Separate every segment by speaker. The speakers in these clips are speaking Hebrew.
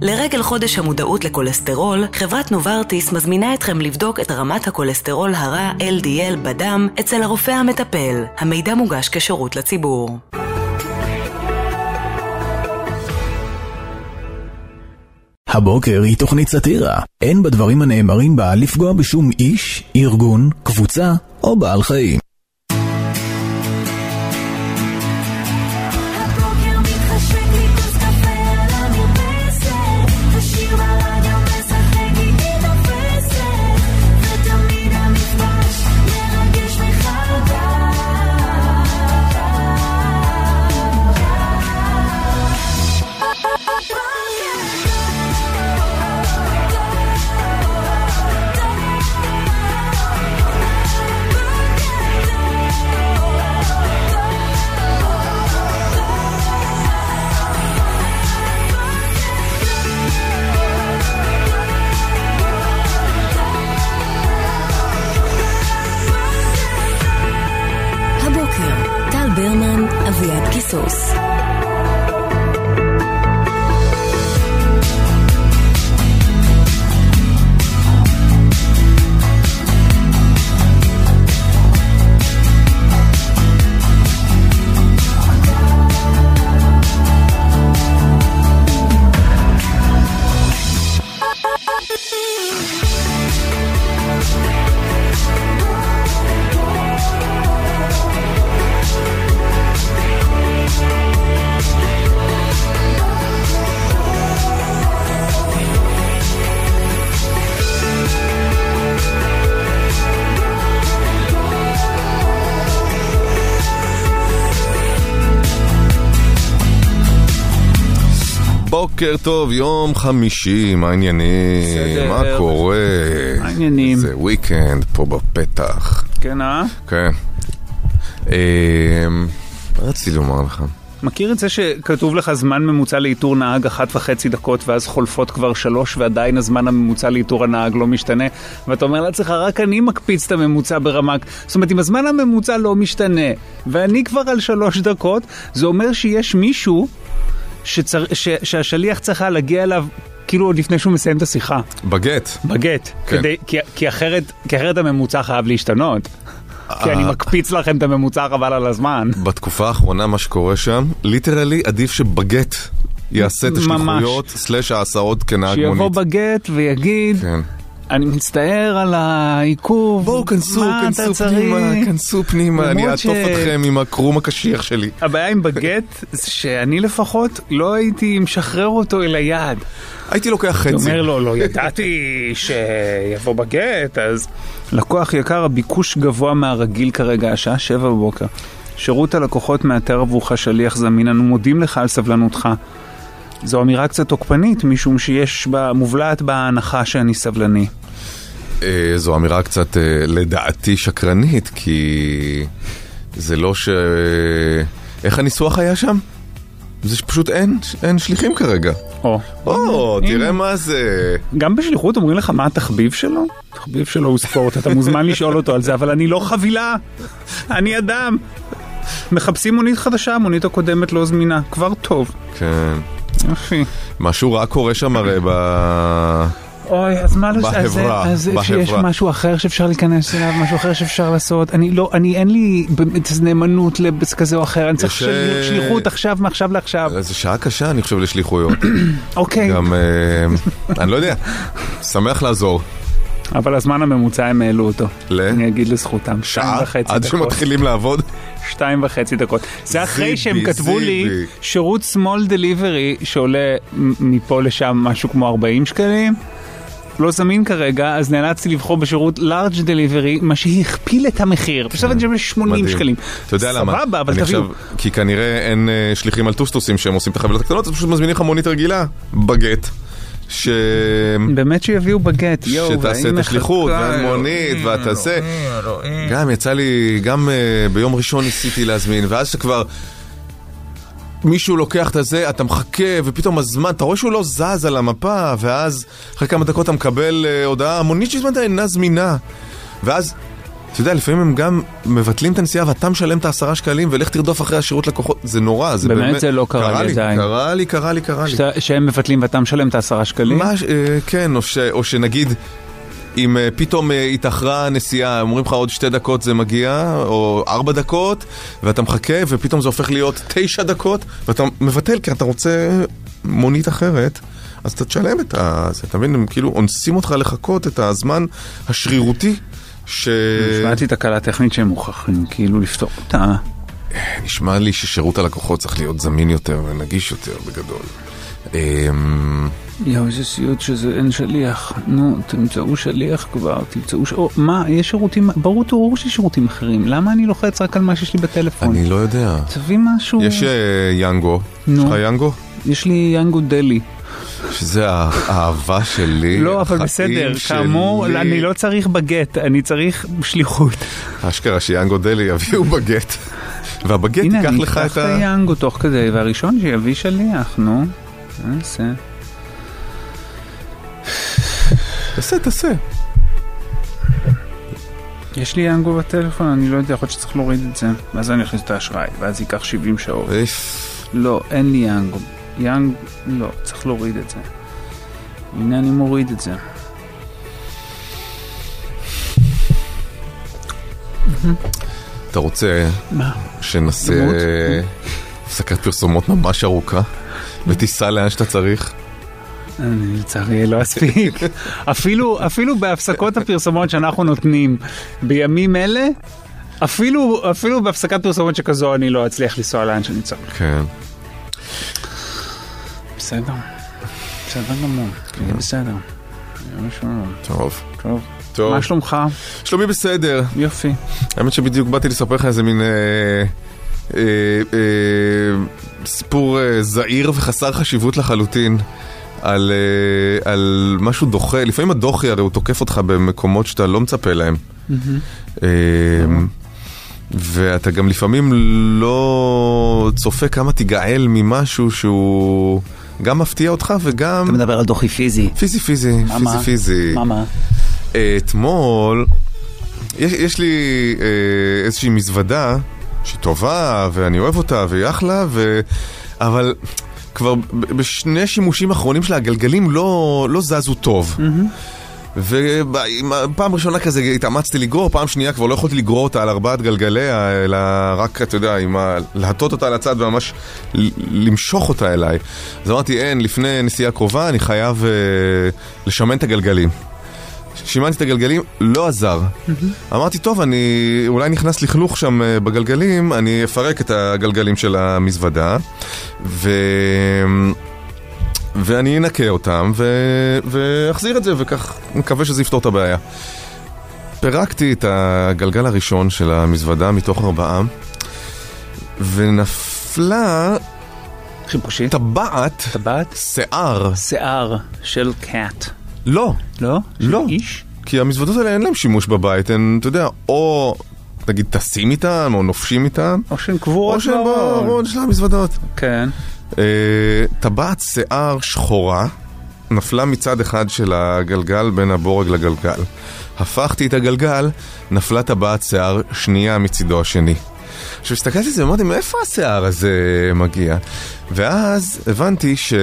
Speaker 1: לרגל חודש המודעות לכולסטרול, חברת נוברטיס מזמינה אתכם לבדוק את רמת הכולסטרול הרע LDL בדם אצל הרופא המטפל. המידע מוגש כשירות לציבור.
Speaker 2: הבוקר היא תוכנית סאטירה. אין בדברים הנאמרים בה לפגוע בשום איש, ארגון, קבוצה או בעל חיים.
Speaker 3: הבוקר מתחשק לי כוס קפה על המרפסת, השיר ברדיו משחק איתי תופסת, ותמיד המפגש מרגש מחדש.
Speaker 4: הבוקר, טל ברמן, אביעד קיסוס.
Speaker 5: בוקר טוב, יום חמישי, מה העניינים?
Speaker 6: בסדר.
Speaker 5: מה קורה?
Speaker 6: מה העניינים?
Speaker 5: זה weekend פה בפתח.
Speaker 6: כן, אה?
Speaker 5: כן. אה, מה רציתי לומר לך?
Speaker 6: מכיר את זה שכתוב לך זמן ממוצע לאיתור נהג אחת וחצי דקות ואז חולפות כבר שלוש ועדיין הזמן הממוצע לאיתור הנהג לא משתנה ואתה אומר לעצמך רק אני מקפיץ את הממוצע ברמה זאת אומרת אם הזמן הממוצע לא משתנה ואני כבר על שלוש דקות זה אומר שיש מישהו שצר... ש... שהשליח צריך היה להגיע אליו כאילו עוד לפני שהוא מסיים את השיחה
Speaker 5: בגט.
Speaker 6: בגט
Speaker 5: כן.
Speaker 6: כדי... כי... כי, אחרת... כי אחרת הממוצע חייב להשתנות כי אני מקפיץ לכם את הממוצע חבל על הזמן
Speaker 5: אה, בתקופה האחרונה מה שקורה שם, ליטרלי עדיף שבגט יעשה את
Speaker 6: ממש.
Speaker 5: השליחויות, סלאש ההסעות כנהג
Speaker 6: שיבוא
Speaker 5: מונית.
Speaker 6: בגט ויגיד,
Speaker 5: כן.
Speaker 6: אני מצטער על העיכוב,
Speaker 5: בואו, כנסו,
Speaker 6: מה אתה
Speaker 5: כנסו
Speaker 6: צריך?"
Speaker 5: פנימה, כנסו פנימה, אני
Speaker 6: למרות ש-
Speaker 5: אעטוף אתכם עם הקרום הקשיח שלי.
Speaker 6: הבעיה עם בגט זה שאני לפחות לא הייתי משחרר אותו אל היד.
Speaker 5: הייתי לוקח
Speaker 6: הוא
Speaker 5: חצי.
Speaker 6: אומר לו, לא ידעתי שיבוא בגט, אז... לקוח יקר, הביקוש גבוה מהרגיל כרגע, השעה שבע בבוקר. שירות הלקוחות מאתר עבורך שליח זמין, אנו מודים לך על סבלנותך. זו אמירה קצת תוקפנית, משום שיש בה, מובלעת בה ההנחה שאני סבלני.
Speaker 5: אה, זו אמירה קצת אה, לדעתי שקרנית, כי זה לא ש... איך הניסוח היה שם? זה שפשוט אין, אין שליחים כרגע.
Speaker 6: או,
Speaker 5: או,
Speaker 6: הנה.
Speaker 5: תראה מה זה.
Speaker 6: גם בשליחות אומרים לך מה התחביב שלו? התחביב שלו הוא ספורט, אתה מוזמן לשאול אותו על זה, אבל אני לא חבילה, אני אדם. מחפשים מונית חדשה, המונית הקודמת לא זמינה, כבר טוב.
Speaker 5: כן.
Speaker 6: יופי.
Speaker 5: משהו רע קורה שם הרי ב...
Speaker 6: אוי, אז מה לא... אז זה-
Speaker 5: בחברה,
Speaker 6: אז זה- שיש
Speaker 5: בחברה.
Speaker 6: משהו אחר שאפשר להיכנס אליו, משהו אחר שאפשר לעשות. אני לא, אני אין לי באמת נאמנות לבס כזה או אחר, אני צריך
Speaker 5: יש,
Speaker 6: שלי-
Speaker 5: אה,
Speaker 6: שליחות עכשיו, מעכשיו לעכשיו.
Speaker 5: זו שעה קשה, אני חושב, לשליחויות.
Speaker 6: אוקיי,
Speaker 5: גם, אה, אני לא יודע, שמח לעזור.
Speaker 6: אבל הזמן הממוצע הם העלו אותו.
Speaker 5: ל?
Speaker 6: אני אגיד לזכותם, שתיים
Speaker 5: שעה?
Speaker 6: וחצי
Speaker 5: עד
Speaker 6: דקות.
Speaker 5: שמתחילים לעבוד?
Speaker 6: שתיים וחצי דקות. זה אחרי
Speaker 5: זיבי,
Speaker 6: שהם כתבו לי
Speaker 5: זיבי.
Speaker 6: שירות small delivery שעולה מ- מפה לשם משהו כמו 40 שקלים. לא זמין כרגע, אז נאלצתי לבחור בשירות large delivery, מה שהכפיל את המחיר. עכשיו אני חושב 80
Speaker 5: כן, מדהים.
Speaker 6: שקלים.
Speaker 5: אתה יודע למה?
Speaker 6: סבבה, אבל
Speaker 5: אני
Speaker 6: תביאו.
Speaker 5: חושב- כי כנראה אין אה, שליחים על טוסטוסים שהם עושים את החבילות הקטנות, אז פשוט מזמינים לך מונית רגילה, בגט, ש...
Speaker 6: באמת שיביאו בגט, יואו.
Speaker 5: שתעשה
Speaker 6: והאם
Speaker 5: את השליחות,
Speaker 6: מחכה,
Speaker 5: ואין
Speaker 6: אלוהים,
Speaker 5: מונית, ואתה זה.
Speaker 6: אלוהים, אלוהים.
Speaker 5: גם יצא לי, גם אה, ביום ראשון ניסיתי להזמין, ואז שכבר מישהו לוקח את הזה, אתה מחכה, ופתאום הזמן, אתה רואה שהוא לא זז על המפה, ואז אחרי כמה דקות אתה מקבל אה, הודעה, המונית שהזמנת אינה זמינה. ואז אתה יודע, לפעמים הם גם מבטלים את הנסיעה ואתה משלם את העשרה שקלים ולך תרדוף אחרי השירות לקוחות, זה נורא, זה
Speaker 6: באמת
Speaker 5: באמת...
Speaker 6: זה לא קרה לי עדיין.
Speaker 5: קרה לי, קרה לי, קרה לי.
Speaker 6: שאתה- שהם מבטלים ואתה משלם את העשרה שקלים?
Speaker 5: מה, ש- אה, כן, או, ש, או שנגיד, אם אה, פתאום אה, התאחרה הנסיעה, אומרים לך עוד שתי דקות זה מגיע, או ארבע דקות, ואתה מחכה, ופתאום זה הופך להיות תשע דקות, ואתה מבטל, כי אתה רוצה מונית אחרת, אז אתה תשלם את ה... זה, אתה מבין, הם כאילו אונסים אותך לחכות את הזמן השרירותי. ש...
Speaker 6: שמעתי תקלה טכנית שהם מוכרחים כאילו לפתור אותה.
Speaker 5: נשמע לי ששירות הלקוחות צריך להיות זמין יותר ונגיש יותר בגדול. אמ,
Speaker 6: יואו, איזה סיוט שזה, אין שליח. נו, תמצאו שליח כבר, תמצאו ש... או, מה, יש שירותים, ברור, ברור שיש שירותים אחרים. למה אני לוחץ רק על מה שיש לי בטלפון?
Speaker 5: אני לא יודע.
Speaker 6: תביא משהו.
Speaker 5: יש אה, יאנגו, יש
Speaker 6: נו.
Speaker 5: לך יאנגו?
Speaker 6: יש לי ינגו דלי.
Speaker 5: שזה האהבה שלי,
Speaker 6: לא, אבל
Speaker 5: החיים
Speaker 6: בסדר,
Speaker 5: שלי.
Speaker 6: כאמור, אני לא צריך בגט, אני צריך שליחות.
Speaker 5: אשכרה שיאנגו דלי יביאו בגט, והבגט
Speaker 6: הנה,
Speaker 5: ייקח
Speaker 6: אני
Speaker 5: לך את
Speaker 6: אקח את
Speaker 5: ה...
Speaker 6: היאנגו תוך כדי, והראשון שיביא שליח, נו. אה, מה נעשה?
Speaker 5: תעשה, תעשה.
Speaker 6: יש לי יאנגו בטלפון, אני לא יודע, יכול להיות שצריך להוריד את זה. ואז אני אכניס את האשראי, ואז ייקח 70 שעות.
Speaker 5: איף.
Speaker 6: לא, אין לי יאנגו. יאנג, לא, צריך להוריד את זה. הנה אני מוריד את זה.
Speaker 5: אתה רוצה
Speaker 6: מה?
Speaker 5: שנעשה
Speaker 6: דמות?
Speaker 5: הפסקת פרסומות ממש ארוכה, ותיסע לאן שאתה צריך?
Speaker 6: אני לצערי לא אספיק. אפילו, אפילו בהפסקות הפרסומות שאנחנו נותנים בימים אלה, אפילו, אפילו בהפסקת פרסומות שכזו אני לא אצליח לנסוע לאן שאני צריך.
Speaker 5: כן.
Speaker 6: בסדר. בסדר גמור. יהיה בסדר. יהיה משהו.
Speaker 5: טוב.
Speaker 6: טוב.
Speaker 5: טוב.
Speaker 6: מה שלומך?
Speaker 5: שלומי בסדר.
Speaker 6: יופי.
Speaker 5: האמת שבדיוק באתי לספר לך איזה מין אה, אה, אה, סיפור אה, זעיר וחסר חשיבות לחלוטין. על, אה, על משהו דוחה, לפעמים הדוחי הרי הוא תוקף אותך במקומות שאתה לא מצפה להם.
Speaker 3: Mm-hmm.
Speaker 5: אה, ואתה גם לפעמים לא צופה כמה תיגאל ממשהו שהוא גם מפתיע אותך וגם
Speaker 6: מדבר על דוחי פיזי.
Speaker 5: פיזי פיזי,
Speaker 6: מה?
Speaker 5: פיזי פיזי.
Speaker 6: מה מה?
Speaker 5: אה, אתמול, יש, יש לי אה, איזושהי מזוודה שהיא טובה, ואני אוהב אותה, והיא אחלה, ו... אבל כבר ב- בשני שימושים אחרונים שלה הגלגלים לא, לא זזו טוב. ופעם ראשונה כזה התאמצתי לגרור, פעם שנייה כבר לא יכולתי לגרור אותה על ארבעת גלגליה, אלא רק, אתה יודע, עם ה... להטות אותה לצד וממש ל- למשוך אותה אליי. אז אמרתי, אין, לפני נסיעה קרובה אני חייב אה, לשמן את הגלגלים. שימנתי את הגלגלים, לא עזר. אמרתי, טוב, אני אולי נכנס לכלוך שם אה, בגלגלים, אני אפרק את הגלגלים של המזוודה, ו... ואני אנקה אותם, ו... ואחזיר את זה, וכך מקווה שזה יפתור את הבעיה. פירקתי את הגלגל הראשון של המזוודה מתוך ארבעה, ונפלה
Speaker 6: חיפושית.
Speaker 5: טבעת
Speaker 6: טבעת?
Speaker 5: שיער.
Speaker 6: שיער של קאט.
Speaker 5: לא,
Speaker 6: לא?
Speaker 5: לא.
Speaker 6: של איש?
Speaker 5: כי המזוודות האלה אין להם שימוש בבית, הן, אתה יודע, או נגיד טסים איתם, או נופשים איתם,
Speaker 6: או שהן
Speaker 5: או
Speaker 6: קבורות
Speaker 5: שהן
Speaker 6: בארון.
Speaker 5: בארון של המזוודות.
Speaker 6: כן.
Speaker 5: אה, טבעת שיער שחורה נפלה מצד אחד של הגלגל בין הבורג לגלגל. הפכתי את הגלגל, נפלה טבעת שיער שנייה מצידו השני. עכשיו הסתכלתי על זה ואמרתי, מאיפה השיער הזה מגיע? ואז הבנתי ש...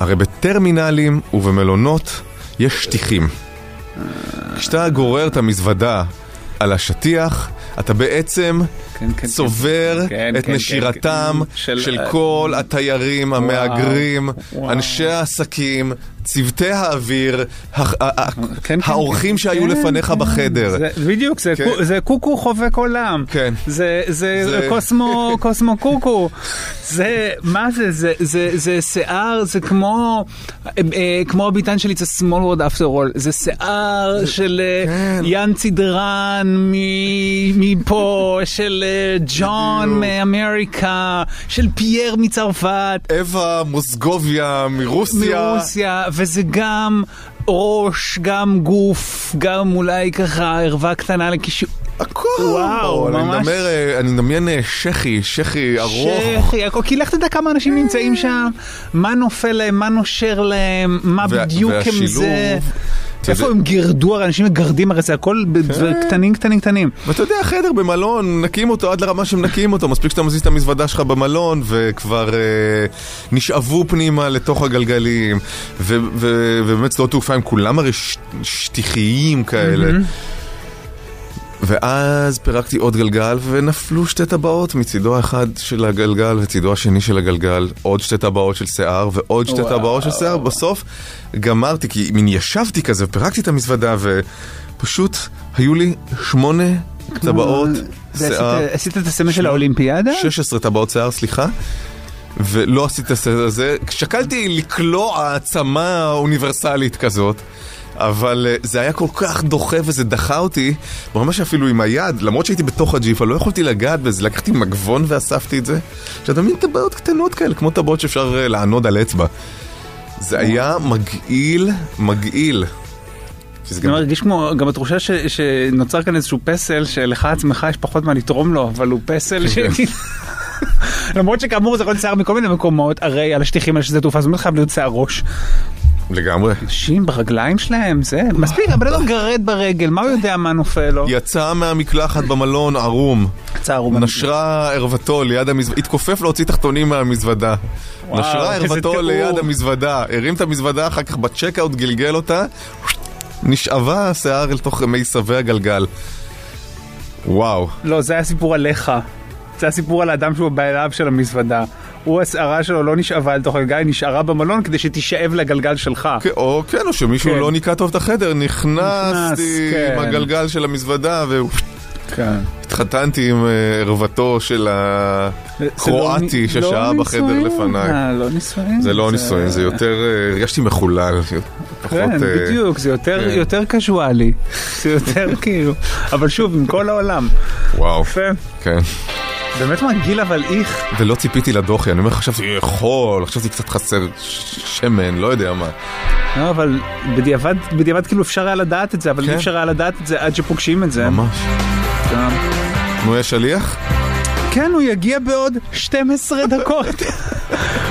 Speaker 5: הרי בטרמינלים ובמלונות יש שטיחים. כשאתה גורר את המזוודה על השטיח, אתה בעצם
Speaker 6: כן, כן,
Speaker 5: צובר
Speaker 6: כן,
Speaker 5: את
Speaker 6: כן,
Speaker 5: נשירתם
Speaker 6: כן, כן. של-
Speaker 5: של כל התיירים, המהגרים,
Speaker 6: וואו.
Speaker 5: אנשי העסקים, צוותי האוויר, הח- ה- ה-
Speaker 6: כן, כן,
Speaker 5: האורחים
Speaker 6: כן,
Speaker 5: שהיו
Speaker 6: כן,
Speaker 5: לפניך
Speaker 6: כן.
Speaker 5: בחדר.
Speaker 6: זה- בדיוק, זה
Speaker 5: כן.
Speaker 6: קו- זה קוקו חובק עולם.
Speaker 5: כן.
Speaker 6: זה- זה
Speaker 5: זה-
Speaker 6: קוסמו קוסמו קוקו. זה, מה זה? זה- זה- זה שיער, זה כמו אה, אה, כמו הביטן שלי, זה small world after all. זה שיער של אה,
Speaker 5: כן.
Speaker 6: יאן צדרן מ- מפה, של אה, ג'ון מאמריקה, של פייר מצרפת.
Speaker 5: אווה מוסגוביה מרוסיה.
Speaker 6: מרוסיה, וזה גם ראש, גם גוף, גם אולי ככה ערווה קטנה לקישור.
Speaker 5: הכל.
Speaker 6: וואו,
Speaker 5: אני
Speaker 6: ממש.
Speaker 5: מדבר, אה, אני מדמיין אה, שחי, שחי ארוך.
Speaker 6: שכי, הכל, כי לך תדע כמה אנשים נמצאים שם, מה נופל להם, מה נושר להם, מה
Speaker 5: וה-
Speaker 6: בדיוק הם
Speaker 5: והשילוב-
Speaker 6: זה.
Speaker 5: זה-
Speaker 6: איפה הם גירדו? הרי אנשים מגרדים הרי זה הכל
Speaker 5: כן.
Speaker 6: בדבר- קטנים קטנים קטנים.
Speaker 5: ואתה יודע, חדר במלון, מנקים אותו עד לרמה שמנקים אותו, מספיק שאתה מזיז את המזוודה שלך במלון, וכבר אה, נשאבו פנימה לתוך הגלגלים, ו- ו- ובאמת שדות תעופה הם כולם הרי ש- שטיחיים כאלה. ואז פירקתי עוד גלגל ונפלו שתי טבעות מצידו האחד של הגלגל וצידו השני של הגלגל עוד שתי טבעות של שיער ועוד שתי
Speaker 6: וואו.
Speaker 5: טבעות של שיער בסוף גמרתי כי מין ישבתי כזה ופירקתי את המזוודה ופשוט היו לי שמונה טבעות
Speaker 6: ועשית-
Speaker 5: שיער
Speaker 6: עשית את הסמל של האולימפיאדה?
Speaker 5: 16 טבעות שיער סליחה ולא עשיתי את הסדר הזה, שקלתי לקלוע העצמה אוניברסלית כזאת, אבל אה, זה היה כל כך דוחה וזה דחה אותי, ממש אפילו עם היד, למרות שהייתי בתוך הג'יפה, לא יכולתי לגעת בזה, לקחתי מגבון ואספתי את זה. שאתה מבין טבעות קטנות כאלה, כמו טבעות שאפשר אה, לענוד על אצבע. זה היה מגעיל, מגעיל. שזה
Speaker 6: זה
Speaker 5: גם-
Speaker 6: מרגיש כמו, גם התחושה ש- שנוצר כאן איזשהו פסל שלך עצמך יש פחות מה לתרום לו, אבל הוא פסל
Speaker 5: כן.
Speaker 6: ש... למרות שכאמור זה יכול להיות שיער מכל מיני מקומות, הרי על השטיחים על שדה תעופה, זאת אומרת חייב להיות שיער ראש.
Speaker 5: לגמרי.
Speaker 6: אנשים ברגליים שלהם, זה... מספיק, הבן אדם גרד ברגל, מה הוא יודע מה נופל לו?
Speaker 5: יצא מהמקלחת במלון ערום.
Speaker 6: יצר הוא
Speaker 5: נשרה ערוותו ליד המזוודה, התכופף להוציא תחתונים מהמזוודה.
Speaker 6: וואו,
Speaker 5: נשרה
Speaker 6: איזה
Speaker 5: ערוותו
Speaker 6: תיאור.
Speaker 5: ליד המזוודה, הרים את המזוודה, אחר כך בצ'קאוט גלגל אותה, נשאבה השיער אל תוך מיסבי הגלגל. וואו,
Speaker 6: לא, זה היה סיפור עליך. זה היה סיפור על האדם שהוא בעליו של המזוודה. הוא, השערה שלו לא נשאבה אל תוך הגלגל, היא נשארה במלון כדי שתישאב לגלגל שלך.
Speaker 5: כן, או כן, או שמישהו
Speaker 6: כן.
Speaker 5: לא ניקה טוב את החדר, נכנסתי
Speaker 6: נכנס,
Speaker 5: עם
Speaker 6: כן.
Speaker 5: הגלגל של המזוודה
Speaker 6: כן.
Speaker 5: והתחתנתי עם אה, ערוותו של הקרואטי ששהה בחדר לפניי.
Speaker 6: לא נישואים.
Speaker 5: זה לא נישואים, זה יותר, אה, הרגשתי מחולל, פחות...
Speaker 6: כן,
Speaker 5: אה,
Speaker 6: בדיוק, זה יותר-
Speaker 5: כן.
Speaker 6: יותר קזואלי. זה יותר כאילו. אבל שוב, עם כל העולם.
Speaker 5: וואו,
Speaker 6: יפה.
Speaker 5: כן.
Speaker 6: באמת מגעיל אבל איך.
Speaker 5: ולא ציפיתי לדוחי, אני אומר, חשבתי, יכול, חשבתי קצת חסר ש- שמן, לא יודע מה.
Speaker 6: לא, אבל בדיעבד, בדיעבד כאילו אפשר היה לדעת את זה, אבל
Speaker 5: כן.
Speaker 6: אי אפשר היה לדעת את זה עד שפוגשים את זה.
Speaker 5: ממש.
Speaker 6: גם.
Speaker 5: נו, יש שליח?
Speaker 6: כן, הוא יגיע בעוד 12 דקות.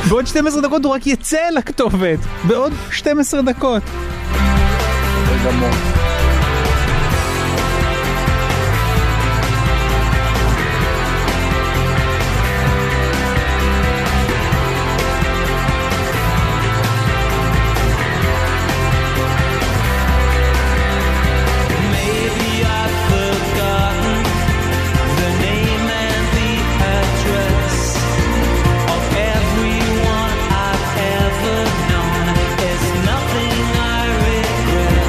Speaker 6: בעוד 12 דקות הוא רק יצא אל הכתובת. בעוד 12 דקות.
Speaker 7: There's nothing I regret.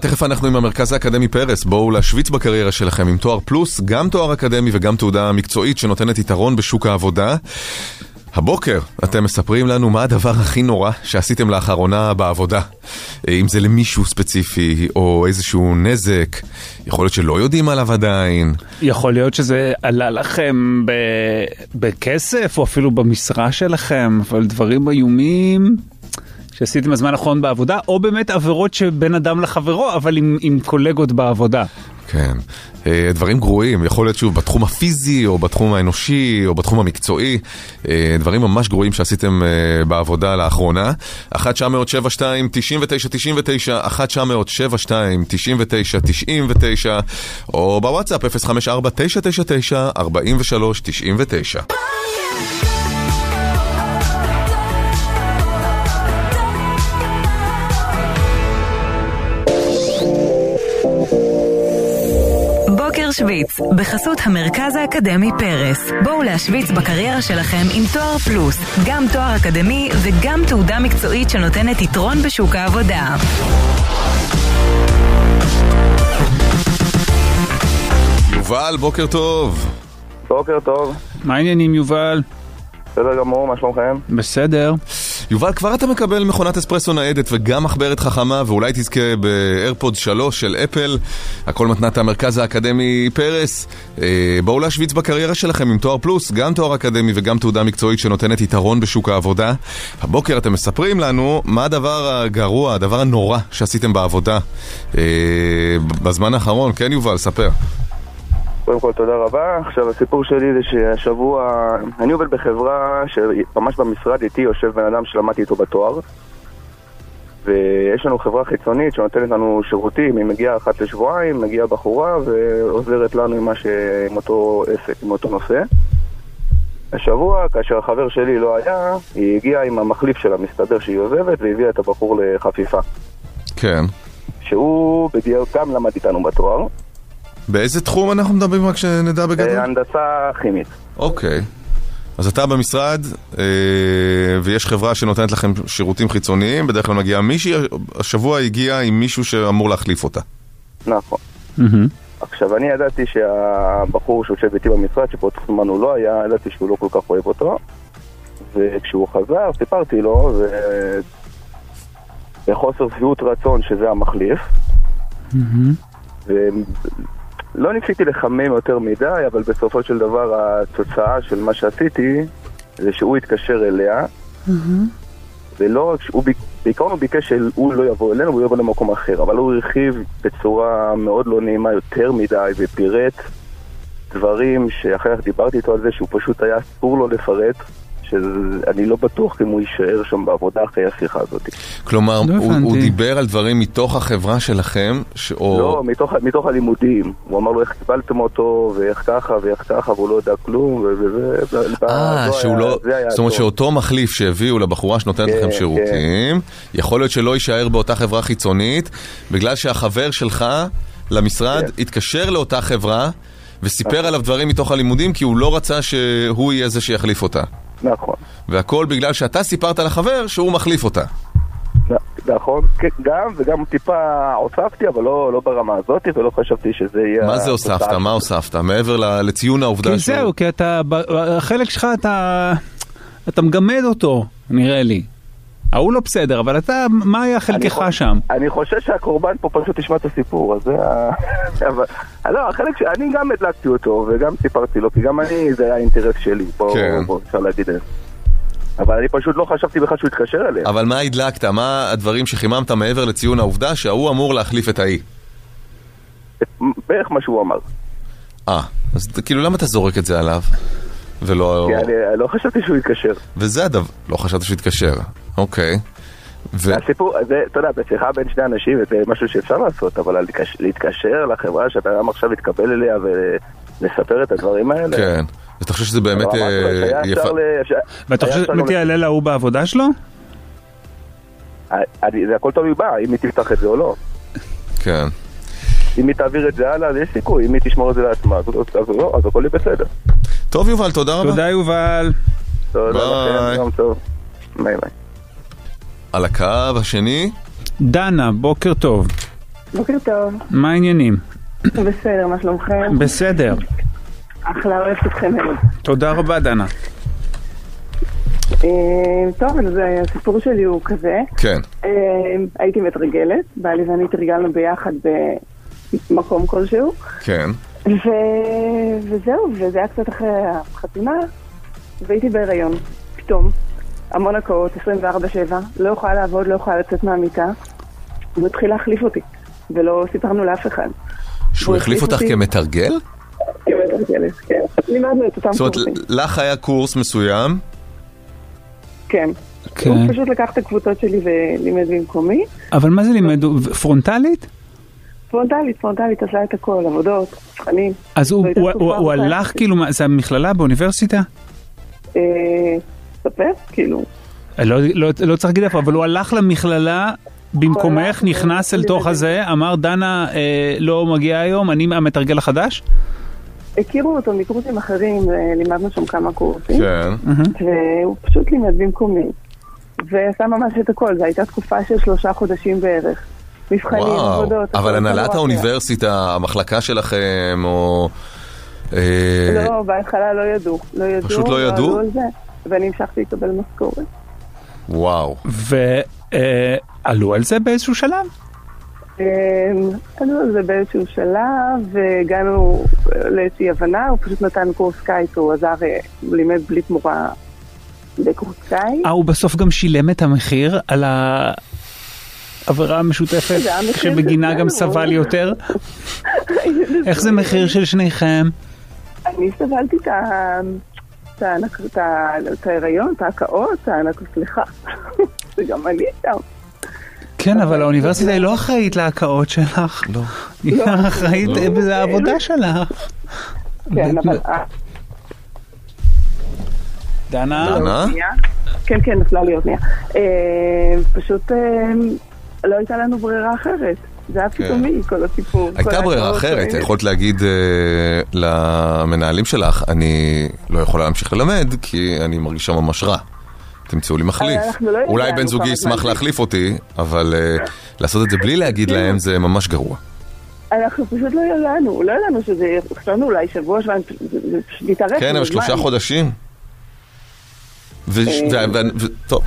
Speaker 5: תכף אנחנו עם המרכז האקדמי פרס, בואו להשוויץ בקריירה שלכם עם תואר פלוס, גם תואר אקדמי וגם תעודה מקצועית שנותנת יתרון בשוק העבודה. הבוקר אתם מספרים לנו מה הדבר הכי נורא שעשיתם לאחרונה בעבודה. אה, אם זה למישהו ספציפי, או איזשהו נזק, יכול להיות שלא יודעים עליו עדיין.
Speaker 6: יכול להיות שזה עלה לכם ב... בכסף, או אפילו במשרה שלכם, אבל דברים איומים שעשיתם בזמן האחרון בעבודה, או באמת עבירות שבין אדם לחברו, אבל עם, עם קולגות בעבודה.
Speaker 5: כן. אה, דברים גרועים, יכול להיות שוב בתחום הפיזי, או בתחום האנושי, או בתחום המקצועי. אה, דברים ממש גרועים שעשיתם אה, בעבודה לאחרונה. 1-900-72-99-99, 1-900-72-99-99, או בוואטסאפ 054-999-4399.
Speaker 1: בוקר שוויץ, בחסות המרכז האקדמי פרס. בואו להשוויץ בקריירה שלכם עם תואר פלוס, גם תואר אקדמי וגם תעודה מקצועית שנותנת יתרון בשוק העבודה.
Speaker 5: יובל, בוקר טוב.
Speaker 7: בוקר טוב,
Speaker 6: מה העניינים, יובל?
Speaker 7: בסדר גמור, מה שלומכם?
Speaker 6: בסדר.
Speaker 5: יובל, כבר אתה מקבל מכונת אספרסו ניידת וגם מחברת חכמה, ואולי תזכה באיירפוד 3 של אפל. הכל מתנת המרכז האקדמי פרס. אה, בואו להשוויץ בקריירה שלכם עם תואר פלוס, גם תואר אקדמי וגם תעודה מקצועית שנותנת יתרון בשוק העבודה. הבוקר אתם מספרים לנו מה הדבר הגרוע, הדבר הנורא שעשיתם בעבודה אה, בזמן האחרון. כן, יובל, ספר.
Speaker 7: קודם כל תודה רבה. עכשיו הסיפור שלי זה שהשבוע, אני עובד בחברה שממש במשרד איתי יושב בן אדם שלמדתי איתו בתואר ויש לנו חברה חיצונית שנותנת לנו שירותים, היא מגיעה אחת לשבועיים, מגיעה בחורה ועוזרת לנו עם, מה ש... עם אותו עסק, עם אותו נושא. השבוע, כאשר החבר שלי לא היה, היא הגיעה עם המחליף שלה, מסתבר שהיא עוזבת והביאה את הבחור לחפיפה.
Speaker 5: כן.
Speaker 7: שהוא בדיוק גם למד איתנו בתואר,
Speaker 5: באיזה תחום אנחנו מדברים רק שנדע בגדול?
Speaker 7: אה, הנדסה כימית.
Speaker 5: אוקיי. אז אתה במשרד, אה, ויש חברה שנותנת לכם שירותים חיצוניים, בדרך כלל מגיעה מישהי, השבוע הגיעה עם מישהו שאמור להחליף אותה.
Speaker 7: נכון.
Speaker 6: מהמם.
Speaker 7: עכשיו, אני ידעתי שהבחור שיושב איתי במשרד, שבאותו זמן הוא לא היה, ידעתי שהוא לא כל כך אוהב אותו. וכשהוא חזר, סיפרתי לו, ו... בחוסר שביעות רצון שזה המחליף.
Speaker 3: Mm-hmm.
Speaker 7: ולא לא ניסיתי לחמם יותר מדי, אבל בסופו של דבר התוצאה של מה שעשיתי, זה שהוא התקשר אליה. ולא רק, שהוא ביק- בעיקרון הוא ביקש שהוא לא יבוא אלינו, הוא יבוא למקום אחר, אבל הוא הרחיב בצורה מאוד לא נעימה יותר מדי ופירט דברים שאחר כך דיברתי איתו על זה שהוא פשוט היה אסור לו לפרט, שאני לא בטוח אם הוא יישאר שם בעבודה אחרי השיחה הזאת.
Speaker 5: כלומר,
Speaker 6: לא
Speaker 5: הוא, הוא
Speaker 6: הבנתי.
Speaker 5: דיבר על דברים מתוך החברה שלכם, ש... או...
Speaker 7: לא, מתוך, מתוך הלימודים. הוא אמר לו איך קיבלתם אותו, ואיך ככה, ואיך ככה, והוא לא יודע כלום, ו- ו- ו- ו-
Speaker 5: אה,
Speaker 7: זו
Speaker 5: שהוא
Speaker 7: היה-
Speaker 5: לא...
Speaker 7: זה היה
Speaker 5: זאת אומרת
Speaker 7: הטוב.
Speaker 5: שאותו מחליף שהביאו לבחורה שנותנת
Speaker 7: כן,
Speaker 5: לכם
Speaker 7: כן.
Speaker 5: שירותים, יכול להיות שלא יישאר באותה חברה חיצונית, בגלל שהחבר שלך למשרד
Speaker 7: כן.
Speaker 5: התקשר לאותה חברה. וסיפר עליו דברים מתוך הלימודים כי הוא לא רצה שהוא יהיה זה שיחליף אותה.
Speaker 7: נכון.
Speaker 5: והכל בגלל שאתה סיפרת לחבר שהוא מחליף אותה.
Speaker 7: נ- נכון, כן, גם, וגם טיפה הוספתי, אבל לא, לא ברמה הזאת, ולא חשבתי שזה יהיה...
Speaker 5: מה זה הוספת?
Speaker 7: התוצאה.
Speaker 5: מה הוספת? מעבר ל- לציון העובדה
Speaker 6: כי
Speaker 5: שהוא...
Speaker 6: זהו, כי אתה, ב- החלק שלך אתה, אתה מגמד אותו, נראה לי. ההוא לא בסדר, אבל אתה, מה היה חלקך
Speaker 7: אני חו-
Speaker 6: שם?
Speaker 7: אני חושב שהקורבן פה פשוט ישמע את הסיפור, אז זה ה... אבל... לא, החלק ש... אני גם הדלקתי אותו, וגם סיפרתי לו, כי גם אני, זה היה אינטרס שלי, בוא,
Speaker 5: כן.
Speaker 7: בוא, אפשר להגיד את זה. אבל אני פשוט לא חשבתי בכלל שהוא יתקשר אליה.
Speaker 5: אבל מה הדלקת? מה הדברים שחיממת מעבר לציון העובדה שההוא אמור להחליף את ההיא?
Speaker 7: בערך מה שהוא אמר.
Speaker 5: אה, אז ת- כאילו למה אתה זורק את זה עליו? ולא...
Speaker 7: כי אני לא חשבתי שהוא יתקשר.
Speaker 5: וזה הדבר... לא חשבתי שהתקשר. אוקיי. ו...
Speaker 7: הסיפור, זה, אתה יודע, בשיחה בין שני אנשים זה משהו שאפשר לעשות, אבל להתקשר- להתקשר לחברה שאתה גם עכשיו התקבל אליה ולספר את הדברים האלה.
Speaker 5: כן. ואתה חושב שזה באמת...
Speaker 7: אבל אמרתי לו,
Speaker 5: אה,
Speaker 7: שהיה
Speaker 5: יפה-
Speaker 7: אפשר ל- אפשר-
Speaker 6: ואתה
Speaker 7: היה
Speaker 6: חושב
Speaker 7: אפשר
Speaker 6: שבאמת
Speaker 7: גם-
Speaker 6: יעלה להוא בעבודה שלו?
Speaker 7: "אה, אני- זה הכל תלוי בה, אם היא תפתח את זה או לא.
Speaker 5: כן.
Speaker 7: אם היא תעביר את זה הלאה, אז יש סיכוי, אם היא תשמור את זה לעצמה, אז אז לא, אז הכל יהיה בסדר.
Speaker 5: טוב, יובל, תודה רבה.
Speaker 6: תודה יובל.
Speaker 7: תודה
Speaker 5: ביי.
Speaker 7: לכם, לא, כן, יום טוב. ביי ביי.
Speaker 5: על הקו השני.
Speaker 6: דנה, בוקר טוב.
Speaker 8: בוקר טוב,
Speaker 6: מה העניינים?
Speaker 8: בסדר, מה שלומכם?
Speaker 6: בסדר.
Speaker 8: אחלה, אוהבת אתכם מאוד.
Speaker 6: תודה רבה, דנה.
Speaker 8: אה, טוב, אז אה, הסיפור שלי הוא כזה.
Speaker 5: כן.
Speaker 8: אה, הייתי מתרגלת, בעלי ואני תרגלנו ביחד במקום כלשהו,
Speaker 5: כן.
Speaker 8: ו... וזהו, וזה היה קצת אחרי החתונה, והייתי בהיריון, פתאום. המון הקאות, 24-7, לא יכולה לעבוד, לא יכולה לצאת מהמיטה, והוא התחיל להחליף אותי, ולא סיפרנו לאף אחד.
Speaker 5: שהוא החליף אותך
Speaker 8: אותי.
Speaker 5: כמתרגל?
Speaker 8: אני מתרגלת, כן. לימדנו את אותם
Speaker 5: זאת אומרת,
Speaker 8: קורסים,
Speaker 5: לך היה קורס מסוים,
Speaker 8: כן. הוא פשוט לקח את הקבוצות שלי ולימד במקומי.
Speaker 6: אבל מה זה לימד? פרונטלית?
Speaker 8: פרונטלית, פרונטלית, עשה את הכל, עבודות, מבחנים.
Speaker 6: אז הוא-
Speaker 8: זו הייתה
Speaker 6: הוא- הוא
Speaker 8: תקופה
Speaker 6: הוא
Speaker 8: אחת.
Speaker 6: הלך, כאילו, מה, זה המכללה באוניברסיטה?
Speaker 8: אה, ספר, כאילו.
Speaker 6: לא- לא לא צריך להגיד איפה, אבל הוא הלך למכללה במקומך, נכנס אל תוך הזה, אמר, דנה אה, לא מגיעה היום, אני המתרגל החדש?
Speaker 8: הכירו אותו מקורסים אחרים, אה, לימדנו שם כמה קורסים,
Speaker 5: כן,
Speaker 8: והוא פשוט לימד במקומי. ועשה ממש את הכל, זו הייתה תקופה של שלושה חודשים בערך. מבחנים,
Speaker 5: וואו,
Speaker 8: עבודות. לא
Speaker 5: אבל
Speaker 8: הכל
Speaker 5: הנהלת
Speaker 8: נורא.
Speaker 5: האוניברסיטה, המחלקה שלכם, או... אה,
Speaker 8: לא, בהתחלה לא ידעו. לא ידעו.
Speaker 5: פשוט לא ידעו?
Speaker 8: עלו על זה, ואני המשכתי לקבל משכורת.
Speaker 5: וואו,
Speaker 6: ועלו אה, על זה באיזשהו שלב?
Speaker 8: אמ, עלו על זה באיזשהו שלב, והגענו אה, לאיזושהי הבנה, הוא פשוט נתן קורס קיץ, הוא עזר, אה, הוא לימד בלי תמורה בקורס קיץ.
Speaker 6: אה, הוא בסוף גם שילם את המחיר על העבירה המשותפת,
Speaker 8: זה המחיר
Speaker 6: שבגינה
Speaker 8: של
Speaker 6: גם
Speaker 8: כולנו.
Speaker 6: סבל יותר? אה, איך זה מחיר של שניכם?
Speaker 8: אני סבלתי את ה... את ההנק- את ה- את ההיריון, את ההקאות, את ההנקות, סליחה. זה גם אני שם.
Speaker 6: כן, אבל האוניברסיטה היא לא אחראית להקאות שלך.
Speaker 5: לא.
Speaker 6: היא
Speaker 8: לא.
Speaker 6: אחראית,
Speaker 8: לא.
Speaker 6: זה העבודה שלך.
Speaker 8: כן,
Speaker 6: בטח.
Speaker 8: אבל... אה,
Speaker 6: דנה?
Speaker 5: דנה?
Speaker 8: שנייה. כן, כן, נפלה לי אוזניה. אה, פשוט אה, לא הייתה לנו ברירה אחרת. זה היה פתאומי, כל הסיפור. כל
Speaker 5: כן. הייתה ברירה
Speaker 8: ההקאות,
Speaker 5: אחרת,
Speaker 8: כל-
Speaker 5: יכולת להגיד אה, למנהלים שלך, אני לא יכולה להמשיך ללמד, כי אני מרגישה ממש רע. תמצאו לי מחליף.
Speaker 8: אבל אנחנו לא ידענו
Speaker 5: אולי בן זוגי
Speaker 8: כמה זמן
Speaker 5: ישמח
Speaker 8: זה.
Speaker 5: להחליף אותי, אבל
Speaker 8: כן.
Speaker 5: אה, לעשות את זה בלי להגיד להם זה ממש גרוע.
Speaker 8: אנחנו פשוט לא ידענו, לא ידענו שזה, חשבנו אולי שבוע, שבועיים, זה זה פשוט התארך. כאילו,
Speaker 5: כן, אבל
Speaker 8: מזמן.
Speaker 5: שלושה חודשים. ו- ו- ו- ו- טוב,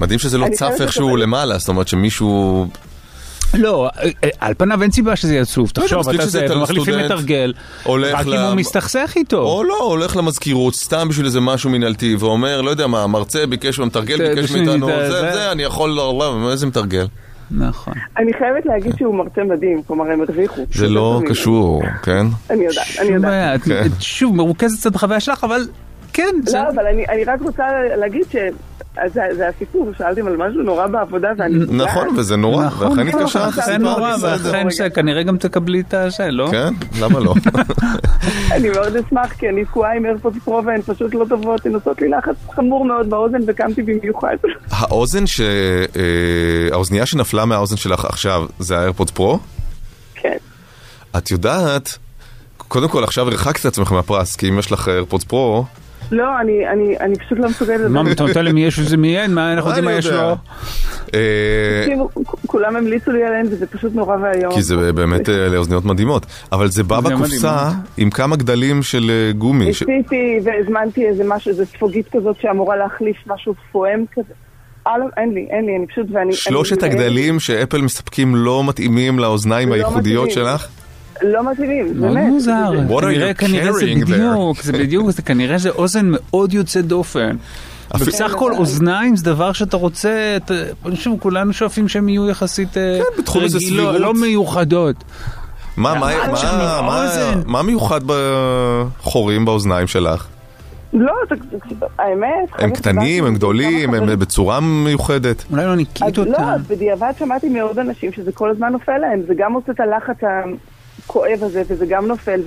Speaker 5: מדהים שזה לא
Speaker 8: אה. אני
Speaker 5: צף
Speaker 8: חייבת
Speaker 5: איכשהו
Speaker 8: לקבל-
Speaker 5: למעלה, זאת אומרת שמישהו...
Speaker 6: לא, אה, על פניו אין סיבה שזה יצוף. תחשוב,
Speaker 5: לא מספיק
Speaker 6: אתה
Speaker 5: שזה
Speaker 6: זה,
Speaker 5: תלוי
Speaker 6: מחליפים
Speaker 5: סטודנט,
Speaker 6: מתרגל,
Speaker 5: הולך
Speaker 6: רק אם
Speaker 5: ל-
Speaker 6: הוא מסתכסך איתו.
Speaker 5: או לא, הולך למזכירות, סתם בשביל איזה משהו מנהלתי, ואומר, לא יודע מה, המרצה ביקש, המתרגל
Speaker 6: זה-
Speaker 5: ביקש
Speaker 6: זה-
Speaker 5: מאיתנו,
Speaker 6: כן, זה-
Speaker 5: זה,
Speaker 6: זה-
Speaker 5: זה, אני יכול, לא, לא, איזה מתרגל?
Speaker 6: נכון.
Speaker 8: אני חייבת להגיד שהוא מרצה מדהים, כלומר הם הרוויחו.
Speaker 5: זה לא
Speaker 8: תמיד.
Speaker 5: קשור, כן?
Speaker 8: אני יודעת, אני
Speaker 6: שום
Speaker 8: יודעת.
Speaker 6: בעיה, את-
Speaker 5: כן.
Speaker 6: את שוב מרוכזת קצת בחוויה שלך, אבל כן, זה...
Speaker 8: לא, אבל אני אני רק רוצה להגיד ש... אז זה- זה הסיפור, שאלתם על משהו נורא בעבודה ואני...
Speaker 5: נכון, וזה נורא, ואכן התקשרת.
Speaker 8: זה
Speaker 6: אכן נורא,
Speaker 8: בסדר.
Speaker 6: נכון, ואכן זה, כנראה גם תקבלי את הזה, לא?
Speaker 5: כן, למה לא?
Speaker 8: אני מאוד אשמח, כי אני תקועה עם איירפוד פרו והן פשוט לא טובות, הן עושות לי לחץ חמור מאוד באוזן וקמתי במיוחד.
Speaker 5: האוזן ש... אה, האוזנייה שנפלה מהאוזן שלך עכשיו, זה האיירפוד פרו?
Speaker 8: כן.
Speaker 5: את יודעת, קודם כל עכשיו הרחקת את עצמך מהפרס, כי אם יש לך איירפוד פרו,
Speaker 8: לא, אני- אני אני פשוט לא מסוגלת...
Speaker 6: מה,
Speaker 8: לדבר.
Speaker 6: אתה נותן למי יש וזה מי אין? מה אנחנו יודעים מה
Speaker 5: אני
Speaker 6: יש
Speaker 5: יודע?
Speaker 6: לו?
Speaker 5: אה,
Speaker 8: תקשיבו, כ- כאילו, כולם המליצו לי עליהן וזה פשוט נורא ואיום.
Speaker 5: כי זה באמת אה, לאוזניות מדהימות, אבל זה בא
Speaker 6: אוזניות
Speaker 5: בקופסה
Speaker 6: מדהימות.
Speaker 5: עם כמה גדלים של אה, גומי. ש-
Speaker 8: ניסיתי והזמנתי איזה משהו, איזה ספוגית כזאת שאמורה להחליף משהו פועם כזה. אה, לא, אין לי, אין לי, אני פשוט ואני...
Speaker 5: שלושת
Speaker 8: אני-
Speaker 5: הגדלים שאפל מספקים לא מתאימים לאוזניים
Speaker 8: לא
Speaker 5: הייחודיות
Speaker 8: מתאימים.
Speaker 5: שלך?
Speaker 8: לא מתאימים,
Speaker 6: מאוד
Speaker 8: באמת.
Speaker 6: מוזר.
Speaker 8: זה-
Speaker 5: What are
Speaker 6: כנראה,
Speaker 5: you
Speaker 6: כנראה זה
Speaker 5: carrying there?
Speaker 6: בדיוק, זה בדיוק, זה כנראה זה אוזן מאוד יוצאת דופן. בסך הכל אוזניים זה דבר שאתה רוצה, אתה- אני חושב, כולנו שואפים שהם יהיו יחסית אה,
Speaker 5: כן, בתחום איזה סבירות.
Speaker 6: לא מיוחדות.
Speaker 5: מה, מה,
Speaker 6: מה שם
Speaker 5: מה, מה,
Speaker 6: באוזן?
Speaker 5: מה מיוחד בחורים באוזניים שלך?
Speaker 8: לא, אתה- האמת...
Speaker 5: הם
Speaker 8: חברים,
Speaker 5: קטנים,
Speaker 8: דיברתי
Speaker 5: הם
Speaker 8: עם
Speaker 5: גדולים,
Speaker 8: כמה
Speaker 5: הם
Speaker 8: חברים.
Speaker 5: בצורה מיוחדת.
Speaker 6: אולי לא
Speaker 8: אז
Speaker 6: ניקית
Speaker 8: לא,
Speaker 6: אותם.
Speaker 8: אז בדיעבד שמעתי מעוד אנשים שזה כל הזמן נופל להם, זה גם עושה את הלחץ הכואב הזה, וזה גם נופל,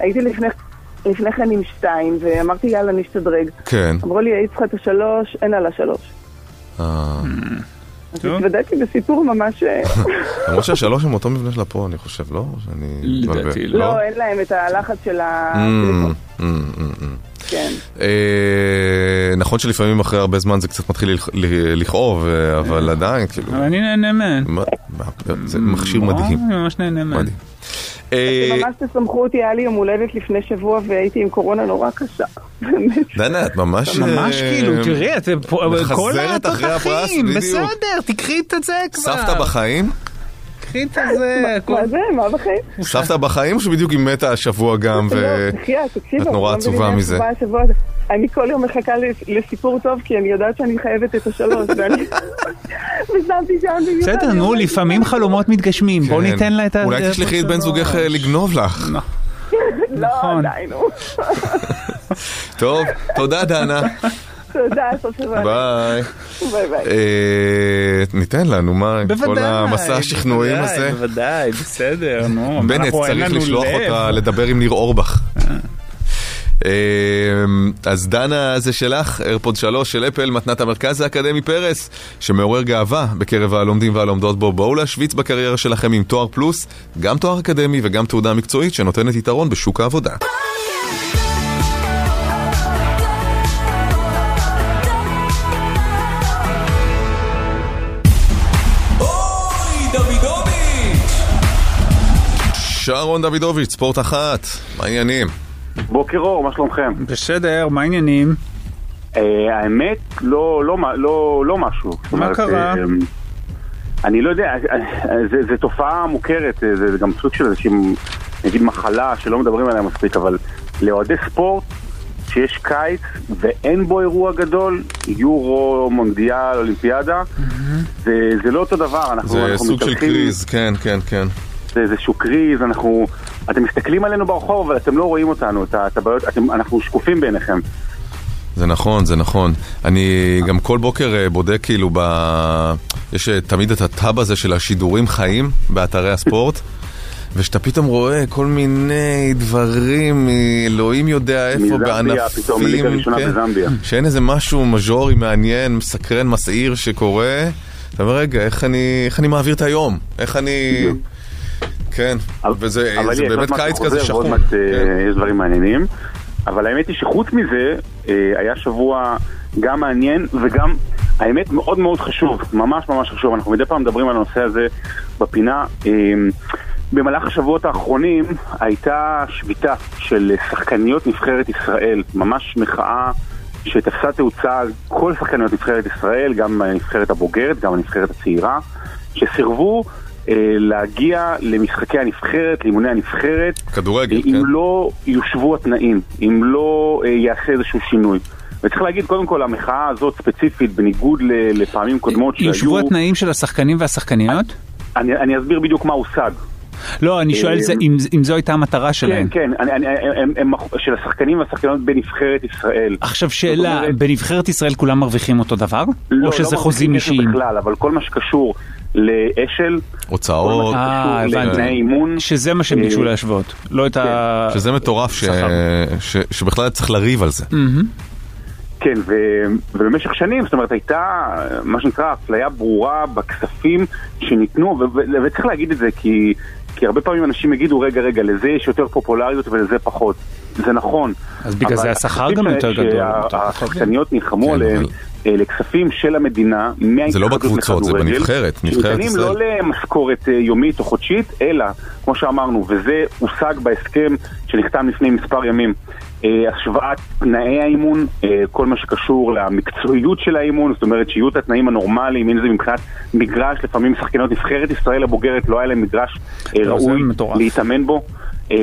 Speaker 8: והייתי לפני... לפני כן עם שתיים, ואמרתי יאללה נשתדרג.
Speaker 5: כן.
Speaker 8: אמרו לי, יש לך את השלוש, אין על השלוש.
Speaker 5: אה,
Speaker 8: אז
Speaker 6: טוב.
Speaker 8: התוודעתי בסיפור ממש... אה,
Speaker 5: למרות שהשלוש הם אותו מבנה של הפרו, אני חושב, לא? אני
Speaker 6: לדעתי
Speaker 5: מתבלבל.
Speaker 6: לא.
Speaker 8: לא, אין להם את הלחץ של ה...
Speaker 5: Mm, mm, mm, mm.
Speaker 8: כן.
Speaker 5: אה, אה, נכון שלפעמים אחרי הרבה זמן זה קצת מתחיל לכ- ל- לכאוב, אה, אבל עדיין, כאילו...
Speaker 6: כן. אבל אני נהנה מהן.
Speaker 5: מה- מה- זה מכשיר מדהים.
Speaker 6: אני ממש נהנה מהן.
Speaker 5: מדהים. אה,
Speaker 8: ממש תסמכו אותי, היה לי יום הולדת לפני שבוע והייתי עם קורונה נורא קשה. באמת.
Speaker 5: דנה, את ממש...
Speaker 6: ממש
Speaker 5: אה,
Speaker 6: כאילו, תראי, את פה-
Speaker 5: מחזרת
Speaker 6: כל
Speaker 5: אחרי הפרס,
Speaker 6: התותחים,
Speaker 5: בדיוק.
Speaker 6: בסדר, תקחי את זה כבר.
Speaker 5: סבתא בחיים?
Speaker 6: קחי את זה. הכל.
Speaker 8: מה זה? מה בחיים?
Speaker 5: סבתא בחיים או שבדיוק היא מתה השבוע גם? ו...
Speaker 8: לא,
Speaker 6: כן.
Speaker 8: בחייאת, תקשיבו,
Speaker 5: את נורא
Speaker 8: אתם לא
Speaker 5: עצובה
Speaker 8: מבינים
Speaker 5: מזה.
Speaker 8: איך בא השבוע הזה. אני כל יום מחכה לס- לסיפור טוב, כי אני יודעת שאני חייבת את השלוש, ואני... ושמתי שם במיוחד.
Speaker 6: בסדר, נו, לפעמים חלומות מתגשמים, בוא
Speaker 5: כן.
Speaker 6: ניתן לה את ה...
Speaker 5: אולי תשלחי את בן זוגך אה, לגנוב לך.
Speaker 6: נכון.
Speaker 8: לא, די, נו.
Speaker 5: טוב, תודה דנה,
Speaker 8: תודה, סוף שבוע.
Speaker 5: ביי.
Speaker 8: ביי ביי.
Speaker 5: אה, ניתן לנו, מה, כל
Speaker 6: בוודאי.
Speaker 5: המסע השכנועים הזה.
Speaker 6: בוודאי, בוודאי, בסדר, נו.
Speaker 5: בנט
Speaker 6: אנחנו, אין
Speaker 5: צריך
Speaker 6: לנו
Speaker 5: לשלוח
Speaker 6: לב.
Speaker 5: אותה לדבר עם ניר אורבך. אה, אז דנה זה שלך, איירפוד 3 של אפל, מתנת המרכז האקדמי פרס, שמעורר גאווה בקרב הלומדים והלומדות בו. בואו להשוויץ בקריירה שלכם עם תואר פלוס, גם תואר אקדמי וגם תעודה מקצועית שנותנת יתרון בשוק העבודה. שרון דוידוביץ', ספורט אחת, מה העניינים?
Speaker 9: בוקר אור, מה שלומכם?
Speaker 6: בסדר, מה העניינים?
Speaker 9: אה, האמת, לא, לא, מה- לא, לא משהו. זאת אומרת,
Speaker 6: קרה?
Speaker 9: אה, אני לא יודע, אה, אה, זה, זה תופעה מוכרת, אה, זה, זה גם סוג של איזושהי, נגיד, מחלה שלא מדברים עליה מספיק, אבל לאוהדי ספורט, שיש קיץ ואין בו אירוע גדול, יורו, מונדיאל, אולימפיאדה, זה, זה לא אותו דבר. אנחנו,
Speaker 5: זה
Speaker 9: אנחנו
Speaker 5: סוג של
Speaker 9: מתהלכים-
Speaker 5: קריז, כן, כן, כן.
Speaker 9: זה איזשהו קריז, אנחנו... אתם מסתכלים עלינו ברחוב, אבל אתם לא רואים אותנו, את ה- את הבעיות, אתם, אנחנו שקופים בעיניכם.
Speaker 5: זה נכון, זה נכון. אני גם כל בוקר אה, בודק כאילו ב... יש אה, תמיד את הטאב הזה של השידורים חיים באתרי הספורט, ושאתה פתאום רואה כל מיני דברים מאלוהים יודע איפה,
Speaker 9: מזמביה,
Speaker 5: בענפים,
Speaker 9: פתאום, ליגה ראשונה
Speaker 5: כן,
Speaker 9: בזמביה.
Speaker 5: שאין איזה משהו מז'ורי מעניין, מסקרן, מסעיר שקורה. אתה אומר, רגע, איך אני, איך אני מעביר את היום? איך אני... כן,
Speaker 9: אבל-
Speaker 5: וזה
Speaker 9: אבל
Speaker 5: זה
Speaker 9: יש עוד
Speaker 5: באמת
Speaker 9: מעט
Speaker 5: קיץ
Speaker 9: חוזר
Speaker 5: כזה שחור.
Speaker 9: ועוד מעט, אה,
Speaker 5: כן.
Speaker 9: יש דברים מעניינים. אבל האמת היא שחוץ מזה, אה, היה שבוע גם מעניין וגם, האמת, מאוד מאוד חשוב, ממש ממש חשוב. אנחנו מדי פעם מדברים על הנושא הזה בפינה. אה, במהלך השבועות האחרונים הייתה שביתה של שחקניות נבחרת ישראל, ממש מחאה שתפסה תאוצה על כל שחקניות נבחרת ישראל, גם הנבחרת הבוגרת, גם הנבחרת הצעירה, שסירבו אה, להגיע למשחקי הנבחרת, לאימוני הנבחרת,
Speaker 5: כדורגל,
Speaker 9: אם
Speaker 5: כן.
Speaker 9: לא יושבו התנאים, אם לא אה, יעשה איזשהו שינוי. וצריך להגיד, קודם כל, המחאה הזאת ספציפית, בניגוד ל- לפעמים קודמות שהיו...
Speaker 6: יושבו התנאים של השחקנים והשחקניות?
Speaker 9: אני, אני אסביר בדיוק מה הושג.
Speaker 6: לא, אני שואל זה- אם- אם זו הייתה המטרה
Speaker 9: אה, כן,
Speaker 6: שלהם.
Speaker 9: כן, אני, אני, הם, הם, הם, של השחקנים והשחקניות בנבחרת ישראל.
Speaker 6: עכשיו שאלה,
Speaker 9: זאת אומרת-
Speaker 6: בנבחרת ישראל כולם מרוויחים אותו דבר?
Speaker 9: לא,
Speaker 6: או שזה
Speaker 9: לא
Speaker 6: חוזים
Speaker 9: מחזיקים כסף
Speaker 6: אישיים?
Speaker 9: בכלל, אבל כל מה שקשור לאשל,
Speaker 5: הוצאות.
Speaker 9: כל מה
Speaker 6: אה,
Speaker 9: שקשור
Speaker 6: הבנתי.
Speaker 9: לתנאי אימון, אה, כן.
Speaker 6: שזה מה שהם ביקשו להשוות, לא את ה...
Speaker 5: אה, כן, שזה מטורף ש... ש... שבכלל צריך לריב על זה.
Speaker 9: כן, ו... ובמשך שנים, זאת אומרת, הייתה אה, מה שנקרא אפליה ברורה בכספים שניתנו, ו... ו... וצריך להגיד את זה, כי... כי הרבה פעמים אנשים יגידו, רגע, רגע, לזה יש יותר פופולריות ולזה פחות. זה נכון.
Speaker 6: אז בגלל
Speaker 9: אבל
Speaker 6: זה השכר
Speaker 9: הכספים
Speaker 6: גם
Speaker 9: ש-
Speaker 6: יותר גדול, יותר חכמים.
Speaker 9: שהשחקניות נלחמו
Speaker 5: כן,
Speaker 9: עליהם,
Speaker 5: אבל-
Speaker 9: אה, לכספים של המדינה, מההתאחדות
Speaker 5: זה לא בקבוצות, זה
Speaker 9: לכדורגל,
Speaker 5: בנבחרת, נבחרת
Speaker 9: שניתנים
Speaker 5: ישראל.
Speaker 9: לא למשכורת אה, יומית או חודשית, אלא, כמו שאמרנו, וזה הושג בהסכם שנחתם לפני מספר ימים, אה, השוואת תנאי האימון, אה, כל מה שקשור למקצועיות של האימון, זאת אומרת שיהיו את התנאים הנורמליים, אם זה מבחינת מגרש, לפעמים שחקניות נבחרת ישראל הבוגרת לא היה להם מגרש אה,
Speaker 6: לא, זה
Speaker 9: ראוי
Speaker 6: מטורף.
Speaker 9: להתאמן בו. אה,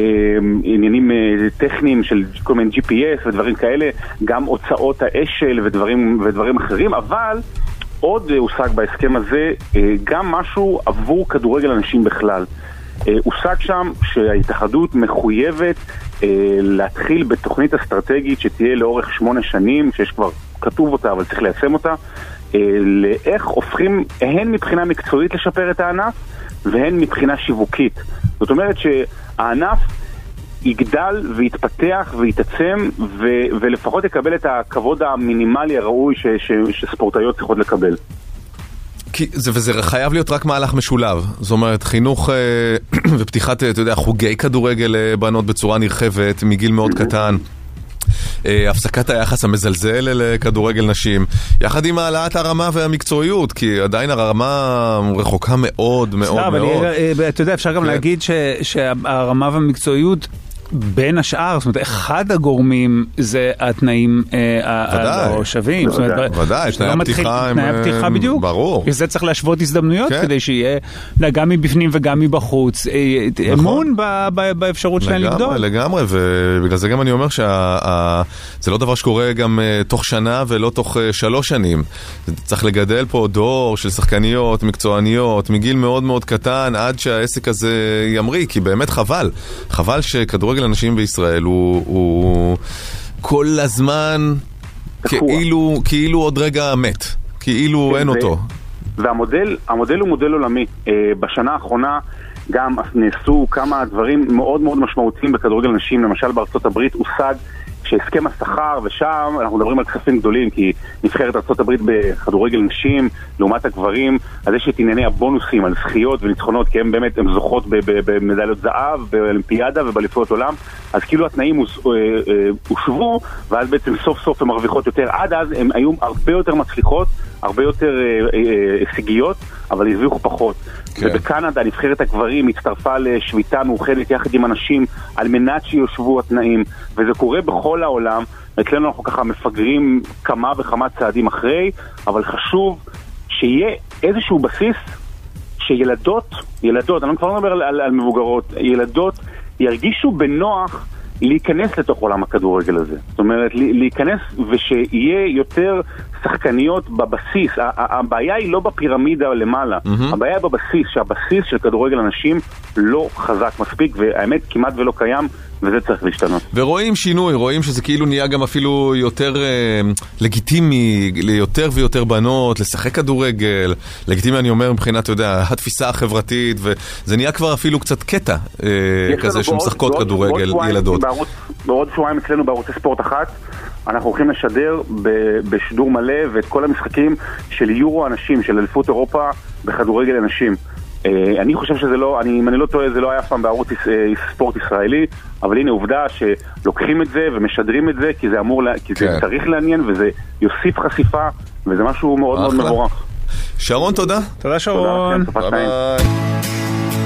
Speaker 9: עניינים אה, טכניים של כל מיני GPS ודברים כאלה, גם הוצאות האשל ודברים, ודברים אחרים, אבל עוד אה, הושג בהסכם הזה אה, גם משהו עבור כדורגל הנשים בכלל. אה, הושג שם שההתאחדות מחויבת אה, להתחיל בתוכנית אסטרטגית שתהיה לאורך שמונה שנים, שיש כבר כתוב אותה אבל צריך ליישם אותה, אה, לאיך הופכים, הן מבחינה מקצועית לשפר את הענף והן מבחינה שיווקית. זאת אומרת שהענף יגדל ויתפתח ויתעצם ו- ולפחות יקבל את הכבוד המינימלי הראוי ש- ש- שספורטאיות צריכות לקבל.
Speaker 5: כי זה, וזה חייב להיות רק מהלך משולב. זאת אומרת, חינוך אה, ופתיחת, אה, אתה יודע, חוגי כדורגל לבנות בצורה נרחבת מגיל מאוד קטן. אה, הפסקת היחס המזלזל לכדורגל נשים, יחד עם העלאת הרמה והמקצועיות, כי עדיין הרמה רחוקה מאוד מאוד
Speaker 6: סתם,
Speaker 5: מאוד. כן.
Speaker 6: אני, אה, אתה יודע, אפשר גם להגיד ש, שהרמה והמקצועיות... בין השאר, זאת אומרת, אחד הגורמים זה התנאים אה, ה-
Speaker 5: ודאי.
Speaker 6: הלא שווים. זאת אומרת,
Speaker 5: ודאי, ודאי,
Speaker 6: כשאתה
Speaker 5: תנאי
Speaker 6: לא מתחיל-
Speaker 5: הפתיחה הם,
Speaker 6: תנאי הפתיחה
Speaker 5: הם-
Speaker 6: בדיוק.
Speaker 5: ברור.
Speaker 6: בגלל זה צריך להשוות הזדמנויות,
Speaker 5: כן.
Speaker 6: כדי שיהיה אה, גם מבפנים וגם מבחוץ אה, אה, אמון ב- ב- באפשרות שלהם לגדול.
Speaker 5: נכון. לגמרי, לגמרי, ובגלל זה גם אני אומר שזה לא דבר שקורה גם אה, תוך שנה ולא תוך אה, שלוש שנים. צריך לגדל פה דור של שחקניות, מקצועניות, מגיל מאוד מאוד קטן, עד שהעסק הזה ימריא, כי באמת חבל. חבל שכדורגל הנשים בישראל הוא, הוא כל הזמן כאילו, כאילו עוד רגע מת, כאילו אין
Speaker 9: ו-
Speaker 5: אותו.
Speaker 9: והמודל, המודל הוא מודל עולמי. אה, בשנה האחרונה גם נעשו כמה דברים מאוד מאוד משמעותיים בכדורגל נשים, למשל בארצות הברית הושג שהסכם השכר, ושם אנחנו מדברים על כספים גדולים, כי נבחרת ארצות הברית בכדורגל נשים, לעומת הגברים, אז יש את ענייני הבונוסים על זכיות וניצחונות, כי הן באמת, הן זוכות ב- ב- במדליות זהב, באולימפיאדה ובאליפויות עולם, אז כאילו התנאים הוס- אה, אה, הושבו, ואז בעצם סוף סוף הן מרוויחות יותר. עד אז הן היו הרבה יותר מצליחות, הרבה יותר אה, אה, אה, הישגיות, אבל הרוויחו פחות.
Speaker 5: כן.
Speaker 9: ובקנדה נבחרת הגברים הצטרפה לשביתה מאוחדת יחד עם אנשים על מנת שיושבו התנאים, וזה קורה בכל העולם. אצלנו אנחנו ככה מפגרים כמה וכמה צעדים אחרי, אבל חשוב שיהיה איזשהו בסיס שילדות, ילדות, אני כבר לא מדבר על, על, על מבוגרות, ילדות ירגישו בנוח להיכנס לתוך עולם הכדורגל הזה. זאת אומרת, לה- להיכנס ושיהיה יותר שחקניות בבסיס. ה- ה- הבעיה היא לא בפירמידה למעלה, mm-hmm. הבעיה היא בבסיס, שהבסיס של כדורגל הנשים לא חזק מספיק, והאמת כמעט ולא קיים, וזה צריך להשתנות.
Speaker 5: ורואים שינוי, רואים שזה כאילו נהיה גם אפילו יותר אה, לגיטימי ליותר ויותר בנות, לשחק כדורגל, לגיטימי אני אומר מבחינת, אתה יודע, התפיסה החברתית, וזה נהיה כבר אפילו קצת קטע אה,
Speaker 9: יש לנו
Speaker 5: כזה
Speaker 9: בעוד-
Speaker 5: שמשחקות
Speaker 9: בעוד- בעוד
Speaker 5: כדורגל
Speaker 9: שבועיים
Speaker 5: ילדות.
Speaker 9: בערוץ- בעוד שבועיים אצלנו בערוצי ספורט אחת, אנחנו הולכים לשדר ב- בשידור מלא ואת כל המשחקים של יורו הנשים, של אליפות אירופה בכדורגל הנשים. אה, אני חושב שזה לא, אני, אם אני לא טועה, זה לא היה אף פעם בערוץ יש- אה, ספורט ישראלי, אבל הנה עובדה שלוקחים את זה ומשדרים את זה, כי זה אמור, לה- כי
Speaker 5: כן.
Speaker 9: זה צריך לעניין וזה יוסיף חשיפה, וזה משהו מאוד מאוד
Speaker 5: אחלה.
Speaker 9: מבורך.
Speaker 5: שרון, תודה.
Speaker 6: תודה
Speaker 9: תודה
Speaker 6: שרון.
Speaker 9: לכם, סופת
Speaker 5: ביי
Speaker 9: חיים.
Speaker 5: ביי.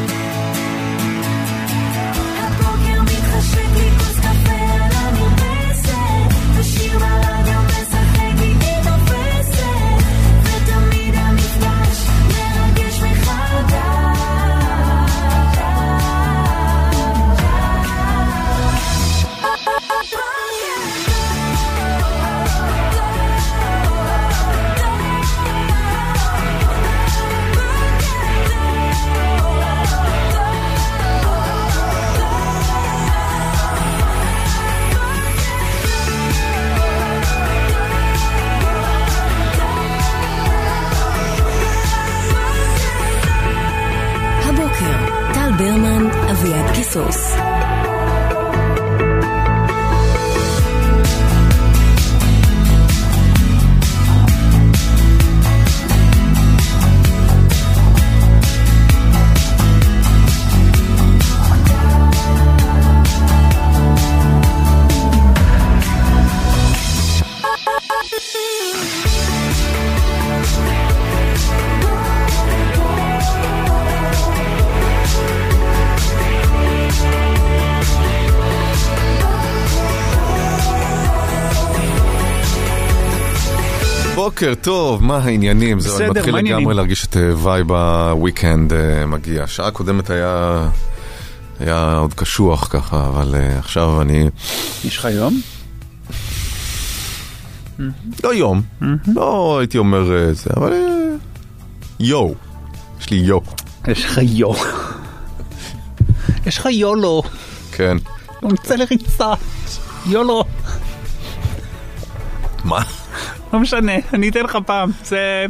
Speaker 3: הבוקר מתחשק לי כוס קפה על המרפסת, ושיר ברדיו משחק איתי תופסת, ותמיד המפגש מרגש מחדש.
Speaker 4: הבוקר, טל ברמן, אביעד קיסוס.
Speaker 5: בוקר טוב, מה העניינים? זהו, אני
Speaker 6: בסדר,
Speaker 5: מתחיל
Speaker 6: מה
Speaker 5: לגמרי
Speaker 6: העניינים?
Speaker 5: להרגיש את אה, וייב הוויקנד אה, מגיע. שעה הקודמת היה... היה עוד קשוח ככה, אבל אה, עכשיו אני...
Speaker 6: יש לך יום?
Speaker 5: לא יום, לא הייתי אומר אה, זה, אבל אה, יואו, יש לי יואו,
Speaker 6: יש לך יו. יש לך יולו.
Speaker 5: כן.
Speaker 6: הוא נמצא לריצה. יולו.
Speaker 5: מה?
Speaker 6: לא משנה, אני אתן לך פעם. זה...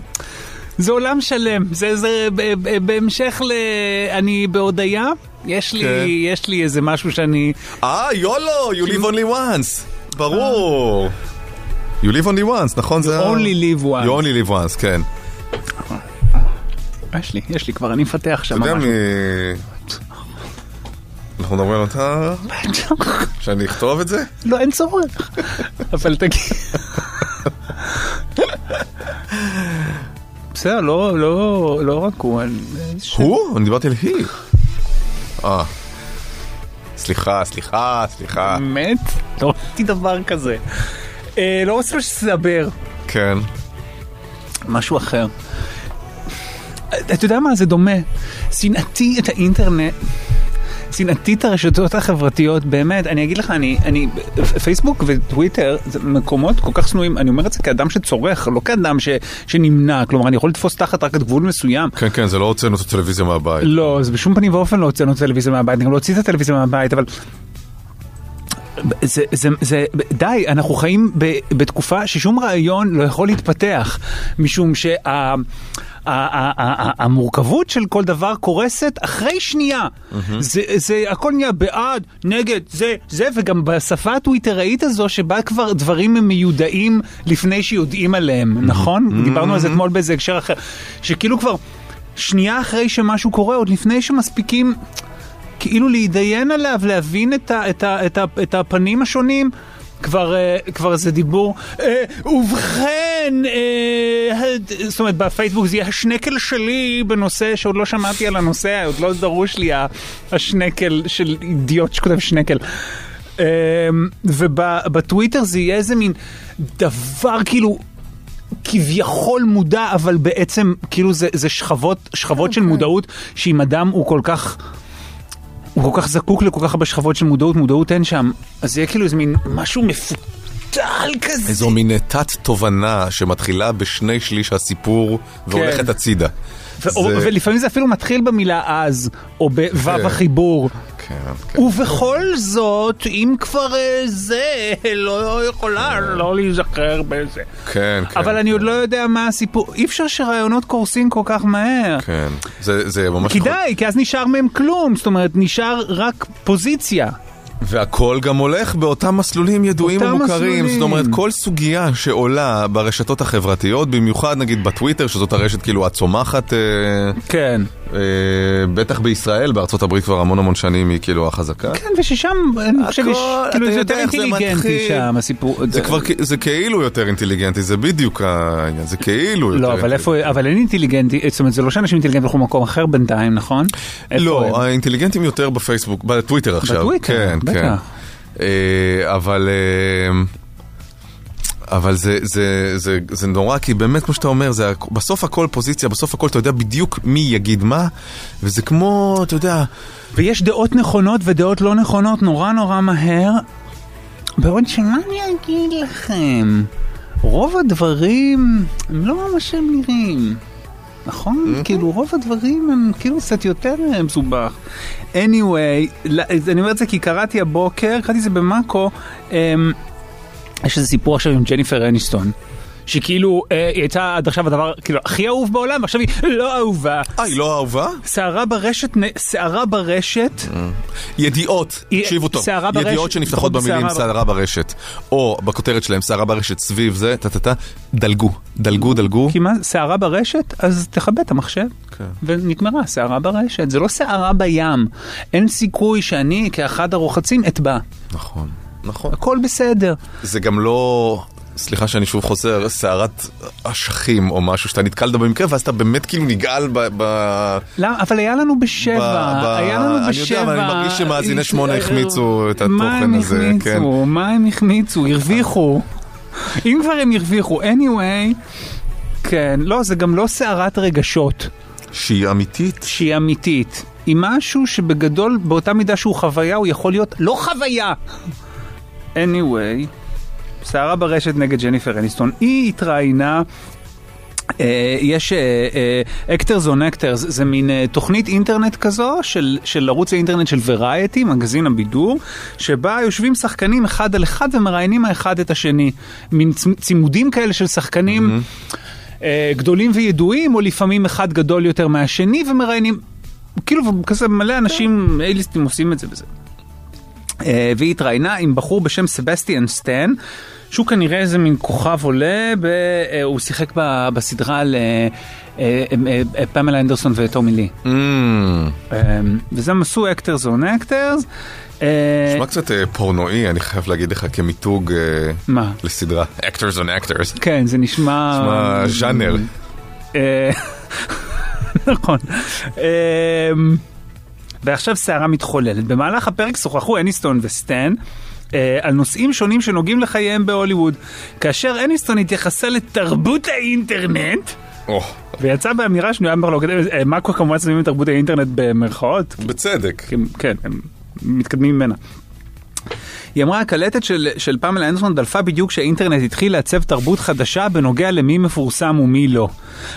Speaker 6: זה עולם שלם, זה, זה ב- ב- בהמשך ל... אני בהודיה, יש לי,
Speaker 5: כן.
Speaker 6: יש לי איזה משהו שאני...
Speaker 5: אה, יולו, you live only once, ברור. You live only once, נכון? זה ה-
Speaker 6: only live once.
Speaker 5: You only live once, כן.
Speaker 6: יש לי, יש לי כבר, אני מפתח שם
Speaker 5: אתה יודע
Speaker 6: משהו.
Speaker 5: מי... לא אנחנו מדברים על אותה... שאני אכתוב את זה?
Speaker 6: לא, אין צורך. אבל תגיד... בסדר, לא, לא, לא רק הוא, אני-
Speaker 5: הוא? אני דיברתי על היא. אה. סליחה, סליחה, סליחה.
Speaker 6: באמת? לא ראיתי דבר כזה. אה, לא רוצה שתדבר.
Speaker 5: כן.
Speaker 6: משהו אחר. אתה יודע מה? זה דומה. שנאתי את האינטרנט. שנאתי את הרשתות החברתיות, באמת, אני אגיד לך, אני, אני, פייסבוק וטוויטר זה מקומות כל כך שנואים, אני אומר את זה כאדם שצורך, לא כאדם ש, שנמנע, כלומר, אני יכול לתפוס תחת רק עד גבול מסוים.
Speaker 5: כן, כן, זה לא הוצאנו את הטלוויזיה מהבית.
Speaker 6: לא, זה בשום פנים ואופן לא הוצאנו טלוויזיה מהבית, גם לא הוציא את הטלוויזיה מהבית, אבל... זה, זה, זה, די, אנחנו חיים ב, בתקופה ששום רעיון לא יכול להתפתח, משום שה... ה- ה- ה- המורכבות של כל דבר קורסת אחרי שנייה. זה, זה הכל נהיה בעד, נגד, זה, זה, וגם בשפה הטוויטראית הזו שבה כבר דברים הם מיודעים לפני שיודעים עליהם, נכון? דיברנו על זה אתמול באיזה הקשר אחר, שכאילו כבר שנייה אחרי שמשהו קורה, עוד לפני שמספיקים כאילו להתדיין עליו, להבין את, ה, את, ה, את, ה, את הפנים השונים. כבר, אה, כבר זה דיבור. אה, ובכן, אה, הד- זאת אומרת, בפייסבוק זה יהיה השנקל שלי בנושא שעוד לא שמעתי על הנושא, עוד לא דרוש לי ה- השנקל של אידיוט שכותב שנקל. אה, ובטוויטר זה יהיה איזה מין דבר כאילו כביכול מודע, אבל בעצם כאילו זה, זה שכבות, שכבות של מודעות, שאם אדם הוא כל כך... הוא כל כך זקוק לכל כך הרבה שכבות של מודעות, מודעות אין שם. אז זה יהיה כאילו איזה מין משהו מפותל כזה.
Speaker 5: איזו מין תת תובנה שמתחילה בשני שליש הסיפור והולכת הצידה.
Speaker 6: כן. ו- או-
Speaker 5: זה-
Speaker 6: ולפעמים זה אפילו מתחיל במילה אז, או בו"ב החיבור.
Speaker 5: כן.
Speaker 6: ובכל זאת, אם כבר אה, זה, לא יכולה לא להיזכר בזה.
Speaker 5: כן, כן.
Speaker 6: אבל אני עוד לא יודע מה הסיפור. אי אפשר שרעיונות קורסים כל כך מהר.
Speaker 5: כן. זה זה ממש... לא.
Speaker 6: כדאי, כי אז נשאר מהם כלום, זאת אומרת, נשאר רק פוזיציה.
Speaker 5: והכל גם הולך באותם מסלולים ידועים
Speaker 6: אותם
Speaker 5: ומוכרים.
Speaker 6: מסלולים.
Speaker 5: זאת אומרת, כל סוגיה שעולה ברשתות החברתיות, במיוחד נגיד בטוויטר, שזאת הרשת כאילו הצומחת, אה,
Speaker 6: כן.
Speaker 5: אה, בטח בישראל, בארצות הברית כבר המון המון שנים היא כאילו החזקה.
Speaker 6: כן, וששם, אני חושב, יש-
Speaker 5: הכל,
Speaker 6: כאילו,
Speaker 5: אתה
Speaker 6: זה
Speaker 5: יודע
Speaker 6: יותר
Speaker 5: איך זה מתחיל.
Speaker 6: אינטליגנטי שם, הסיפור.
Speaker 5: זה כבר, כ- זה כאילו יותר אינטליגנטי, זה בדיוק העניין, זה כאילו יותר
Speaker 6: לא, אבל
Speaker 5: אינטליגנטי.
Speaker 6: איפה, אבל אין אינטליגנטי, זאת אומרת, זה לא שאנשים אינטליגנטים הלכו למקום אחר בינתיים, נכון? איפה
Speaker 5: לא,
Speaker 6: הם?
Speaker 5: האינטליגנטים יותר בפייסבוק, בטוויטר עכשיו.
Speaker 6: בטוויטר,
Speaker 5: כן,
Speaker 6: בטח.
Speaker 5: כן. אה, אבל... אה, אבל זה, זה, זה, זה נורא, כי באמת, כמו שאתה אומר, זה, הכ- בסוף הכל פוזיציה, בסוף הכל אתה יודע בדיוק מי יגיד מה, וזה כמו, אתה יודע,
Speaker 6: ויש דעות נכונות ודעות לא נכונות נורא נורא מהר. בעוד שמה אני אגיד לכם? רוב הדברים הם לא ממש הם נראים. נכון? כאילו רוב הדברים הם כאילו קצת יותר אה, מסובך. anyway, ל- אז אני אומר את זה כי קראתי הבוקר, קראתי את זה במאקו, אמ, יש איזה סיפור עכשיו עם ג'ניפר אניסטון. שכאילו אה, היא הייתה עד עכשיו הדבר כאילו הכי אהוב בעולם ועכשיו היא לא אהובה.
Speaker 5: אה, היא לא אהובה?
Speaker 6: סערה ברשת, נ- סערה ברשת,
Speaker 5: ידיעות,
Speaker 6: היא-
Speaker 5: אה. תקשיבו טוב,
Speaker 6: סערה אה, ברשת-
Speaker 5: ידיעות שנפתחות במילים
Speaker 6: סערה ב-
Speaker 5: סערה ברשת, או בכותרת שלהם סערה ברשת סביב זה, טה טה טה, דלגו, דלגו, דלגו.
Speaker 6: כי מה, סערה ברשת, אז תכבה את המחשב.
Speaker 5: כן.
Speaker 6: ונגמרה סערה ברשת, זה לא סערה בים. אין סיכוי שאני כאחד הרוחצים אטבע.
Speaker 5: נכון, נכון.
Speaker 6: הכל בסדר.
Speaker 5: זה גם לא, סליחה שאני שוב חוזר, סערת אשכים או משהו שאתה נתקלת במקרה ואז אתה באמת כאילו נגעל ב... ב...
Speaker 6: למה? לא, אבל היה לנו בשבע,
Speaker 5: ב- ב-
Speaker 6: היה לנו
Speaker 5: אני יודע,
Speaker 6: בשבע. אה,
Speaker 5: אבל אני מרגיש שמאזיני שמונה החמיצו את
Speaker 6: מה
Speaker 5: התוכן
Speaker 6: הם
Speaker 5: הזה, כן.
Speaker 6: החמיצו? מה הם החמיצו? הרוויחו. אם כבר הם הרוויחו, anyway. כן, לא, זה גם לא סערת רגשות.
Speaker 5: שהיא אמיתית.
Speaker 6: שהיא אמיתית, היא משהו שבגדול, באותה מידה שהוא חוויה, הוא יכול להיות לא חוויה. anyway, סערה ברשת נגד ג'ניפר אניסטון, היא התראיינה. Uh, יש אה, אקטרס און אקטרס, זה מין uh, תוכנית אינטרנט כזו של, של ערוץ האינטרנט של ורייטי, מגזין הבידור, שבה יושבים שחקנים אחד על אחד ומראיינים האחד את השני. מין צ- צימודים כאלה של שחקנים mm-hmm. אה, גדולים וידועים, או לפעמים אחד גדול יותר מהשני, ומראיינים, כאילו כזה מלא אנשים, אייליסטים עושים את זה וזה. אה, והיא התראיינה עם בחור בשם סבסטיאן סטן, שהוא כנראה איזה מין כוכב עולה, ב... אה, הוא שיחק ב... בסדרה על אה, אה, אה, אה, פמלה אנדרסון וטומי לי.
Speaker 5: Mm.
Speaker 6: אה, וזה מסו אקטרס און אקטרס.
Speaker 5: נשמע קצת אה, פורנואי, אני חייב להגיד לך, כמיתוג אה,
Speaker 6: מה?
Speaker 5: לסדרה Actors on Actors.
Speaker 6: כן, אמ, זה נשמע...
Speaker 5: נשמע ז'אנר.
Speaker 6: אה, נכון. אה, ועכשיו סערה מתחוללת. במהלך הפרק שוחחו אניסטון וסטן. אה, על נושאים שונים שנוגעים לחייהם בהוליווד. כאשר אניסטון התייחסה לתרבות האינטרנט,
Speaker 5: או,
Speaker 6: ויצא באמירה שנויה במחלוקת, אה, מאקו כמובן שמים את תרבות האינטרנט במרכאות,
Speaker 5: בצדק.
Speaker 6: כי הם- כן, הם מתקדמים ממנה. היא אמרה, הקלטת של, של פמלה אנדרסון דלפה בדיוק שהאינטרנט התחיל לעצב תרבות חדשה בנוגע למי מפורסם ומי לא.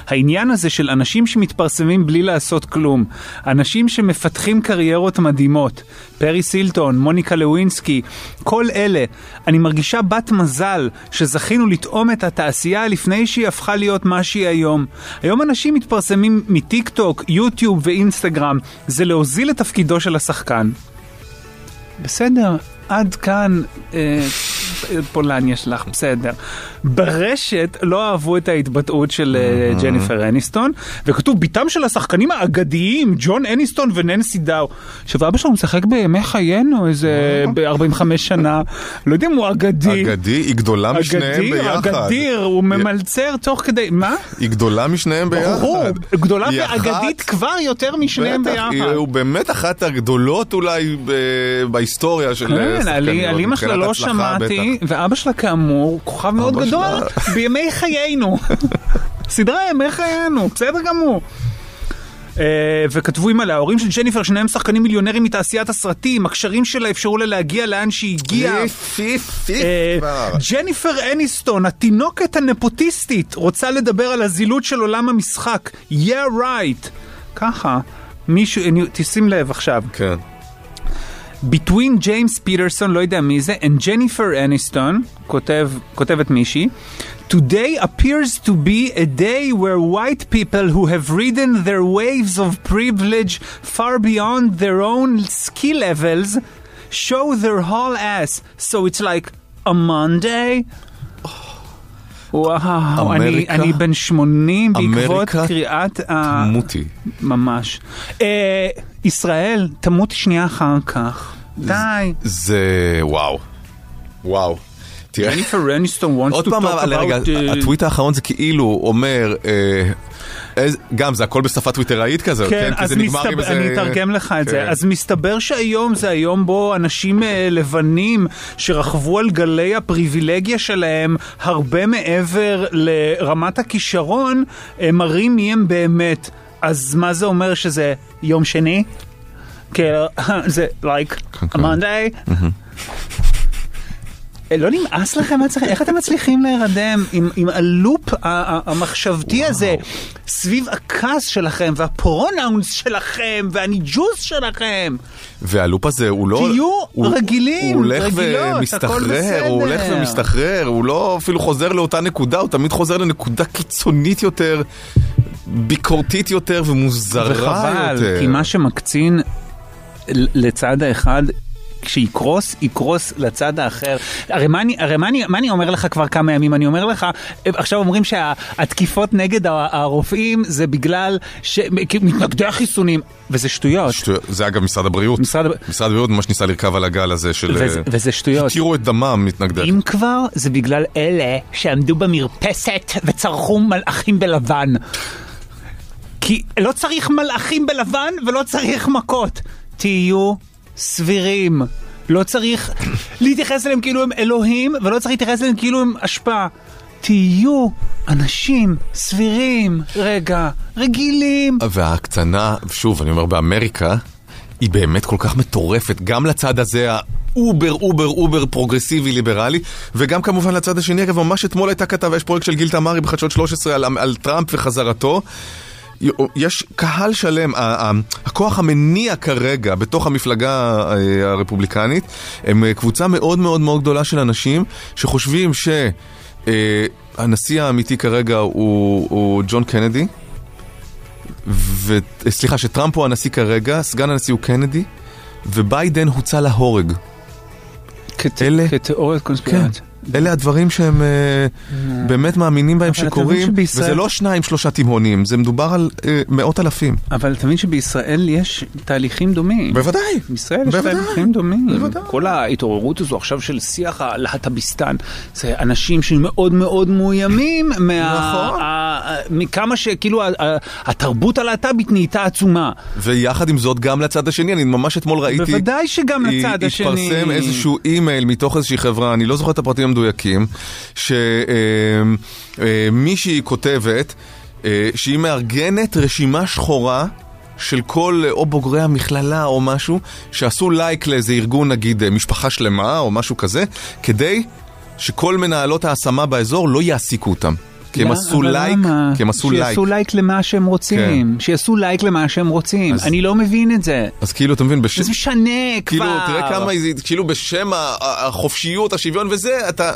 Speaker 6: העניין הזה של אנשים שמתפרסמים בלי לעשות כלום, אנשים שמפתחים קריירות מדהימות, פרי סילטון, מוניקה לווינסקי, כל אלה, אני מרגישה בת מזל שזכינו לטעום את התעשייה לפני שהיא הפכה להיות מה שהיא היום. היום אנשים מתפרסמים מטיק טוק, יוטיוב ואינסטגרם, זה להוזיל את תפקידו של השחקן. בסדר, עד כאן אה, פולניה שלך, בסדר. ברשת לא אהבו את ההתבטאות של אה, ג'ניפר אניסטון, וכתוב בתם של השחקנים האגדיים, ג'ון אניסטון וננסי דאו, שאבא שלו משחק בימי חיינו איזה ב-45 שנה, לא יודע אם הוא אגדי.
Speaker 5: אגדי, היא גדולה משניהם
Speaker 6: אגדיר,
Speaker 5: ביחד.
Speaker 6: אגדיר, הוא ממלצר תוך כדי, מה?
Speaker 5: היא גדולה משניהם ביחד.
Speaker 6: ברור, גדולה
Speaker 5: היא אחת.
Speaker 6: ואגדית כבר יותר משניהם
Speaker 5: בטח,
Speaker 6: ביחד.
Speaker 5: היא- הוא באמת אחת הגדולות אולי ב- בהיסטוריה של אה,
Speaker 6: כן, על אי- על אמא שלה
Speaker 5: מבחינת
Speaker 6: לא
Speaker 5: הצלחה,
Speaker 6: שמעתי,
Speaker 5: בטח.
Speaker 6: ואבא שלה כאמור, כוכב מאוד
Speaker 5: אבא
Speaker 6: גדול, בימי חיינו. סדרה ימי חיינו, בסדר גמור. אה, וכתבו עם עליה, ההורים של ג'ניפר, שניהם שחקנים מיליונרים מתעשיית הסרטים, הקשרים שלה אפשרו לה להגיע לאן שהיא הגיעה.
Speaker 5: איף, איף, איף,
Speaker 6: אה,
Speaker 5: כבר.
Speaker 6: ג'ניפר אניסטון, התינוקת הנפוטיסטית, רוצה לדבר על הזילות של עולם המשחק. Yeah right. ככה, מישהו, אני- תשים לב עכשיו.
Speaker 5: כן.
Speaker 6: between ג'יימס פיטרסון, לא יודע מי זה, and ג'ניפר אניסטון, כותב, כותבת מישהי, Today appears to be a day where white people who have ridden their waves of privilege far beyond their own skill levels show their whole ass. So it's like a Monday. וואו, אני,
Speaker 5: אמריקה?
Speaker 6: אני בן 80 בעקבות
Speaker 5: אמריקה?
Speaker 6: קריאת ה...
Speaker 5: מוטי.
Speaker 6: ממש. אה, ישראל, תמות שנייה אחר כך. די.
Speaker 5: זה וואו. וואו. תראה.
Speaker 6: ג'ניפר אניסטון wants
Speaker 5: עוד
Speaker 6: to
Speaker 5: פעם,
Speaker 6: talk
Speaker 5: אבל רגע,
Speaker 6: about... אה,
Speaker 5: הטוויט האחרון זה כאילו אומר, אה, איזה- גם זה הכל בשפה טוויטראית כזה,
Speaker 6: כן,
Speaker 5: כן? כי
Speaker 6: אז
Speaker 5: זה נגמר עם
Speaker 6: מסתבר,
Speaker 5: איזה-
Speaker 6: אני אתרגם לך את זה.
Speaker 5: כן.
Speaker 6: אז מסתבר שהיום זה היום בו אנשים אה, לבנים שרכבו על גלי הפריבילגיה שלהם הרבה מעבר לרמת הכישרון, הם מראים מי הם באמת. אז מה זה אומר שזה יום שני? כאילו, זה like
Speaker 5: כן,
Speaker 6: a Monday. אה, לא נמאס לכם? מה צריך- איך אתם מצליחים להירדם עם, עם הלופ ה- ה- המחשבתי הזה סביב הכעס שלכם והפרונאונס שלכם והניג'וס שלכם?
Speaker 5: והלופ הזה הוא לא...
Speaker 6: תהיו
Speaker 5: הוא-
Speaker 6: רגילים,
Speaker 5: הוא הולך
Speaker 6: רגילות, הכל
Speaker 5: ומסתחרר, הוא הולך
Speaker 6: בסדר.
Speaker 5: ומסתחרר, הוא לא אפילו חוזר לאותה נקודה, הוא תמיד חוזר לנקודה קיצונית יותר, ביקורתית יותר ומוזרה יותר.
Speaker 6: וחבל, כי מה שמקצין ל- לצד האחד... כשיקרוס, יקרוס לצד האחר. הרי, מה אני, הרי מה, אני, מה אני אומר לך כבר כמה ימים? אני אומר לך, אה, עכשיו אומרים שהתקיפות נגד ה- הרופאים זה בגלל ש- כי מתנגדי החיסונים, וזה שטויות.
Speaker 5: שטויות. זה אגב משרד הבריאות.
Speaker 6: משרד הב-
Speaker 5: משרד הבריאות ממש ניסה לרכב על הגל הזה של...
Speaker 6: וזה-
Speaker 5: אה,
Speaker 6: וזה שטויות.
Speaker 5: התירו את דמם מתנגדך.
Speaker 6: אם כבר, זה בגלל אלה שעמדו במרפסת וצרחו מלאכים בלבן. כי לא צריך מלאכים בלבן ולא צריך מכות. תהיו סבירים. לא צריך להתייחס אליהם כאילו הם אלוהים, ולא צריך להתייחס אליהם כאילו הם אשפה. תהיו אנשים סבירים, רגע, רגילים.
Speaker 5: וההקצנה, שוב, אני אומר באמריקה, היא באמת כל כך מטורפת, גם לצד הזה האובר אובר אובר פרוגרסיבי ליברלי, וגם כמובן לצד השני, אגב, ממש אתמול הייתה כתבה, יש פרויקט של גיל תמרי בחדשות 13 על, על טראמפ וחזרתו. יש קהל שלם, ה- ה- הכוח המניע כרגע בתוך המפלגה אה, הרפובליקנית, הם אה, קבוצה מאוד מאוד מאוד גדולה של אנשים שחושבים שהנשיא האמיתי כרגע הוא, הוא ג'ון קנדי, ו... סליחה, שטראמפ הוא הנשיא כרגע, סגן הנשיא הוא קנדי, וביידן הוצא להורג. אלה,
Speaker 6: כתיאוריית
Speaker 5: כן,
Speaker 6: קונספירציה.
Speaker 5: אלה הדברים שהם אה, באמת מאמינים בהם
Speaker 6: אבל אתה
Speaker 5: שקורים,
Speaker 6: מבין שבישראל-
Speaker 5: וזה לא שניים שלושה תימהונים, זה מדובר על אה, מאות אלפים.
Speaker 6: אבל אתה מבין שבישראל יש תהליכים דומים.
Speaker 5: בוודאי.
Speaker 6: בישראל יש
Speaker 5: בוודאי,
Speaker 6: תהליכים דומים.
Speaker 5: בוודאי.
Speaker 6: כל ההתעוררות הזו עכשיו של שיח הלהט"ביסטן, זה אנשים שמאוד מאוד מאוימים מה...
Speaker 5: נכון.
Speaker 6: ה... מכמה שכאילו ה- ה- התרבות הלהט"בית נהייתה עצומה.
Speaker 5: ויחד עם זאת גם לצד השני, אני ממש אתמול ראיתי...
Speaker 6: בוודאי שגם
Speaker 5: היא-
Speaker 6: לצד השני.
Speaker 5: התפרסם איזשהו אימייל מתוך איזושהי חברה, אני לא זוכר את הפרטים המדויקים, שמישהי כותבת אה, שהיא מארגנת רשימה שחורה. של כל אה, או בוגרי המכללה או משהו, שעשו לייק לאיזה ארגון, נגיד אה, משפחה שלמה או משהו כזה, כדי שכל מנהלות ההשמה באזור לא יעסיקו אותם. כי הם
Speaker 6: למה-
Speaker 5: עשו
Speaker 6: לא, אבל
Speaker 5: לייק,
Speaker 6: למה?
Speaker 5: כי הם עשו לייק.
Speaker 6: שיעשו לייק למה שהם רוצים. שיעשו לייק למה שהם רוצים.
Speaker 5: אז-
Speaker 6: אני לא מבין את זה.
Speaker 5: אז כאילו, אתה מבין, בש...
Speaker 6: זה משנה כבר.
Speaker 5: כאילו, תראה כמה, זה- כאילו בשם ה- ה- החופשיות, השוויון וזה, אתה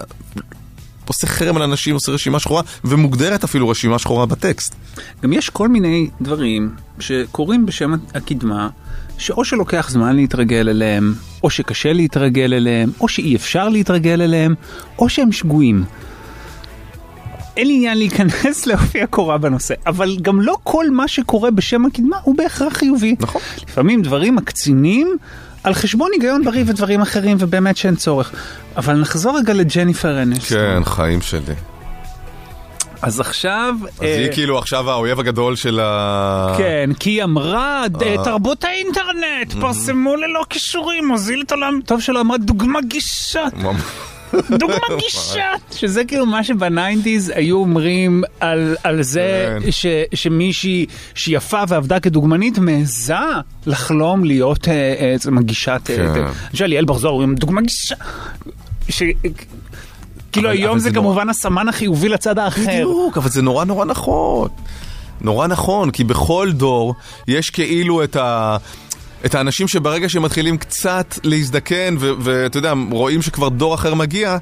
Speaker 5: עושה חרם על אנשים, עושה רשימה שחורה, ומוגדרת אפילו רשימה שחורה בטקסט.
Speaker 6: גם יש כל מיני דברים שקורים בשם הקדמה, שאו שלוקח זמן להתרגל אליהם, או שקשה להתרגל אליהם, או שאי אפשר להתרגל אליהם, או שהם שגויים. אין לי עניין להיכנס לאופי הקורה בנושא, אבל גם לא כל מה שקורה בשם הקדמה הוא בהכרח חיובי.
Speaker 5: נכון.
Speaker 6: לפעמים דברים מקצינים על חשבון היגיון בריא ודברים אחרים, ובאמת שאין צורך. אבל נחזור רגע לג'ניפר אניסטון.
Speaker 5: כן, חיים שלי.
Speaker 6: אז עכשיו... אה,
Speaker 5: אז היא כאילו עכשיו האויב הגדול של ה...
Speaker 6: כן, כי היא אמרה, "ד-
Speaker 5: אה.
Speaker 6: תרבות האינטרנט,
Speaker 5: Mm-hmm.
Speaker 6: פרסמו ללא כישורים, מוזיל את העולם. טוב שלא אמרה דוגמה גישה,
Speaker 5: ממש.
Speaker 6: דוגמה גישה. שזה כאילו מה שבניינטיז היו אומרים על- על זה
Speaker 5: כן.
Speaker 6: ש- שמישהי שיפה ועבדה כדוגמנית מעיזה לחלום להיות אה, אה, זה מגישת... אה,
Speaker 5: כן.
Speaker 6: אה, למשל ליאל בר זוהר אומרים דוגמה גישה. ש- כאילו
Speaker 5: אבל- אבל
Speaker 6: היום
Speaker 5: זה
Speaker 6: זה
Speaker 5: נורא.
Speaker 6: כמובן הסמן החיובי לצד האחר.
Speaker 5: בדיוק, אבל זה נורא נורא נכון. נורא נכון, כי בכל דור יש כאילו את ה... את האנשים שברגע שהם מתחילים קצת להזדקן, ו- ואתה יודע, רואים שכבר דור אחר מגיע,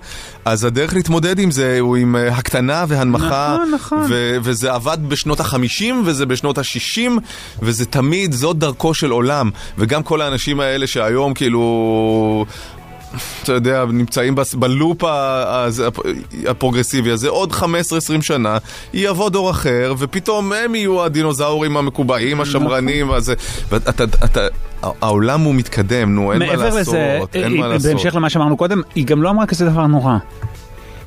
Speaker 5: אז הדרך להתמודד עם זה הוא עם אה, הקטנה והנמכה.
Speaker 6: נכון, נכון.
Speaker 5: ו- וזה עבד בשנות החמישים, וזה בשנות השישים, וזה תמיד, זאת דרכו של עולם. וגם כל האנשים האלה שהיום כאילו... אתה יודע, נמצאים בס- בלופ ה- הזה, הפ- הפרוגרסיבי הזה, עוד 15-20 שנה, יבוא דור אחר, ופתאום הם יהיו הדינוזאורים המקובעים,
Speaker 6: נכון.
Speaker 5: השמרנים, הזה. ואתה, אתה- העולם הוא מתקדם, נו, אין מה
Speaker 6: מעבר
Speaker 5: לעשות,
Speaker 6: לזה,
Speaker 5: אין
Speaker 6: היא-
Speaker 5: מה לעשות.
Speaker 6: בהמשך למה שאמרנו קודם, היא גם לא אמרה כזה דבר נורא.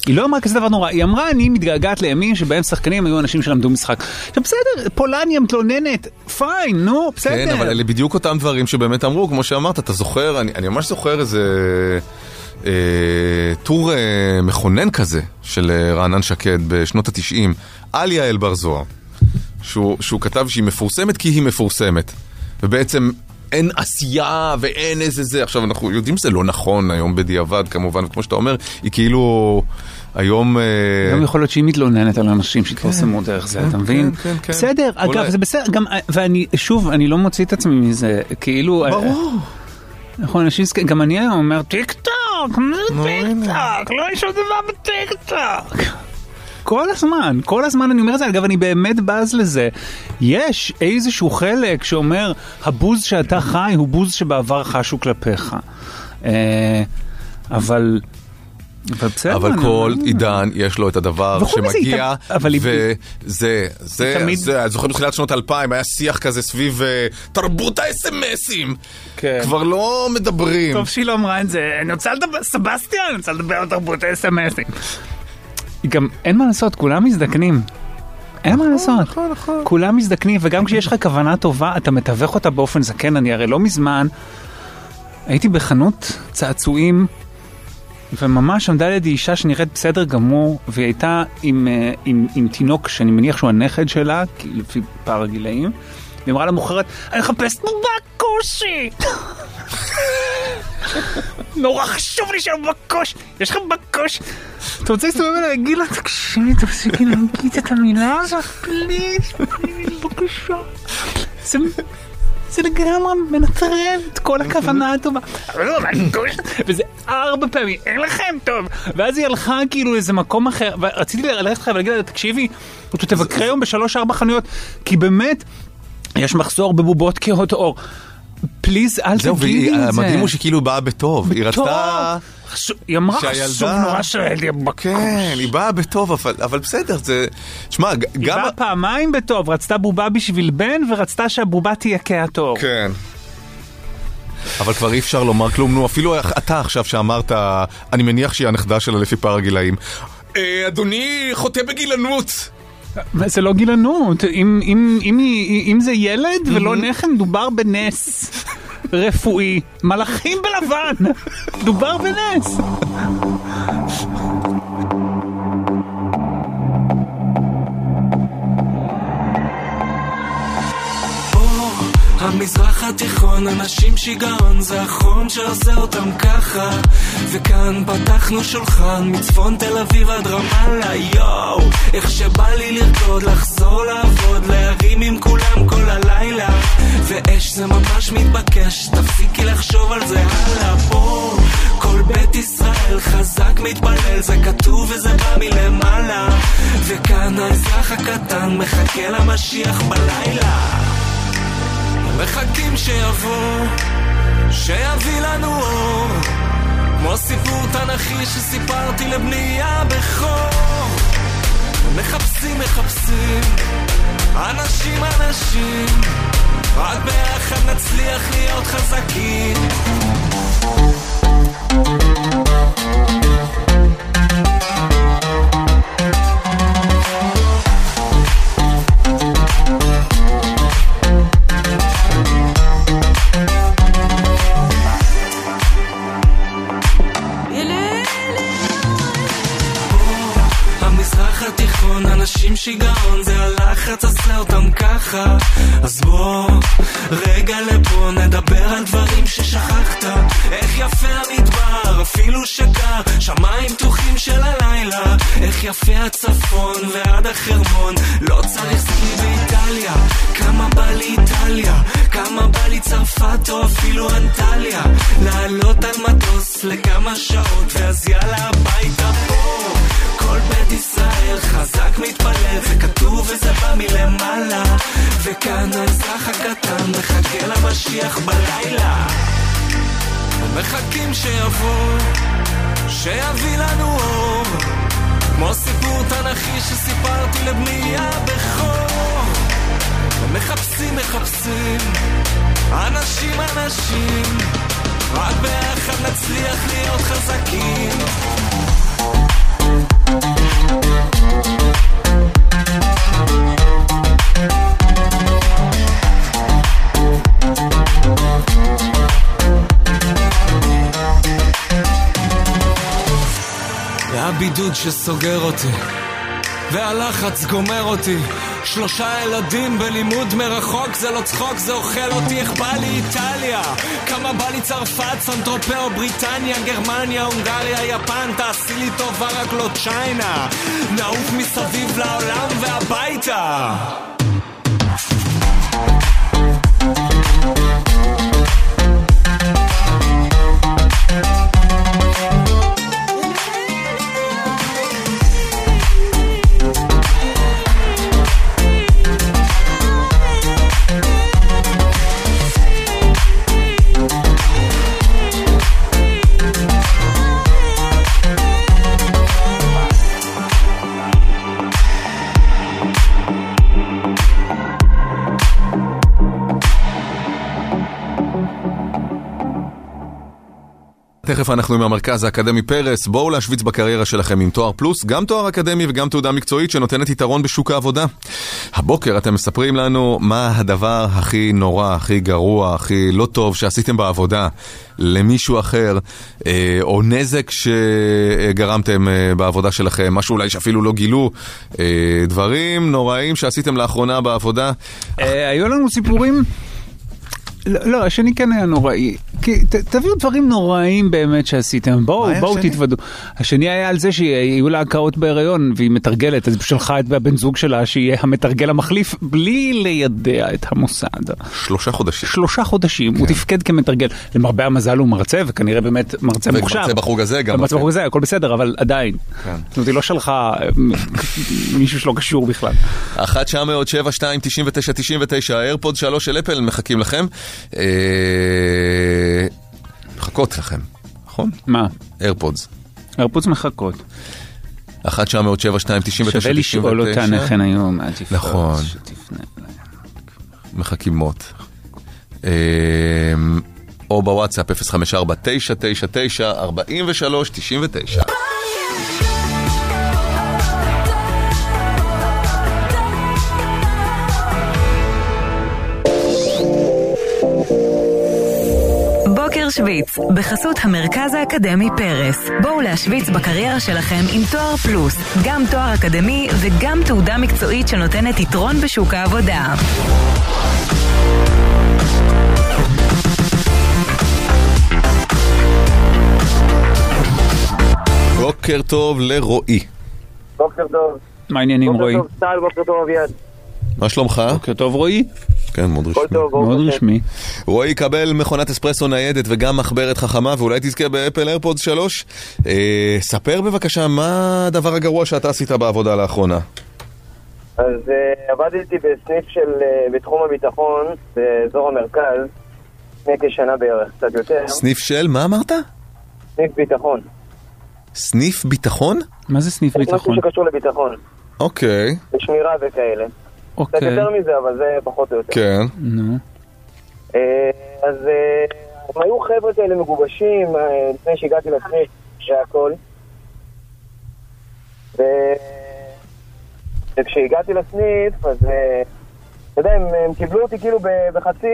Speaker 6: היא לא אמרה כזה דבר נורא, היא אמרה אני מתגעגעת לימים שבהם שחקנים היו אנשים שלמדו משחק. עכשיו בסדר, פולניה מתלוננת, פיין, נו, בסדר.
Speaker 5: כן, אבל אלה בדיוק אותם דברים שבאמת אמרו, כמו שאמרת, אתה זוכר, אני, אני ממש זוכר איזה אה, טור אה, מכונן כזה של אה, רענן שקד בשנות התשעים, על יעל בר זוהר, שהוא, שהוא כתב שהיא מפורסמת כי היא מפורסמת, ובעצם... אין עשייה ואין איזה זה. עכשיו, אנחנו יודעים שזה לא נכון היום בדיעבד, כמובן, וכמו שאתה אומר, היא כאילו היום... אה,
Speaker 6: גם יכול להיות שהיא מתלוננת על אנשים שהתפרסמו דרך זה, אתה מבין?
Speaker 5: כן, כן.
Speaker 6: בסדר, אגב,
Speaker 5: אולי-
Speaker 6: זה בסדר, גם, ואני, שוב, אני לא מוציא את עצמי מזה, כאילו...
Speaker 5: ברור.
Speaker 6: נכון, אנשים, זקנים- גם אני היום אומר, טיק טוק, מה זה
Speaker 5: נו,
Speaker 6: טיק
Speaker 5: הנה.
Speaker 6: טוק, לא יש שום דבר בטיק טוק. כל הזמן, כל הזמן אני אומר את זה, אגב, אני באמת בז לזה. יש איזשהו חלק שאומר, הבוז שאתה חי הוא בוז שבעבר חשו כלפיך. אה, אבל... אבל בסדר.
Speaker 5: אבל
Speaker 6: כן, אני-
Speaker 5: כל עידן יש לו את הדבר
Speaker 6: וחוץ מזה,
Speaker 5: שמגיע,
Speaker 6: היא ת- אבל היא-
Speaker 5: וזה, זה,
Speaker 6: תמיד-
Speaker 5: זה, אני זוכר בתחילת שנות 2000 היה שיח כזה סביב אה, תרבות האס.אם.אסים.
Speaker 6: כן.
Speaker 5: כבר לא מדברים.
Speaker 6: טוב שהיא לא אמרה את זה, אני רוצה לדבר, סבסטיאן, אני רוצה לדבר על תרבות אס.אם.אסים. גם אין מה לעשות, כולם מזדקנים. אין מה לעשות. כולם מזדקנים, וגם כשיש לך כוונה טובה, אתה מתווך אותה באופן זקן. אני הרי לא מזמן הייתי בחנות צעצועים, וממש עמדה לידי אישה שנראית בסדר גמור, והיא הייתה עם, אה, עם, עם תינוק שאני מניח שהוא הנכד שלה, כי לפי פער הגילאים, והיא אמרה למוכרת, אני מחפשת בובה כושי! נורא חשוב לי שם בקוש,
Speaker 10: Er
Speaker 6: יש לכם בקוש. אתה רוצה להסתובב אליי ולהגיד לה, תקשיבי, תפסיקי להגיד את המילה הזאת, פליז, פליז, בבקשה. זה- זה לגמרי מנטרל את כל הכוונה הטובה. אבל לא, אבל בקוש, וזה ארבע פעמים, אין לכם טוב. ואז היא הלכה כאילו לאיזה מקום אחר, ורציתי ללכת לך ולהגיד לה, תקשיבי, תבקרי היום בשלוש-ארבע חנויות, כי באמת, יש מחסור בבובות כהות עור. פליז, אל
Speaker 5: זהו,
Speaker 6: תגידי את זה.
Speaker 5: והמדהים הוא שכאילו כאילו באה בטוב. היא
Speaker 6: בטוב.
Speaker 5: רצתה
Speaker 6: חשוב- היא אמרה חשוב נורא שהילד...
Speaker 5: כן, היא באה בטוב, אבל, אבל בסדר, זה... שמע, ג-
Speaker 6: היא
Speaker 5: גם...
Speaker 6: באה פעמיים בטוב, רצתה בובה בשביל בן ורצתה שהבובה תייקע טוב.
Speaker 5: כן. אבל כבר אי אפשר לומר כלום, נו, אפילו אתה עכשיו שאמרת, אני מניח שהיא הנכדה שלה לפי פער הגילאים. אה, אדוני חוטא בגילנות.
Speaker 6: זה לא גילנות, אם, אם, אם, היא- אם זה ילד ולא
Speaker 5: Mm-hmm.
Speaker 6: נכד, דובר בנס רפואי. מלאכים בלבן, דובר בנס.
Speaker 10: אור, המזרח התיכון, אנשים שיגעון, זה החום שעושה אותם ככה. וכאן פתחנו שולחן, מצפון תל אביב עד רמאללה, יואו. איך שבא לי לרקוד, לחזור לעבוד, להרים עם כולם כל הלילה. ואש זה ממש מתבקש, תפסיקי לחשוב על זה הלאה. אור, כל בית ישראל חזק מתפלל, זה כתוב וזה בא מלמעלה. וכאן האזרח הקטן מחכה למשיח בלילה. מחכים שיבוא, שיביא לנו אור, כמו סיפור תנכי שסיפרתי לבני הבכור. מחפשים, מחפשים, אנשים, אנשים, רק ביחד נצליח להיות חזקים. המזרח התיכון, אנשים שיגעון, זה הלחץ עשה אותם ככה. אז בוא, רגע לפה, נדבר על דברים ששכחת. איך יפה המדבר, אפילו שקר, שמיים פתוחים של הלילה. איך יפה הצפון ועד החרמון, לא צריך סקי באיטליה. כמה בא לי איטליה, כמה בא לי צרפת או אפילו אנטליה. לעלות על מטוס לכמה שעות, ואז יאללה הביתה פה. כל בית ישראל חזק מתפלל, זה כתוב וזה בא מלמעלה. וכאן האזרח הקטן מחכה למשיח בלילה. מחכים שיבוא, שיביא לנו אור. כמו סיפור תנכי שסיפרתי לבני הבכור. מחפשים, מחפשים, אנשים, אנשים, רק ביחד נצליח להיות חזקים. והבידוד שסוגר אותי והלחץ גומר אותי שלושה ילדים בלימוד מרחוק זה לא צחוק זה אוכל אותי איך בא לי איטליה כמה בא לי צרפת, סנטרופאו, בריטניה, גרמניה, הונגריה, יפן תעשי לי טובה רק לא צ'יינה נעוף מסביב לעולם והביתה
Speaker 5: תכף אנחנו עם המרכז האקדמי פרס, בואו להשוויץ בקריירה שלכם עם תואר פלוס, גם תואר אקדמי וגם תעודה מקצועית שנותנת יתרון בשוק העבודה. הבוקר אתם מספרים לנו מה הדבר הכי נורא, הכי גרוע, הכי לא טוב שעשיתם בעבודה למישהו אחר, אה, או נזק שגרמתם אה, בעבודה שלכם, משהו אולי שאפילו לא גילו, אה, דברים נוראים שעשיתם לאחרונה בעבודה.
Speaker 6: אה, היו לנו סיפורים... לא, לא, השני כן היה נוראי. כי ת, תביאו דברים נוראים באמת שעשיתם, בואו,
Speaker 5: היה
Speaker 6: בואו
Speaker 5: השני?
Speaker 6: תתוודו. השני היה על זה שהיו לה הקאות בהיריון והיא מתרגלת, אז היא שלחה את הבן זוג שלה שיהיה המתרגל המחליף בלי לידע את המוסד.
Speaker 5: שלושה חודשים. כן.
Speaker 6: שלושה חודשים, הוא תפקד כמתרגל. למרבה המזל הוא מרצה, וכנראה באמת מרצה
Speaker 5: ומרצה
Speaker 6: מוכשר.
Speaker 5: בחוג הזה גם.
Speaker 6: מרצה בחוג הזה, הכל בסדר, אבל עדיין.
Speaker 5: כן.
Speaker 6: זאת אומרת, היא לא שלחה אה, מישהו שלא קשור בכלל.
Speaker 5: 1-900-7299-99, האיירפוד 3 של אפל מחכים לכם. אה, מחכות לכם. אנחנו נכון?
Speaker 6: מה?
Speaker 5: איירפודס.
Speaker 6: איירפודס מחכות.
Speaker 5: 1 907 299
Speaker 6: שווה לשאול אותן איך הן היו מעדיפות.
Speaker 5: נכון.
Speaker 6: שתפנה אליי.
Speaker 5: מחכימות. אמ, או בוואטסאפ 054 999 43 99
Speaker 1: בוקר שוויץ, בחסות המרכז האקדמי פרס. בואו להשוויץ בקריירה שלכם עם תואר פלוס, גם תואר אקדמי וגם תעודה מקצועית שנותנת יתרון בשוק העבודה.
Speaker 5: בוקר טוב לרועי.
Speaker 11: בוקר טוב.
Speaker 6: מה העניינים רועי?
Speaker 11: בוקר טוב טל, בוקר טוב אביעד.
Speaker 5: מה שלומך?
Speaker 6: בוקר טוב רועי.
Speaker 5: כן, מאוד רשמי.
Speaker 11: טוב, ברוך מאוד השם.
Speaker 6: רשמי.
Speaker 5: רועי יקבל מכונת אספרסו ניידת וגם מחברת חכמה, ואולי תזכה באפל איירפודס 3. אה, ספר בבקשה, מה הדבר הגרוע שאתה עשית בעבודה לאחרונה?
Speaker 11: אז אה, עבדתי בסניף של, אה, בתחום הביטחון, באזור המרכז, לפני כשנה בערך, קצת יותר.
Speaker 5: סניף של, מה אמרת?
Speaker 11: סניף ביטחון.
Speaker 5: סניף ביטחון?
Speaker 6: מה זה סניף
Speaker 11: משהו שקשור לביטחון,
Speaker 5: אוקיי,
Speaker 11: לשמירה וכאלה. קצת
Speaker 6: אוקיי.
Speaker 11: יותר מזה, אבל זה פחות או יותר.
Speaker 5: כן.
Speaker 6: נו.
Speaker 11: אה, אז אה, הם היו חבר'ה כאלה מגובשים אה, לפני שהגעתי לסניף, והכל. ו- וכשהגעתי לסניף, אז אה, אתה יודע, הם, הם קיבלו אותי כאילו ב- בחצי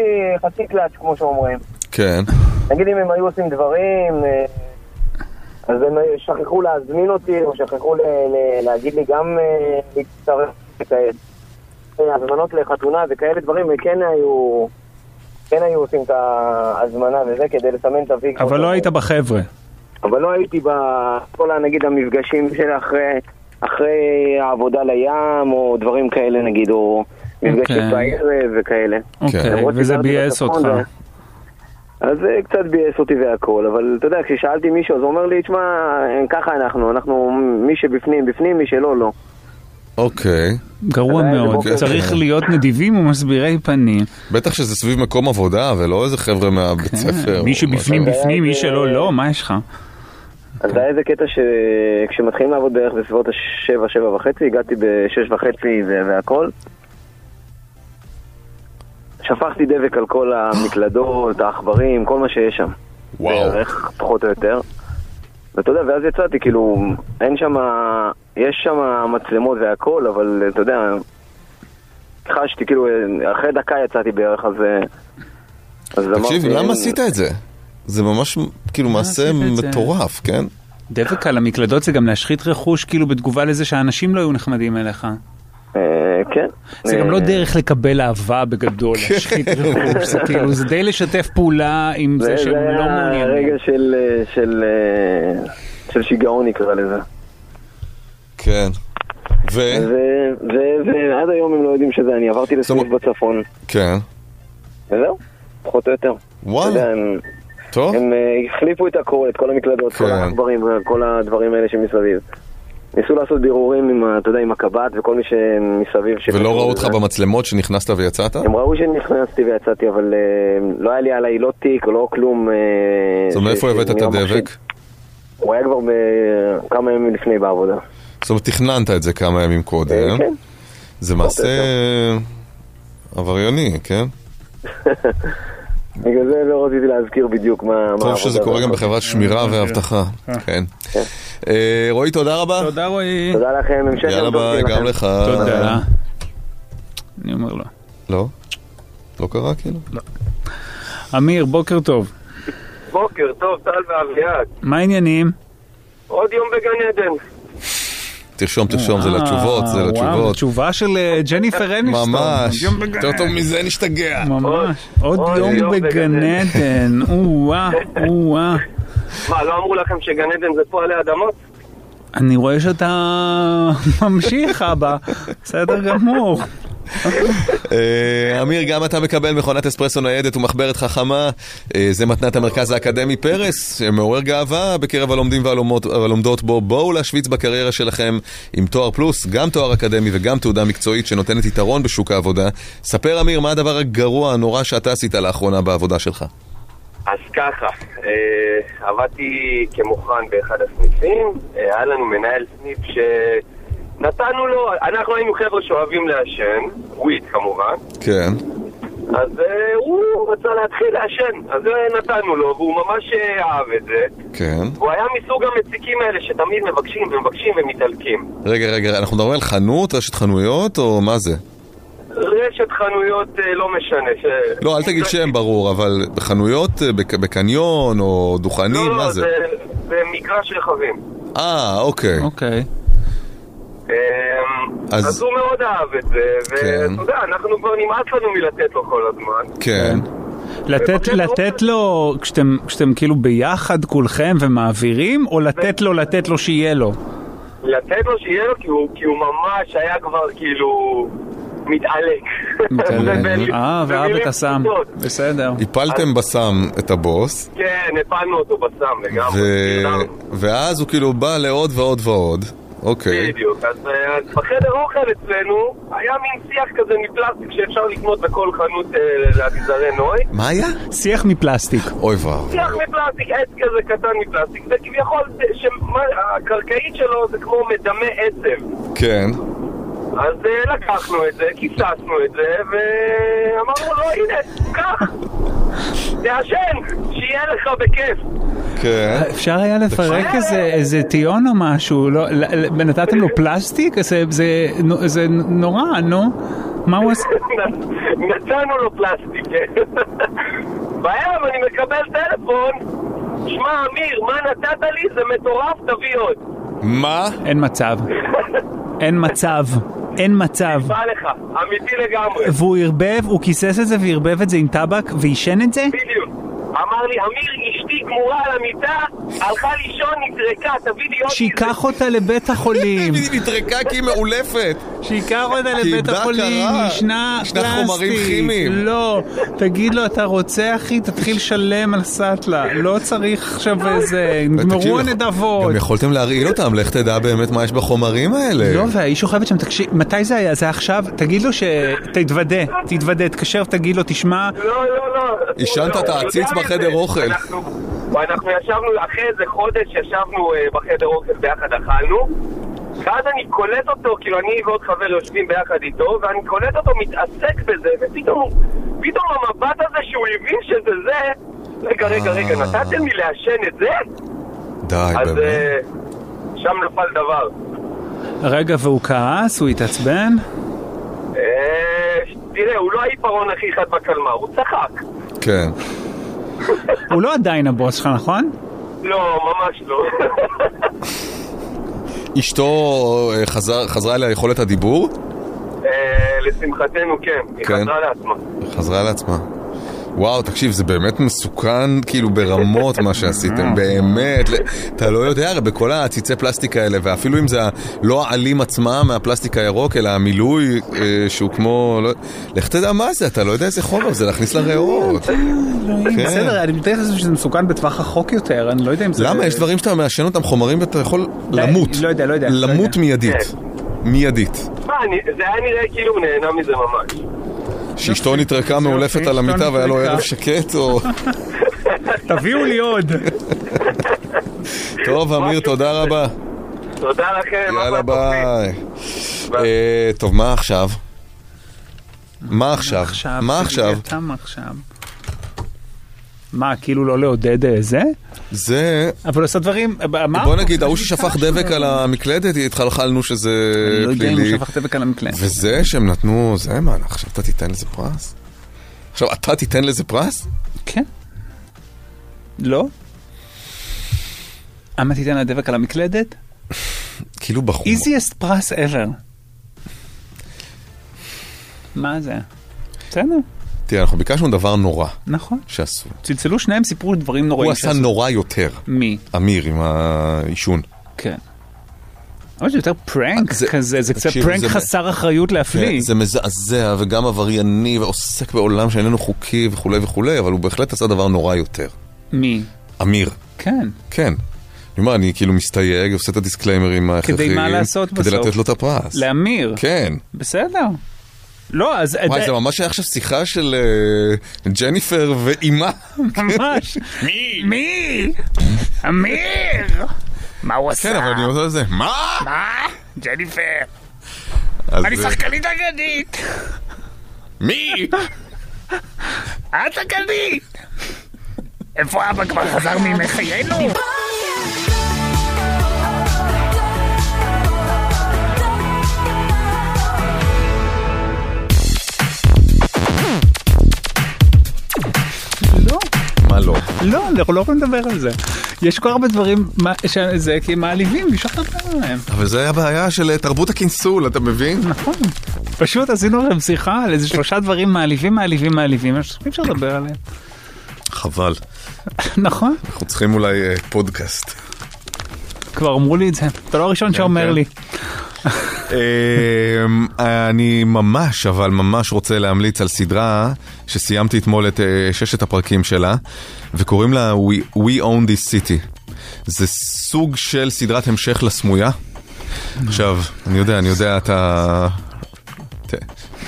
Speaker 11: חצי קלאץ', כמו שאומרים.
Speaker 5: כן.
Speaker 11: נגיד אם הם היו עושים דברים, אה, אז הם היו- שכחו להזמין אותי, או שכחו ל- ל- להגיד לי גם אה, להצטרף וכאלה. אה, הזמנות לחתונה וכאלה דברים, וכן היו... כן היו עושים את ההזמנה וזה כדי לסמן את הוי.
Speaker 6: אבל לא היית בחבר'ה.
Speaker 5: כן.
Speaker 11: אבל לא הייתי בכל, ה- נגיד, המפגשים של אחרי, אחרי העבודה לים, או דברים כאלה, נגיד, או
Speaker 6: אוקיי.
Speaker 11: מפגשים בערב וכאלה.
Speaker 6: אוקיי,
Speaker 11: למרות
Speaker 6: וזה
Speaker 11: שגרתי
Speaker 6: ביאס
Speaker 11: בצפון,
Speaker 6: אותך.
Speaker 11: זה- אז זה קצת ביאס אותי והכל, אבל אתה יודע, כששאלתי מישהו, אז הוא אומר לי, תשמע, אה, ככה אנחנו, אנחנו, מי שבפנים, בפנים, מי שלא, לא.
Speaker 5: אוקיי.
Speaker 11: אה,
Speaker 6: גרוע מאוד.
Speaker 11: אוקיי.
Speaker 5: בוקר. כן.
Speaker 6: צריך להיות נדיבים ומסבירי פנים. כן.
Speaker 5: בטח שזה סביב מקום עבודה, ולא איזה חבר'ה מהבית ספר.
Speaker 6: מי
Speaker 5: או
Speaker 6: שבפנים
Speaker 5: משהו.
Speaker 6: בפנים, מי שלא לא, מה יש לך?
Speaker 5: כן.
Speaker 11: אז היה איזה קטע שכשמתחילים לעבוד בערך בסביבות השבע, שבע וחצי, הגעתי בשש וחצי ו- והכל. שפכתי דבק על כל המקלדות, העכברים, כל מה שיש שם.
Speaker 5: וואו.
Speaker 11: בערך, פחות או יותר. ואתה יודע, ואז יצאתי, כאילו, אין שם... יש שם מצלמות והכל, אבל אתה יודע, חשתי, כאילו, אחרי דקה יצאתי בערך, אז... אה, אז
Speaker 5: תקשיב,
Speaker 11: אמרתי,
Speaker 5: למה
Speaker 11: אין-
Speaker 5: עשית את זה? זה ממש כאילו מעשה
Speaker 6: אה, עשית את זה?
Speaker 5: מטורף, כן?
Speaker 6: דבק על המקלדות זה גם להשחית רכוש, כאילו בתגובה לזה שהאנשים לא היו נחמדים אליך.
Speaker 11: אה, כן.
Speaker 6: זה גם
Speaker 11: אה,
Speaker 6: לא דרך לקבל אהבה בגדול,
Speaker 5: כן.
Speaker 6: להשחית רכוש, זה כאילו, זה די לשתף פעולה עם זה שהם
Speaker 11: היה
Speaker 6: לא מעוניינים.
Speaker 11: רגע של, אה, של, אה, של שיגעון נקרא לזה.
Speaker 5: כן. ו...
Speaker 11: ו- ו- ועד היום הם לא יודעים שזה אני, עברתי לסניף בצפון,
Speaker 5: כן.
Speaker 11: וזהו, פחות או יותר.
Speaker 5: וואלה.
Speaker 11: אתה יודע, הם,
Speaker 5: טוב.
Speaker 11: הם אה, החליפו את הכל, את כל המקלדות, כל
Speaker 5: כן.
Speaker 11: העכברים, כל הדברים האלה שמסביב. ניסו לעשות בירורים עם, ה- אתה יודע, עם הקב"ט וכל מי שמסביב. שקשור
Speaker 5: ולא ראו אותך
Speaker 11: לזה.
Speaker 5: במצלמות שנכנסת ויצאת?
Speaker 11: לא- הם ראו שנכנסתי ויצאתי, אבל אה, לא היה לי עליי לא תיק, לא כלום. אה,
Speaker 5: אז מאיפה
Speaker 11: ש- לא
Speaker 5: הבאת את
Speaker 11: שנראה מחשיד.
Speaker 5: הדבק?
Speaker 11: הוא היה כבר ב- כמה ימים לפני בעבודה.
Speaker 5: זאת אומרת, תכננת את זה כמה ימים קודם.
Speaker 11: אה, כן.
Speaker 5: זה מעשה עברייני, כן?
Speaker 11: בגלל זה לא רציתי להזכיר בדיוק מה... מה
Speaker 5: טוב שזה
Speaker 11: העבודה
Speaker 5: קורה גם
Speaker 11: הזאת.
Speaker 5: בחברת
Speaker 6: אה,
Speaker 5: שמירה ואבטחה. כן. אה, רועי, תודה רבה.
Speaker 6: תודה רועי.
Speaker 11: תודה לכם, המשך
Speaker 5: יאללה
Speaker 11: יום טוב
Speaker 5: ביי,
Speaker 11: שיהיה
Speaker 5: גם
Speaker 11: לכם.
Speaker 5: לך.
Speaker 6: תודה. אני אומר לו.
Speaker 5: לא? לא קרה כאילו?
Speaker 6: אמיר, בוקר טוב.
Speaker 12: בוקר טוב, טל ואביעד.
Speaker 6: מה העניינים?
Speaker 12: עוד יום בגן עדן.
Speaker 5: תרשום, תרשום, זה
Speaker 6: אה,
Speaker 5: לתשובות, זה
Speaker 6: וואו,
Speaker 5: לתשובות.
Speaker 6: תשובה של אה, ג'ניפר אניסטון.
Speaker 5: ממש.
Speaker 6: יום בגן
Speaker 5: יותר טוב מזה נשתגע.
Speaker 6: עדן. ממש. עוד יום בגן עדן. או-אה, או-אה.
Speaker 12: מה, לא אמרו לכם שגן עדן זה פה עלי אדמות?
Speaker 6: אני רואה שאתה ממשיך, אבא. בסדר גמור.
Speaker 5: אה, אמיר, גם אתה מקבל מכונת אספרסו ניידת ומחברת חכמה. אה, זה מתנת המרכז האקדמי פרס, שמעורר גאווה בקרב הלומדים והלומות- והלומדות בו. בואו להשוויץ בקריירה שלכם עם תואר פלוס, גם תואר אקדמי וגם תעודה מקצועית שנותנת יתרון בשוק העבודה. ספר, אמיר, מה הדבר הגרוע, הנורא שאתה עשית לאחרונה בעבודה שלך?
Speaker 12: אז ככה, אה, עבדתי כמוכן באחד הסניפים, אה, היה לנו מנהל סניף שנתנו לו, אנחנו היינו חבר'ה שאוהבים לעשן, וויד כמובן,
Speaker 5: כן.
Speaker 12: אז אה, הוא רצה להתחיל לעשן, אז אה, נתנו לו, והוא ממש אה, אהב את זה.
Speaker 5: כן.
Speaker 12: הוא היה מסוג המציקים האלה שתמיד מבקשים ומבקשים ומתעלקים.
Speaker 5: רגע, רגע, אנחנו מדברים על חנות, רשת חנויות, או מה זה?
Speaker 12: רשת חנויות אה, לא משנה. ש...
Speaker 5: לא, אל תגיד שם ברור, אבל חנויות אה, בק- בקניון, או דוכנים,
Speaker 12: לא,
Speaker 5: מה זה?
Speaker 12: זה מגרש רכבים.
Speaker 5: אה, אוקיי.
Speaker 6: אוקיי.
Speaker 12: אמ,
Speaker 5: אז-
Speaker 12: אז הוא מאוד אהב את זה,
Speaker 5: כן.
Speaker 12: ואתה יודע, אנחנו כבר נמאס לנו מלתת לו כל הזמן.
Speaker 5: כן.
Speaker 6: לתת, לתת לו, כשאתם, כשאתם כאילו ביחד כולכם ומעבירים, או לתת לו, לתת לו שיהיה לו?
Speaker 12: לתת לו שיהיה לו, כי הוא- כי הוא ממש היה כבר כאילו מתעלק. ובמילים-
Speaker 6: אה, ואהב
Speaker 12: במילים
Speaker 6: את הסם.
Speaker 12: פשוטות.
Speaker 6: בסדר.
Speaker 5: הפלתם בסם את הבוס,
Speaker 12: כן, הפלנו אותו בסם לגמרי.
Speaker 5: ו-
Speaker 12: נרדמנו.
Speaker 5: ואז הוא כאילו בא לעוד ועוד ועוד. אוקיי.
Speaker 12: בדיוק. אז אה, אז בחדר אוכל אצלנו היה מין שיח כזה מפלסטיק שאפשר לקנות בכל חנות אה, לאביזרי נוי.
Speaker 5: מה היה?
Speaker 6: שיח מפלסטיק.
Speaker 5: אוי ואבוי.
Speaker 12: שיח מפלסטיק, עץ כזה קטן מפלסטיק, זה כביכול, זה- שמה- הקרקעית שלו זה כמו מדמה עצב.
Speaker 5: כן.
Speaker 12: אז אה, לקחנו את זה, כיססנו את זה, ואמרנו לו, הנה, קח, תעשן, שיהיה לך בכיף.
Speaker 5: כן.
Speaker 6: אפשר היה לפרק איזה, איזה טיון או משהו, לא, ל- ל- נתתם לו פלסטיק? זה, זה, נו- זה נורא, נו. מה הוא עשה?
Speaker 12: נתנו לו פלסטיק. כן. בערב אני מקבל טלפון, שמע, אמיר, מה נתת לי? זה מטורף, תביא עוד.
Speaker 5: מה?
Speaker 6: אין מצב. אין מצב. אין מצב.
Speaker 12: בא לך, אמיתי לגמרי.
Speaker 6: והוא ערבב, הוא כיסס את זה וערבב את זה עם טבק ועישן את זה?
Speaker 12: בדיוק. אמר לי, אמיר, אשתי גמורה על המיטה, הלכה לישון, נזרקה, תביא לי עוד...
Speaker 6: שייקח אותה לבית החולים.
Speaker 5: היא נטרקה כי היא מעולפת.
Speaker 6: שייקח אותה
Speaker 5: כי
Speaker 6: לבית
Speaker 5: איבדה
Speaker 6: החולים,
Speaker 5: הכרה.
Speaker 6: היא ישנה
Speaker 5: ישנה
Speaker 6: פלסטיק.
Speaker 5: חומרים כימיים.
Speaker 6: לא, תגיד לו, אתה רוצה אחי, תתחיל לשלם על סאטלה. לא צריך עכשיו איזה, נגמרו
Speaker 5: תקשיב,
Speaker 6: הנדבות.
Speaker 5: גם יכולתם להרעיל אותם, לך תדע באמת מה יש בחומרים האלה.
Speaker 6: לא, והאיש שוכבת שם, תקשיב, מתי זה היה? זה היה עכשיו? תגיד לו ש... תתוודה, תתוודה, תתקשר, תגיד לו, תשמע,
Speaker 12: לא, לא, לא.
Speaker 6: עישנת את
Speaker 12: לא,
Speaker 6: העציץ
Speaker 12: יותר מזה,
Speaker 6: בחדר אוכל.
Speaker 12: אנחנו- אנחנו ישבנו, אחרי איזה חודש ישבנו אה, בחדר אוכל ביחד, אכלנו. ואז אני קולט אותו, כאילו אני ועוד חבר יושבים ביחד איתו, ואני קולט אותו מתעסק בזה, ופתאום הוא- פתאום המבט הזה שהוא הבין שזה זה, רגע, רגע, רגע,
Speaker 5: אה.
Speaker 12: נתתם לי לעשן את זה?
Speaker 5: די,
Speaker 12: אז
Speaker 5: באמת.
Speaker 12: אה, שם נפל דבר.
Speaker 6: רגע, והוא כעס, הוא התעצבן?
Speaker 12: אה, תראה, הוא לא העיפרון הכי חד בקלמר, הוא צחק.
Speaker 5: כן.
Speaker 6: הוא לא עדיין הבוס שלך, נכון?
Speaker 12: לא, ממש לא.
Speaker 5: אשתו אה, חזר- חזרה אליה יכולת הדיבור?
Speaker 12: אה, לשמחתנו כן, היא
Speaker 5: כן.
Speaker 12: חזרה לעצמה.
Speaker 5: חזרה לעצמה. וואו, תקשיב, זה באמת מסוכן, כאילו, ברמות מה שעשיתם, באמת. ל- אתה לא יודע, הרי בכל העציצי פלסטיק האלה, ואפילו אם זה ה- לא העלים עצמם מהפלסטיק הירוק, אלא המילוי אה, שהוא כמו... לא- לך תדע מה זה, אתה לא יודע איזה חומר זה להכניס לריאות.
Speaker 6: אה, לא
Speaker 5: כן.
Speaker 6: בסדר, אני מתאר לעצמי שזה מסוכן בטווח רחוק יותר, אני לא יודע אם זה...
Speaker 5: למה? יש דברים שאתה מעשן אותם חומרים ואתה יכול
Speaker 6: לא,
Speaker 5: למות.
Speaker 6: לא יודע, לא יודע, לא
Speaker 5: למות
Speaker 6: יודע. כן.
Speaker 5: מיידית. מיידית.
Speaker 12: מה, אני- זה היה נראה כאילו הוא נהנה מזה ממש.
Speaker 5: שאשתו נטרקה מאולפת
Speaker 6: יופי,
Speaker 5: על המיטה
Speaker 6: אוקיי. אשתו
Speaker 5: והיה לו
Speaker 6: נטרקה.
Speaker 5: ערב שקט, או...
Speaker 6: תביאו לי עוד.
Speaker 5: טוב, אמיר, תודה רבה.
Speaker 12: תודה לכם.
Speaker 5: יאללה ביי. אה, טוב, מה עכשיו? מה עכשיו? מה עכשיו?
Speaker 6: אתה מה עכשיו? מה, כאילו לא לעודד אה, זה?
Speaker 5: זה...
Speaker 6: אבל עושה דברים... אה, אמרנו,
Speaker 5: בוא נגיד, ההוא
Speaker 6: זה
Speaker 5: ששפך
Speaker 6: ביקשנו.
Speaker 5: דבק על המקלדת, התחלחלנו שזה
Speaker 6: אני
Speaker 5: פלילי.
Speaker 6: לא יודע אם הוא שפך דבק על המקלדת.
Speaker 5: וזה שהם נתנו, זה מה, עכשיו אתה תיתן לזה פרס? עכשיו, אתה תיתן לזה פרס?
Speaker 6: כן. לא? למה תיתן לה דבק על המקלדת?
Speaker 5: כאילו בחור.
Speaker 6: איזיאסט פרס ever. מה זה? בסדר,
Speaker 5: תראה, אנחנו ביקשנו דבר נורא
Speaker 6: נכון.
Speaker 5: שעשו.
Speaker 6: צלצלו שניהם, סיפרו דברים
Speaker 5: הוא
Speaker 6: נוראים.
Speaker 5: עשה
Speaker 6: שעשו.
Speaker 5: נורא יותר.
Speaker 6: מי?
Speaker 5: אמיר עם העישון.
Speaker 6: כן. אבל זה יותר פרנק כזה, זה קצת
Speaker 5: תקשיב,
Speaker 6: פרנק
Speaker 5: זה-
Speaker 6: חסר אחריות
Speaker 5: כן,
Speaker 6: להפליא.
Speaker 5: זה מזעזע וגם עברייני ועוסק בעולם שאיננו חוקי וכולי וכולי, אבל הוא בהחלט עשה דבר נורא יותר.
Speaker 6: מי?
Speaker 5: אמיר.
Speaker 6: כן.
Speaker 5: כן. אני אומר, אני כאילו מסתייג, עושה את הדיסקליימרים ההכרחיים.
Speaker 6: כדי מה לעשות בסוף?
Speaker 5: כדי לתת לו את הפרס.
Speaker 6: לאמיר.
Speaker 5: כן.
Speaker 6: בסדר. לא, אז...
Speaker 5: וואי, זה ממש היה עכשיו שיחה של אה, ג'ניפר ואימה.
Speaker 6: ממש. מי? מי? אמיר! מה הוא עשה?
Speaker 5: כן, אבל אני רוצה לזה. מה?
Speaker 6: מה? ג'ניפר.
Speaker 5: אז,
Speaker 6: אני
Speaker 5: אה,
Speaker 6: שחקנית אגדית!
Speaker 5: מי?
Speaker 6: את אגדית! איפה אבא כבר חזר מימי חיינו?
Speaker 5: מה לא?
Speaker 6: לא, אנחנו לא יכולים לדבר על זה. יש כל כך הרבה דברים מה- שזה כי הם מעליבים, אי אפשר לדבר עליהם.
Speaker 5: אבל זה היה בעיה של אה, תרבות הקינסול, אתה מבין?
Speaker 6: נכון. פשוט עשינו לכם שיחה על איזה שלושה דברים מעליבים, מעליבים, מעליבים, אי אפשר לדבר עליהם.
Speaker 5: חבל.
Speaker 6: נכון.
Speaker 5: אנחנו צריכים אולי אה, פודקאסט.
Speaker 6: כבר אמרו לי את זה. אתה לא
Speaker 5: כן,
Speaker 6: הראשון שאומר לי.
Speaker 5: אמ, אני ממש, אבל ממש רוצה להמליץ על סדרה שסיימתי אתמול את אה, ששת הפרקים שלה, וקוראים לה We, We Own This City. זה סוג של סדרת המשך לסמויה. עכשיו, אני יודע, אני יודע, אתה... ת-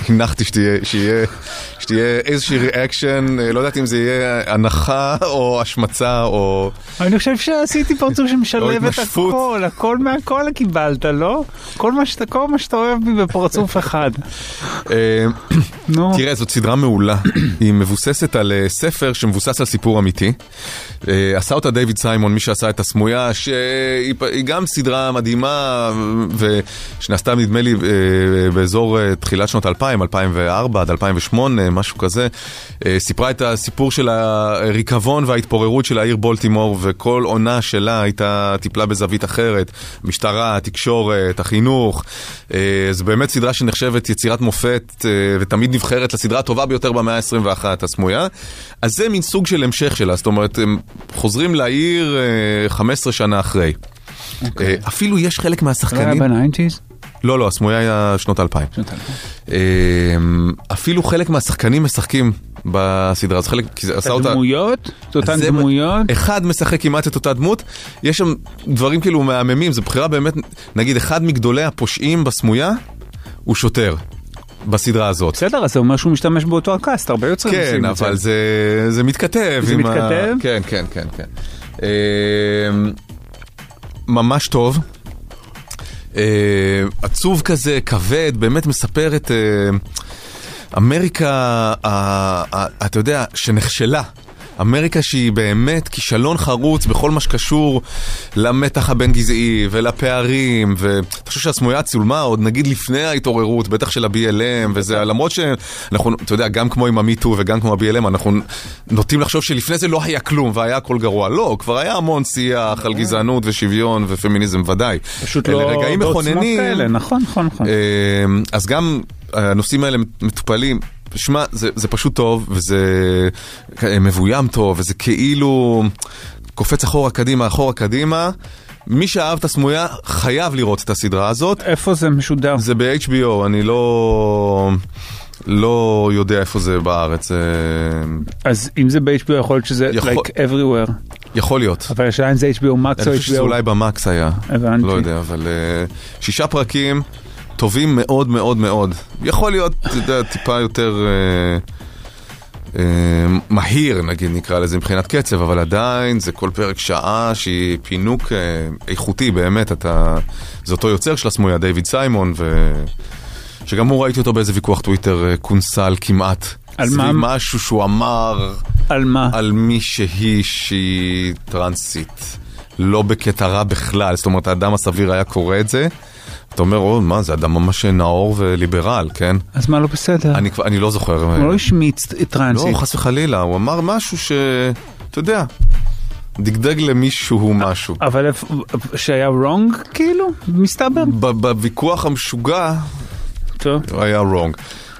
Speaker 5: הנחתי שתהיה, שיהיה, שתהיה איזושהי ריאקשן, אה, לא יודעת אם זה יהיה הנחה או השמצה או...
Speaker 6: אני חושב שעשיתי פרצוף שמשלב
Speaker 5: לא
Speaker 6: את
Speaker 5: התנשפות.
Speaker 6: הכל, הכל מהכל קיבלת, לא? כל מה שאתה כל מה שאתה אוהב בי בפרצוף אחד.
Speaker 5: אה, תראה, זאת סדרה מעולה. היא מבוססת על אה, ספר שמבוסס על סיפור אמיתי. אה, עשה אותה דיוויד סיימון, מי שעשה את הסמויה, שהיא פ- היא גם סדרה מדהימה, ו- שנעשתה נדמה לי אה, באזור אה, תחילת שנות 2000, 2004 עד 2008, משהו כזה. אה, סיפרה את הסיפור של הריקבון וההתפוררות של העיר בולטימור, וכל עונה שלה הייתה, טיפלה בזווית אחרת. משטרה, התקשורת, החינוך. אה, זו באמת סדרה שנחשבת יצירת מופת אה, ותמיד נבחרת לסדרה הטובה ביותר במאה ה-21, הסמויה. אז זה מין סוג של המשך שלה, זאת אומרת, הם חוזרים לעיר אה, 15 שנה אחרי. אה, אפילו יש חלק
Speaker 6: לא אוקיי. היה
Speaker 5: מהשחקנים...
Speaker 6: בניינטיז?
Speaker 5: לא, לא, הסמויה היה שנות האלפיים. אמ, אפילו חלק מהשחקנים משחקים בסדרה, אז חלק, כי זה עשה אותה...
Speaker 6: הדמויות? זה אותן
Speaker 5: אז זה-
Speaker 6: דמויות?
Speaker 5: אחד משחק כמעט את אותה דמות, יש שם דברים כאילו מהממים, זו בחירה באמת, נגיד אחד מגדולי הפושעים בסמויה הוא שוטר. בסדרה הזאת.
Speaker 6: בסדר, אז זה אומר שהוא משתמש באותו הקאסט, הרבה יוצרים
Speaker 5: כן,
Speaker 6: עושים את זה.
Speaker 5: אבל זה, זה מתכתב.
Speaker 6: זה
Speaker 5: עם
Speaker 6: מתכתב?
Speaker 5: ה... כן, כן, כן, כן. אמ, ממש טוב. אה, עצוב כזה, כבד, באמת מספר את אה, אמריקה, אה, אה, אתה יודע, שנכשלה. אמריקה שהיא באמת כישלון חרוץ בכל מה שקשור למתח הבין-גזעי ולפערים, ואתה חושב שהסמויה צולמה עוד נגיד לפני ההתעוררות, בטח של ה-BLM, וזה למרות שאנחנו, אתה יודע, גם כמו עם המיטו וגם כמו ה-BLM, אנחנו נוטים לחשוב שלפני זה לא היה כלום והיה הכל גרוע. לא, כבר היה המון שיח על גזענות ושוויון ופמיניזם ודאי.
Speaker 6: פשוט
Speaker 5: אלה
Speaker 6: לא
Speaker 5: רגעים
Speaker 6: בעוצמות
Speaker 5: מכוננים.
Speaker 6: כאלה, נכון, נכון, נכון.
Speaker 5: אמ, אז גם הנושאים האלה מטופלים. שמע, זה, זה פשוט טוב, וזה אה, מבוים טוב, וזה כאילו קופץ אחורה קדימה, אחורה קדימה. מי שאהב את הסמויה חייב לראות את הסדרה הזאת.
Speaker 6: איפה זה משודר?
Speaker 5: זה ב-HBO, אני לא... לא יודע איפה זה בארץ. אה,
Speaker 6: אז אם זה ב-HBO יכול להיות שזה
Speaker 5: יכול-
Speaker 6: like everywhere.
Speaker 5: יכול להיות.
Speaker 6: אבל השאלה אם זה HBO
Speaker 5: אני
Speaker 6: Max או
Speaker 5: חושב שזה
Speaker 6: HBO.
Speaker 5: אולי במקס היה.
Speaker 6: הבנתי.
Speaker 5: לא יודע, אבל אה, שישה פרקים טובים מאוד מאוד מאוד. יכול להיות, אתה יודע, טיפה יותר אה, אה, מהיר, נגיד, נקרא לזה מבחינת קצב, אבל עדיין זה כל פרק שעה שהיא פינוק אה, איכותי, באמת, אתה... זה אותו יוצר של הסמויה, דיוויד סיימון, ו... שגם הוא ראיתי אותו באיזה ויכוח טוויטר אה, כונסל כמעט.
Speaker 6: על
Speaker 5: סביב
Speaker 6: מה?
Speaker 5: משהו שהוא אמר...
Speaker 6: על מה?
Speaker 5: על מישהי שהיא טרנסית. לא בקטע רע בכלל, זאת אומרת, האדם הסביר היה קורא את זה. אתה אומר, או, מה, זה אדם ממש נאור וליברל, כן?
Speaker 6: אז מה לא בסדר?
Speaker 5: אני כבר, אני לא זוכר.
Speaker 6: הוא לא השמיץ טרנסית.
Speaker 5: לא, חס וחלילה, הוא אמר משהו ש... אתה יודע, דגדג למישהו משהו.
Speaker 6: אבל איפה- שהיה wrong כאילו? מסתבר.
Speaker 5: בוויכוח המשוגע,
Speaker 6: טוב.
Speaker 5: היה wrong.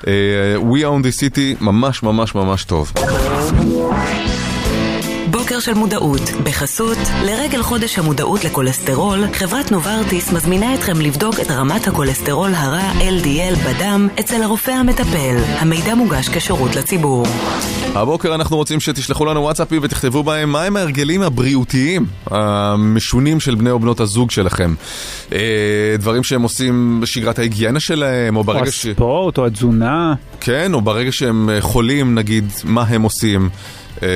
Speaker 5: אה, We own the city ממש ממש ממש טוב.
Speaker 1: בוקר בוקר של מודעות, בחסות, לרגל חודש המודעות לכולסטרול, חברת נוברטיס מזמינה אתכם לבדוק את רמת הכולסטרול הרע LDL בדם אצל הרופא המטפל. המידע מוגש כשירות לציבור.
Speaker 5: הבוקר אנחנו רוצים שתשלחו לנו וואטסאפים ותכתבו בהם מהם ההרגלים הבריאותיים המשונים של בני או בנות הזוג שלכם. אה, דברים שהם עושים בשגרת ההיגיינה שלהם, או
Speaker 6: או
Speaker 5: ברגע ש...
Speaker 6: הספורט, או התזונה.
Speaker 5: כן, או ברגע שהם אה, חולים, נגיד, מה הם עושים, אה,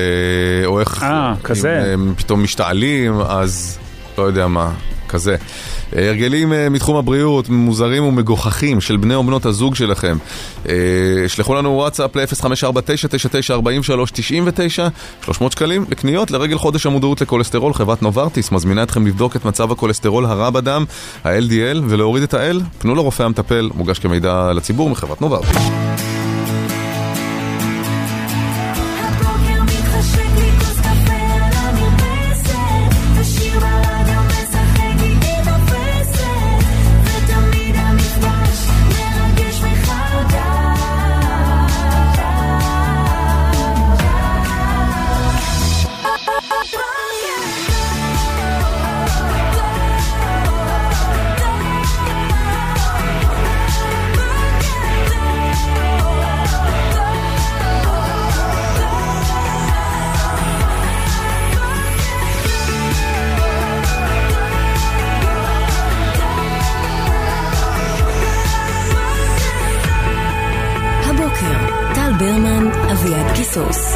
Speaker 5: או איך... אה,
Speaker 6: כזה.
Speaker 5: אם הם פתאום משתעלים, אז לא יודע מה, כזה. אה, הרגלים אה, מתחום הבריאות, מוזרים ומגוחכים של בני או בנות הזוג שלכם. אה, שלחו לנו וואטסאפ ל-054-999-4399, 300 שקלים לקניות לרגל חודש המודעות לכולסטרול. חברת נוברטיס מזמינה אתכם לבדוק את מצב הכולסטרול הרע בדם, ה-LDL, ולהוריד את ה-L. פנו לרופא המטפל, מוגש כמידע לציבור מחברת נוברטיס.
Speaker 3: הבוקר מתחשק לי כוס קפה על המרפסת, ושיר ברדיו משחק איתי תופסת, ותמיד המפגש מרגש מחדש.
Speaker 4: הבוקר, טל ברמן, אביעד קיסוס.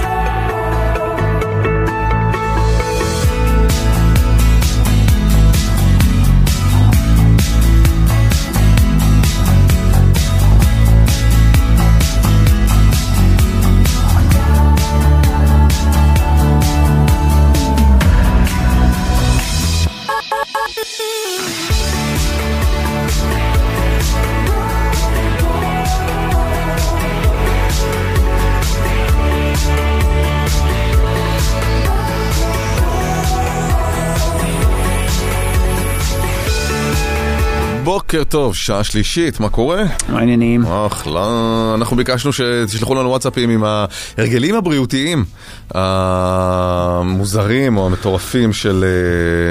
Speaker 5: בוקר טוב, שעה שלישית, מה קורה?
Speaker 6: מה העניינים?
Speaker 5: אחלה, אנחנו ביקשנו שתשלחו לנו וואטסאפים עם ההרגלים הבריאותיים המוזרים או המטורפים של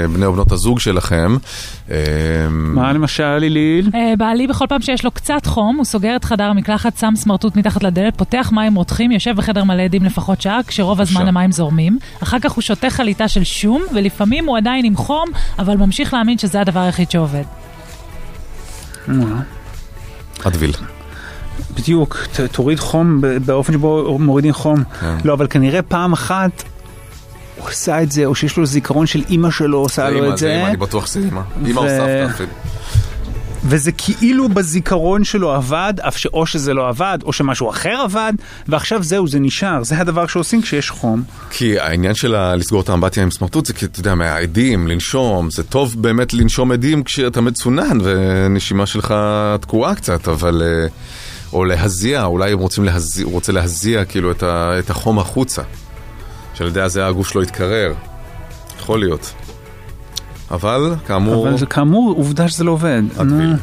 Speaker 5: אה, בני או בנות הזוג שלכם. אה,
Speaker 6: מה למשל, ליליל?
Speaker 13: אה, בעלי בכל פעם שיש לו קצת חום, הוא סוגר את חדר המקלחת, שם סמרטוט מתחת לדלת, פותח מים רותחים, יושב בחדר מלא עדים לפחות שעה, כשרוב הזמן
Speaker 5: שם.
Speaker 13: המים זורמים. אחר כך הוא שותה חליטה של שום, ולפעמים הוא עדיין עם חום, אבל ממשיך להאמין שזה הדבר היחיד שעובד.
Speaker 5: אדוויל.
Speaker 6: בדיוק, ת- תוריד חום ב- באופן שבו מורידים חום.
Speaker 5: כן.
Speaker 6: לא, אבל כנראה פעם אחת הוא עשה את זה, או שיש לו זיכרון של אימא שלו עושה לו
Speaker 5: אמא,
Speaker 6: לא את זה.
Speaker 5: אמא, אני בטוח שזה אמא.
Speaker 6: ו-
Speaker 5: אמא או סבתא אפילו.
Speaker 6: וזה כאילו בזיכרון שלו עבד, אף שאו שזה לא עבד, או שמשהו אחר עבד, ועכשיו זהו, זה נשאר. זה הדבר שעושים כשיש חום.
Speaker 5: כי העניין של ה- לסגור את האמבטיה עם סמרטוט זה כי אתה יודע, מהעדים, לנשום, זה טוב באמת לנשום עדים כשאתה מצונן ונשימה שלך תקועה קצת, אבל... אה, או להזיע, אולי הם רוצים להזיע, הוא רוצה להזיע כאילו את, ה, את החום החוצה. שעל ידי הזה הגוף שלו יתקרר. יכול להיות. אבל, כאמור...
Speaker 6: אבל זה כאמור, עובדה שזה לא עובד. נו.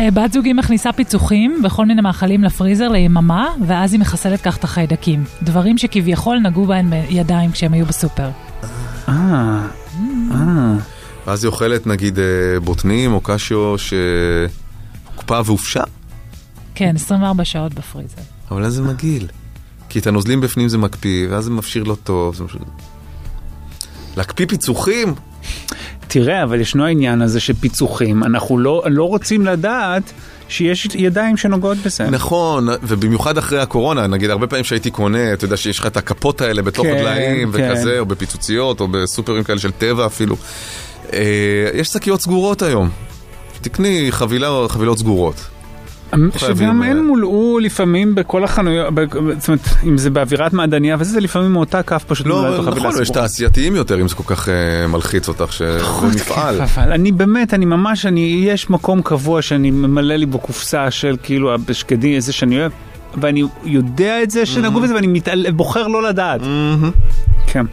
Speaker 13: אה, בת זוגי מכניסה פיצוחים וכל מיני מאכלים לפריזר ליממה, ואז היא מחסלת כך את החיידקים. דברים שכביכול נגעו בהן בידיים כשהם היו בסופר.
Speaker 6: אה, אה.
Speaker 5: ואז היא אוכלת נגיד אה, בוטנים או קשיו שהוקפא והופשע,
Speaker 13: כן, 24 שעות בפריזר.
Speaker 5: אבל אז זה מגעיל. כי את הנוזלים בפנים זה מקפיא, ואז זה מפשיר לא טוב. זה מפשיר... להקפיא פיצוחים?
Speaker 6: תראה, אבל ישנו העניין הזה של פיצוחים. אנחנו לא, לא רוצים לדעת שיש ידיים שנוגעות בזה.
Speaker 5: נכון, ובמיוחד אחרי הקורונה, נגיד הרבה פעמים שהייתי קונה, אתה יודע שיש לך את הכפות האלה בתוך
Speaker 6: כן,
Speaker 5: הדליים
Speaker 6: כן.
Speaker 5: וכזה, או בפיצוציות, או בסופרים כאלה של טבע אפילו. אה, יש שקיות סגורות היום. תקני חבילה או חבילות סגורות.
Speaker 6: אמ,
Speaker 5: לא
Speaker 6: שגם
Speaker 5: חייבים,
Speaker 6: הן מולאו לפעמים בכל החנויות, ב- זאת אומרת, אם זה באווירת מעדניה וזה, זה לפעמים מאותה כף פשוט מולאה
Speaker 5: לא,
Speaker 6: את החבילה
Speaker 5: נכון, יש
Speaker 6: הסגורה.
Speaker 5: תעשייתיים יותר, אם זה כל כך אה, מלחיץ אותך, שזה מפעל.
Speaker 6: נכון, כן, אבל אני באמת, אני ממש, אני, יש מקום קבוע שאני ממלא לי בו קופסה של כאילו הבשקדים, איזה שאני אוהב, ואני יודע את זה שנגעו בזה, ואני מתעל... בוחר לא לדעת. כן.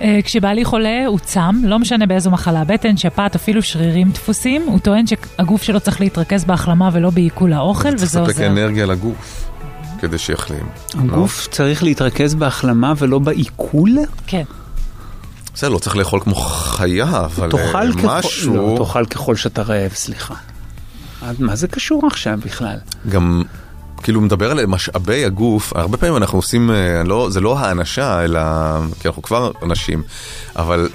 Speaker 13: אה, כשבעלי חולה, הוא צם, לא משנה באיזו מחלה, בטן, שפעת, אפילו שרירים דפוסים, הוא טוען שהגוף שלו צריך להתרכז בהחלמה ולא בעיכול האוכל, וזה
Speaker 5: לספק
Speaker 13: עוזר.
Speaker 5: אנרגיה לגוף, כדי שיחלים. לא.
Speaker 6: הגוף צריך להתרכז בהחלמה ולא בעיכול?
Speaker 13: כן.
Speaker 5: בסדר, לא צריך לאכול כמו חיה, אבל אה,
Speaker 6: תאכל ככל-
Speaker 5: משהו...
Speaker 6: לא, תאכל ככל שאתה רעב, אה, סליחה. עד מה זה קשור עכשיו בכלל?
Speaker 5: גם, כאילו, מדבר על משאבי הגוף, הרבה פעמים אנחנו עושים, אה, לא, זה לא האנשה, אלא, כי אנחנו כבר אנשים, אבל,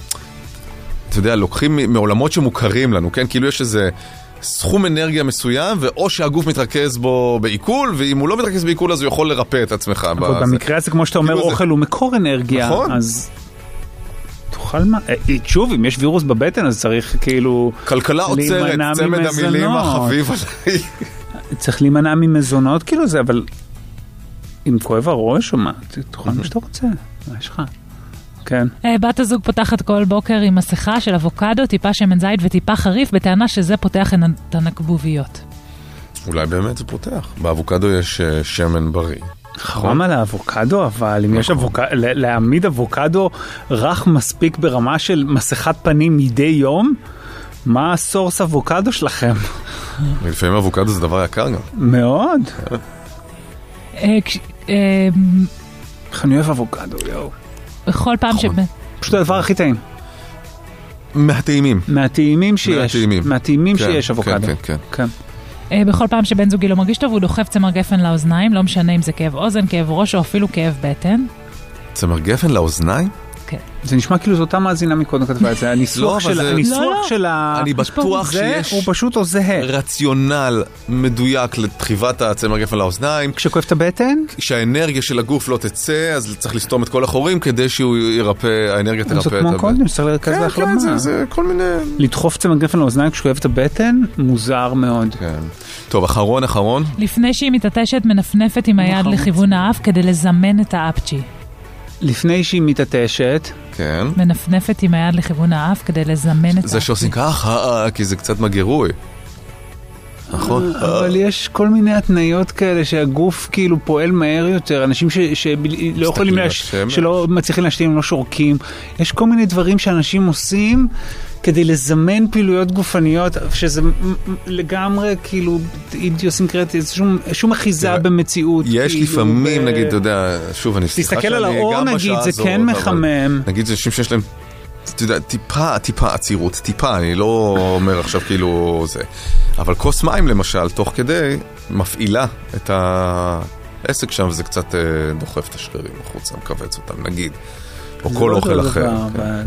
Speaker 5: אתה יודע, לוקחים מ- מעולמות שמוכרים לנו, כן? כאילו יש איזה... סכום אנרגיה מסוים, ואו שהגוף מתרכז בו בעיכול, ואם הוא לא מתרכז בעיכול אז הוא יכול לרפא את עצמך. בזה.
Speaker 6: אבל במקרה הזה, כמו שאתה אומר,
Speaker 5: כאילו זה-
Speaker 6: אוכל הוא מקור אנרגיה,
Speaker 5: נכון.
Speaker 6: אז... תאכל מה... אה, אה, שוב, אם יש וירוס בבטן, אז צריך כאילו...
Speaker 5: כלכלה עוצרת,
Speaker 6: להימנע
Speaker 5: צמד
Speaker 6: ממזונות.
Speaker 5: המילים החביב עליי.
Speaker 6: צריך להימנע ממזונות כאילו זה, אבל... אם כואב הראש או מה, ת- תאכל נכון, מה שאתה רוצה, מה יש לך? כן.
Speaker 13: אה, בת הזוג פותחת כל בוקר עם מסכה של אבוקדו, טיפה שמן זית וטיפה חריף, בטענה שזה פותח את הנקבוביות.
Speaker 5: אולי באמת זה פותח. באבוקדו יש אה, שמן בריא. נכון.
Speaker 6: חרם על האבוקדו, אבל אם יש אבוקדו, להעמיד אבוקדו רך מספיק ברמה של מסכת פנים מדי יום, מה הסורס אבוקדו שלכם?
Speaker 5: נכון? לפעמים אבוקדו זה דבר יקר גם.
Speaker 6: מאוד.
Speaker 13: אה, כש- אה,
Speaker 6: איך אני אוהב אבוקדו, יואו.
Speaker 13: בכל פעם ש...
Speaker 6: פשוט הדבר הכי טעים.
Speaker 5: מהטעימים.
Speaker 6: מהטעימים שיש. מהטעימים. מהטעימים
Speaker 5: כן,
Speaker 6: שיש
Speaker 5: כן,
Speaker 6: אבוקדו.
Speaker 5: כן, כן.
Speaker 6: כן.
Speaker 13: אה, בכל פעם שבן זוגי לא מרגיש טוב, הוא דוחף צמר גפן לאוזניים, לא משנה אם זה כאב אוזן, כאב ראש או אפילו כאב בטן.
Speaker 5: צמר גפן לאוזניים?
Speaker 13: כן.
Speaker 6: כן. זה נשמע כאילו זו אותה מאזינה מקודם כתבה את זה,
Speaker 5: לא,
Speaker 6: הניסוח
Speaker 5: אבל
Speaker 6: של
Speaker 5: זה-
Speaker 13: לא,
Speaker 6: הניסוח
Speaker 13: לא.
Speaker 6: של ה...
Speaker 5: אני בטוח
Speaker 6: זה,
Speaker 5: שיש-
Speaker 6: הוא פשוט או זהה.
Speaker 5: רציונל מדויק לדחיבת הצמר גפן לאוזניים.
Speaker 6: כשכואב את הבטן?
Speaker 5: כשהאנרגיה של הגוף לא תצא, אז צריך לסתום את כל החורים כדי שהוא ירפא, האנרגיה תרפא
Speaker 6: זה
Speaker 5: את
Speaker 6: כמו
Speaker 5: הבן.
Speaker 6: קודם, שצריך לרכז
Speaker 5: כן,
Speaker 6: להחלמה.
Speaker 5: כן, זה- זה כל מיני...
Speaker 6: לדחוף צמר גפן לאוזניים כשכואב את הבטן, מוזר מאוד.
Speaker 5: כן. טוב, אחרון אחרון.
Speaker 13: לפני שהיא מתעטשת, מנפנפת
Speaker 6: לא
Speaker 13: עם היד לכיוון האף כדי לזמן את האפצ'י.
Speaker 6: לפני שהיא מתעטשת...
Speaker 5: כן.
Speaker 13: מנפנפת עם היד לכיוון האף כדי לזמן את
Speaker 5: זה שעושים
Speaker 6: אה,
Speaker 5: ככה, אה, כי זה קצת מגירוי. נכון.
Speaker 6: אה, אבל יש כל מיני התניות כאלה שהגוף כאילו פועל מהר יותר, אנשים ש- שלא יכולים, להש...
Speaker 5: לשמש.
Speaker 6: שלא מצליחים להשתין, הם לא שורקים. יש כל מיני דברים שאנשים עושים כדי לזמן פעילויות גופניות, שזה מ- מ- לגמרי כאילו אידיוסינקרטי, זה שום, שום אחיזה במציאות.
Speaker 5: יש
Speaker 6: כאילו,
Speaker 5: לפעמים,
Speaker 6: ב-
Speaker 5: נגיד, אתה יודע, שוב, אני... סליחה
Speaker 6: תסתכל על
Speaker 5: שאני
Speaker 6: האור,
Speaker 5: גם
Speaker 6: נגיד,
Speaker 5: בשעה
Speaker 6: זה
Speaker 5: הזאת,
Speaker 6: כן
Speaker 5: אבל-
Speaker 6: מחמם.
Speaker 5: נגיד, זה אנשים שיש להם, אתה יודע, טיפה, טיפה עצירות, טיפה, אני לא אומר עכשיו כאילו זה. אבל כוס מים, למשל, תוך כדי, מפעילה את העסק שם, וזה קצת אה, דוחף את השרירים החוצה, מכווץ אותם, נגיד. או
Speaker 6: זה
Speaker 5: כל
Speaker 6: לא
Speaker 5: אוכל
Speaker 6: אותו
Speaker 5: אחר.
Speaker 6: דבר,
Speaker 5: כן.
Speaker 6: אבל-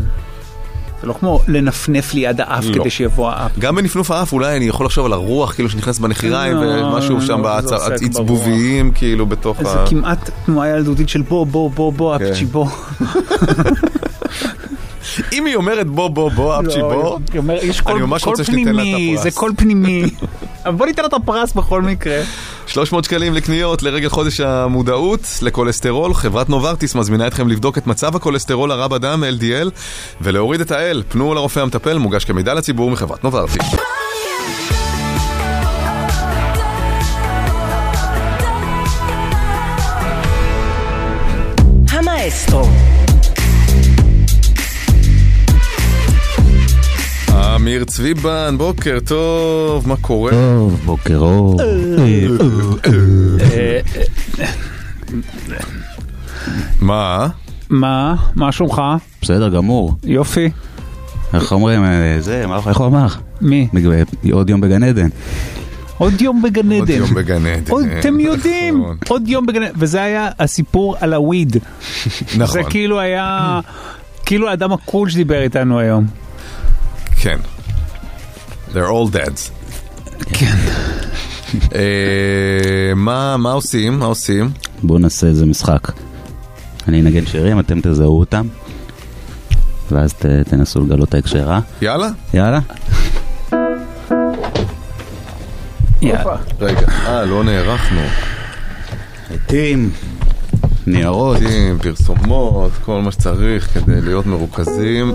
Speaker 6: זה לא כמו לנפנף ליד האף
Speaker 5: לא.
Speaker 6: כדי שיבוא האף.
Speaker 5: גם בנפנוף האף אולי אני יכול לחשוב על הרוח כאילו שנכנס בנחיריים
Speaker 6: לא,
Speaker 5: ומשהו
Speaker 6: לא,
Speaker 5: שם
Speaker 6: זה
Speaker 5: בעצ-
Speaker 6: עוסק ברוח.
Speaker 5: עצבוביים כאילו בתוך
Speaker 6: זה
Speaker 5: ה...
Speaker 6: כמעט תנועה ילדותית של בוא, בוא, בוא, בוא,
Speaker 5: כן.
Speaker 6: אפצ'י בוא.
Speaker 5: אם היא אומרת בוא בוא בוא אפצ'י
Speaker 6: לא,
Speaker 5: בוא,
Speaker 6: היא אומרת, יש
Speaker 5: אני
Speaker 6: קול
Speaker 5: ממש
Speaker 6: קול
Speaker 5: רוצה שתיתן לה את
Speaker 6: פנימי, זה
Speaker 5: הפרס.
Speaker 6: קול פנימי. אבל בוא ניתן לה את הפרס בכל מקרה.
Speaker 5: 300 שקלים לקניות לרגל חודש המודעות לכולסטרול. חברת נוברטיס מזמינה אתכם לבדוק את מצב הכולסטרול הרע בדם, LDL, ולהוריד את ה-L. פנו לרופא המטפל, מוגש כמידע לציבור מחברת נוברטיס.
Speaker 1: המאסטרו,
Speaker 5: אמיר צביבן, בוקר טוב, מה קורה?
Speaker 14: טוב, בוקר אור.
Speaker 5: מה?
Speaker 6: מה? מה שלומך?
Speaker 14: בסדר גמור.
Speaker 6: יופי.
Speaker 14: איך אומרים, אה, זה, מה- איך הוא אמר?
Speaker 6: מי?
Speaker 14: בג- עוד יום בגן עדן.
Speaker 6: עוד יום בגן עדן.
Speaker 5: יום בגן עדן. נכון.
Speaker 6: עוד-
Speaker 14: אה.
Speaker 6: אתם יודעים, עוד יום בגן עדן. וזה היה הסיפור על הוויד.
Speaker 5: נכון.
Speaker 6: זה כאילו היה, כאילו האדם הקול שדיבר איתנו היום.
Speaker 5: כן. They're all dead. כן. אה, מה מה עושים? מה עושים?
Speaker 14: בואו נעשה איזה משחק. אני אנגן שירים, אתם תזהו אותם, ואז ת- תנסו לגלות את ההקשר, אה?
Speaker 5: יאללה.
Speaker 14: יאללה.
Speaker 6: יאללה.
Speaker 5: רגע, אה, לא נערכנו.
Speaker 14: עטים, ניירות.
Speaker 5: עטים, פרסומות, כל מה שצריך כדי להיות מרוכזים.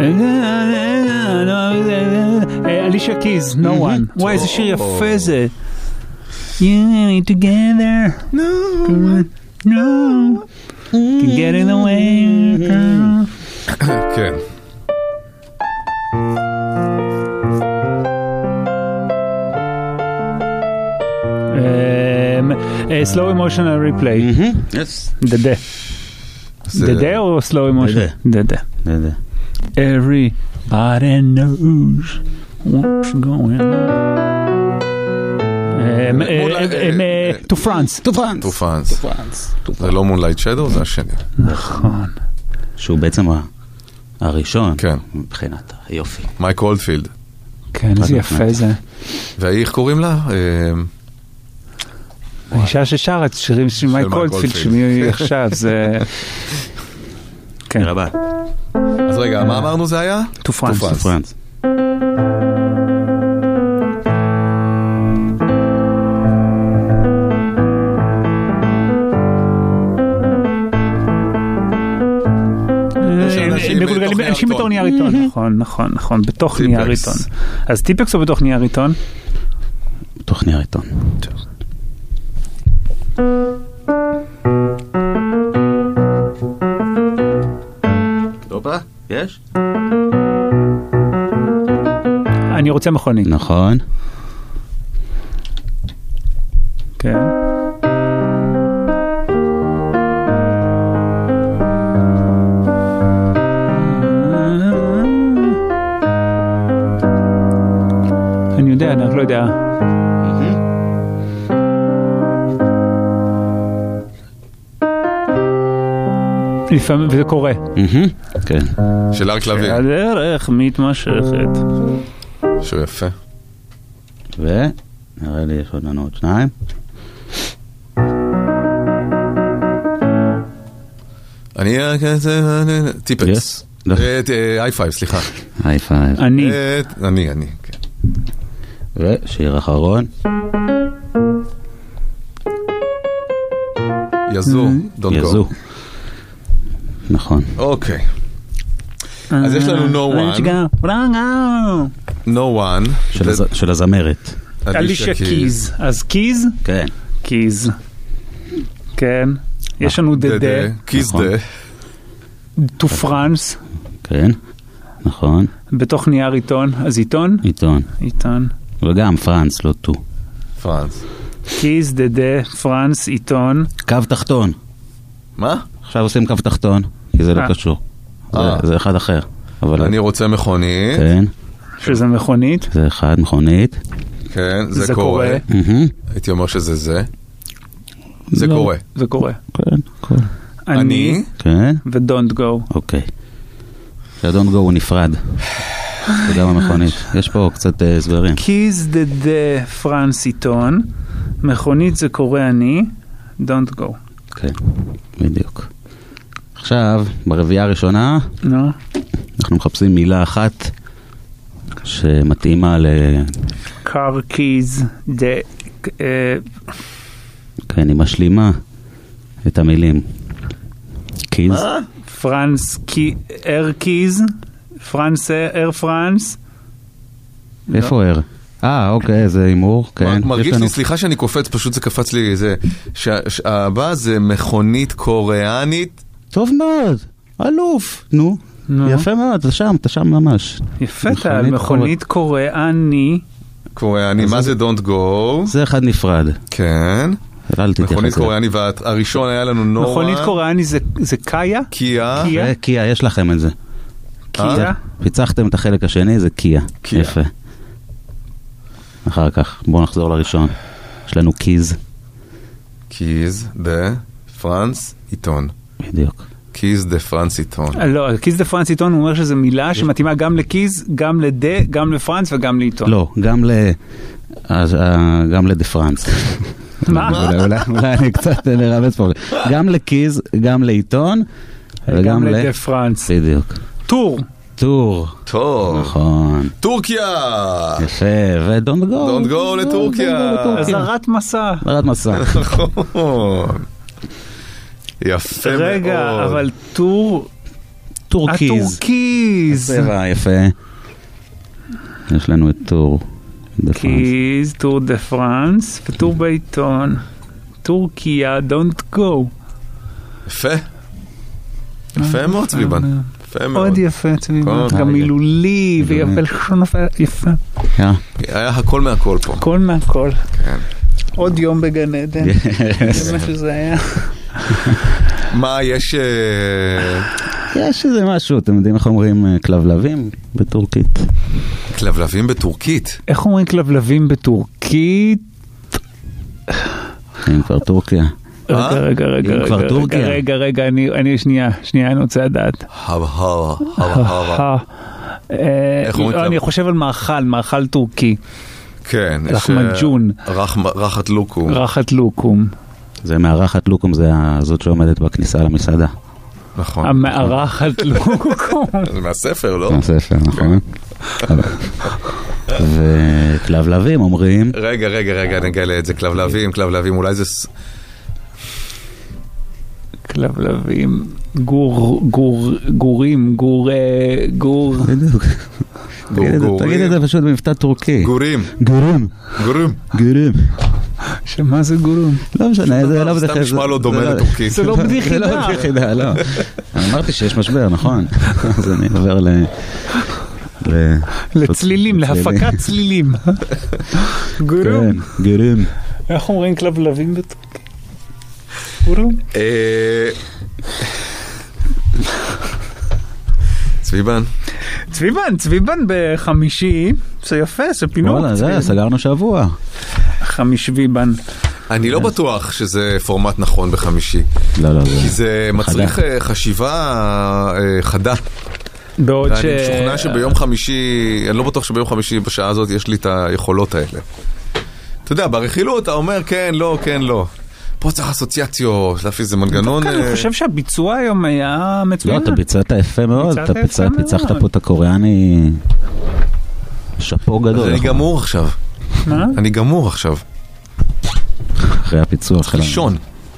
Speaker 6: Eh, אה, אני אלישה קיז, eh, no one.
Speaker 15: וואי, איזה שיר יפה זה.
Speaker 6: You together. No. No.
Speaker 3: Mm-hmm.
Speaker 6: Can get in the
Speaker 3: é.
Speaker 6: way.
Speaker 5: כן.
Speaker 6: Um, uh, slow emotional replay.
Speaker 14: Yes.
Speaker 6: דדה.
Speaker 14: זה-
Speaker 6: דדה או slow
Speaker 14: דדה.
Speaker 6: emotion? דדה.
Speaker 14: דדה.
Speaker 6: Everybody knows what's going on. אמ, אמ,
Speaker 5: אה,
Speaker 6: אמ, To France. To France.
Speaker 5: טו פאנס. כן. זה לא מונלייט שדו, זה השני.
Speaker 6: נכון.
Speaker 14: שהוא בעצם ה- הראשון. כן. מבחינת היופי.
Speaker 5: מייק אולדפילד.
Speaker 6: כן,
Speaker 5: אה,
Speaker 6: איזה יפה זה.
Speaker 5: והיא, איך קוראים לה? אה,
Speaker 6: האישה ששרה את שירים של מייק
Speaker 5: מייק
Speaker 6: גולדפילד,
Speaker 5: גולדפילד.
Speaker 6: שמי עכשיו, זה... כן.
Speaker 14: רבה.
Speaker 5: אז רגע,
Speaker 6: אה,
Speaker 5: מה אמרנו זה היה?
Speaker 6: To France.
Speaker 5: To
Speaker 14: France.
Speaker 3: É,
Speaker 6: הם- אה, הם מגולגלים, אנשים בתור נייר
Speaker 3: então.
Speaker 6: עיתון, נכון, נכון, נכון, בתוך נייר
Speaker 14: טיפקס.
Speaker 6: עיתון. אז טיפקס או בתוך נייר עיתון?
Speaker 14: בתוך נייר עיתון.
Speaker 5: הופה,
Speaker 14: יש?
Speaker 6: אני רוצה מכונית.
Speaker 14: נכון.
Speaker 6: כן. אני יודע, אני רק לא יודע. לפעמים, וזה קורה.
Speaker 14: כן.
Speaker 5: של אריק לביא.
Speaker 6: הדרך מתמשכת.
Speaker 5: שהוא יפה.
Speaker 14: ו... נראה כן. לי יש עוד לנו עוד שניים.
Speaker 5: אני רק... אה, אה, טיפקס.
Speaker 14: נכון.
Speaker 5: היי פייב, סליחה.
Speaker 14: היי פייב.
Speaker 5: אה, אני, אני.
Speaker 14: ושיר אחרון.
Speaker 5: יזו, דונט גו.
Speaker 14: יזו. נכון.
Speaker 5: אוקיי. אז יש לנו No One.
Speaker 14: לא,
Speaker 5: No One.
Speaker 14: של
Speaker 5: ו-
Speaker 14: הז- של הזמרת.
Speaker 6: אלישה קיז. אז קיז?
Speaker 14: כן.
Speaker 6: קיז. כן. יש לנו דדה.
Speaker 5: קיז
Speaker 14: נכון.
Speaker 5: דה.
Speaker 6: טו פרנס.
Speaker 14: כן. נכון.
Speaker 6: בתוך נייר עיתון. אז עיתון?
Speaker 14: עיתון.
Speaker 6: עיתון.
Speaker 14: וגם פרנס, לא טו.
Speaker 5: פרנס.
Speaker 6: קיז, דדה, פרנס, עיתון.
Speaker 14: קו תחתון.
Speaker 5: מה?
Speaker 14: עכשיו עושים קו תחתון, כי זה לא
Speaker 6: אה.
Speaker 14: קשור.
Speaker 5: אה.
Speaker 14: זה- זה אחד אחר. אבל...
Speaker 5: אני רוצה מכונית.
Speaker 14: כן.
Speaker 6: שזה מכונית?
Speaker 14: זה אחד, מכונית.
Speaker 5: כן,
Speaker 6: זה
Speaker 5: זה
Speaker 6: קורה.
Speaker 5: קורה.
Speaker 14: מהמם.
Speaker 5: הייתי אומר שזה זה. זה
Speaker 14: לא.
Speaker 5: קורה.
Speaker 6: זה קורה.
Speaker 14: כן, קורה.
Speaker 6: אני
Speaker 14: כן.
Speaker 6: ו-Don't go.
Speaker 14: אוקיי. שהדון גו הוא נפרד. תודה
Speaker 6: אה,
Speaker 14: במכונית. יש פה קצת אה, הסברים.
Speaker 6: קיז, דדה, פרנס, עיתון. מכונית זה קורה אני. Don't go.
Speaker 14: כן, בדיוק. עכשיו, ברביעייה הראשונה,
Speaker 6: נו.
Speaker 14: אנחנו מחפשים מילה אחת שמתאימה ל...
Speaker 6: car keys, the... אה,
Speaker 14: כן, היא משלימה את המילים. קיז.
Speaker 6: פרנס קי... אייר קיז? פרנס אייר פרנס?
Speaker 14: איפה ער? אה, אוקיי, זה הימור, כן. יש
Speaker 5: לא. מרגיש
Speaker 14: לנו-
Speaker 5: לי, סליחה שאני קופץ, פשוט זה קפץ לי, זה... שה- שהבא זה מכונית קוריאנית.
Speaker 14: טוב מאוד, אלוף. נו, יפה מאוד, אתה שם, אתה שם ממש.
Speaker 6: יפה, אתה מכונית קוריאני.
Speaker 5: קוריאני, מה זה Don't Go?
Speaker 14: זה אחד נפרד.
Speaker 5: כן.
Speaker 14: אל תתייחס.
Speaker 5: מכונית
Speaker 14: לזה.
Speaker 5: קוריאני, והראשון היה לנו נורא.
Speaker 6: מכונית קוריאני זה זה קאיה?
Speaker 5: קיה.
Speaker 6: קיה?
Speaker 14: זה קיה, יש לכם את זה.
Speaker 6: קיה?
Speaker 14: פיצחתם את החלק השני, זה קיה.
Speaker 5: קיה.
Speaker 14: יפה. אחר כך, בואו נחזור לראשון. יש לנו קיז,
Speaker 5: קיז דה פרנס עיתון.
Speaker 14: בדיוק.
Speaker 5: קיז דה פרנס עיתון.
Speaker 6: אה, לא, קיז דה פרנס עיתון הוא אומר שזו מילה שמתאימה גם לקיז, גם לדה, גם לפרנס וגם לעיתון.
Speaker 14: לא, גם ל... אז, אה, גם לדה פרנס.
Speaker 6: מה?
Speaker 14: אולי- אולי- אולי אני קצת מרמז פה. גם לקיז, גם לעיתון, וגם
Speaker 6: וגם
Speaker 14: ל...
Speaker 6: לדה פרנס.
Speaker 14: בדיוק.
Speaker 6: טור.
Speaker 14: טור.
Speaker 5: טור.
Speaker 14: נכון.
Speaker 5: טורקיה!
Speaker 14: יפה, ו-don't go.
Speaker 5: Don't go לטורקיה.
Speaker 6: אזהרת מסע.
Speaker 14: אזהרת מסע.
Speaker 5: נכון. יפה מאוד.
Speaker 6: רגע, אבל טור...
Speaker 14: טורקיז.
Speaker 6: הטורקיז.
Speaker 14: צבע יפה. יש לנו את טור. דה פרנס.
Speaker 6: קיז, טור דה פרנס וטור בעיתון. טורקיה, דונט גו.
Speaker 5: יפה.
Speaker 6: אה,
Speaker 5: יפה מאוד, צביבן. יפה מאוד.
Speaker 6: מאוד אה. יפה, צביבן.
Speaker 5: כל-
Speaker 6: גם מילולי, ויפה
Speaker 5: באמת.
Speaker 6: לשון יפה. יפה.
Speaker 14: אה.
Speaker 5: היה הכל מהכל פה.
Speaker 6: הכל מהכל.
Speaker 5: כן.
Speaker 6: עוד יום בגן עדן. זה מה שזה היה.
Speaker 5: מה, יש... אה,
Speaker 14: יש איזה משהו, אתם יודעים איך אומרים אה, כלבלבים בטורקית?
Speaker 5: כלבלבים בטורקית.
Speaker 6: איך אומרים כלבלבים בטורקית?
Speaker 14: אם כבר טורקיה.
Speaker 5: אה?
Speaker 6: רגע, רגע, רגע,
Speaker 14: אם
Speaker 6: רגע,
Speaker 14: כבר
Speaker 6: רגע,
Speaker 14: טורקיה.
Speaker 6: רגע, רגע, אני, אני, שנייה, שנייה, אני רוצה לדעת.
Speaker 5: הבהבה,
Speaker 6: אה,
Speaker 5: הבהבה. איך אומרים
Speaker 6: לא,
Speaker 5: כלב?
Speaker 6: אני חושב על מאכל, מאכל טורקי.
Speaker 5: כן. יש,
Speaker 6: לחמג'ון.
Speaker 5: אה, רחמ- רחת לוקום.
Speaker 6: רחת לוקום.
Speaker 14: זה מארחת לוקום, זה ה- זאת שעומדת בכניסה למסעדה.
Speaker 5: נכון.
Speaker 6: אמ- המארחת לוקום.
Speaker 5: זה מהספר, לא?
Speaker 14: זה הספר, נכון? וכלבלבים אומרים,
Speaker 5: רגע, רגע, רגע, נגלה את זה. כלבלבים, כלבלבים, אולי זה... ס-
Speaker 6: כלבלבים, גור, גור, גורים, גור, אה, גור.
Speaker 14: בדיוק. תגיד את זה- תגיד את זה פשוט במבטא טורקי.
Speaker 5: גורים.
Speaker 14: גורים.
Speaker 5: גורים.
Speaker 14: גורים.
Speaker 6: שמה זה גורים?
Speaker 14: לא משנה, זה לא בדיחה.
Speaker 5: סתם נשמע לו דומה
Speaker 14: זה לא-
Speaker 5: לטורקי.
Speaker 6: זה לא
Speaker 14: זה לא
Speaker 6: בדיחידה.
Speaker 14: בדיחידה, לא. אמרתי שיש משבר, נכון. אז אני עובר ל... ל-
Speaker 6: לצלילים, להפקת צלילים. גורום.
Speaker 14: כן, גורים.
Speaker 6: איך אומרים כלבלבים בטורקי? גורום.
Speaker 5: אה, צביבן.
Speaker 6: צביבן, צביבן בחמישי, זה יפה, זה פינוק.
Speaker 14: וואלה, זה, סגרנו שבוע.
Speaker 6: חמישביבן.
Speaker 5: אני לא
Speaker 6: אה.
Speaker 5: בטוח שזה פורמט נכון בחמישי.
Speaker 14: לא, לא,
Speaker 5: כי זה מצריך
Speaker 14: חדה.
Speaker 5: אה, חשיבה אה, חדה.
Speaker 6: בעוד ש...
Speaker 5: ואני משוכנע שביום חמישי, אני לא בטוח שביום חמישי בשעה הזאת יש לי את היכולות האלה. אתה יודע, ברכילות אתה אומר כן, לא, כן, לא. פה צריך אסוציאציות, להפעיל איזה מנגנון...
Speaker 6: דווקא
Speaker 5: אה,
Speaker 6: כן, אני חושב שהביצוע היום היה
Speaker 14: לא,
Speaker 6: מצוין.
Speaker 14: אתה ביצעת יפה מאוד,
Speaker 6: ביצעת
Speaker 14: אתה
Speaker 6: יפה
Speaker 14: ביצע- פיצחת
Speaker 6: מאוד.
Speaker 14: פה את הקוריאני. שאפו
Speaker 5: אז
Speaker 14: גדול.
Speaker 5: אני
Speaker 14: נכון?
Speaker 5: גמור עכשיו.
Speaker 6: מה?
Speaker 5: אני גמור עכשיו.
Speaker 14: אחרי הפיצוח. שלנו.
Speaker 5: לישון.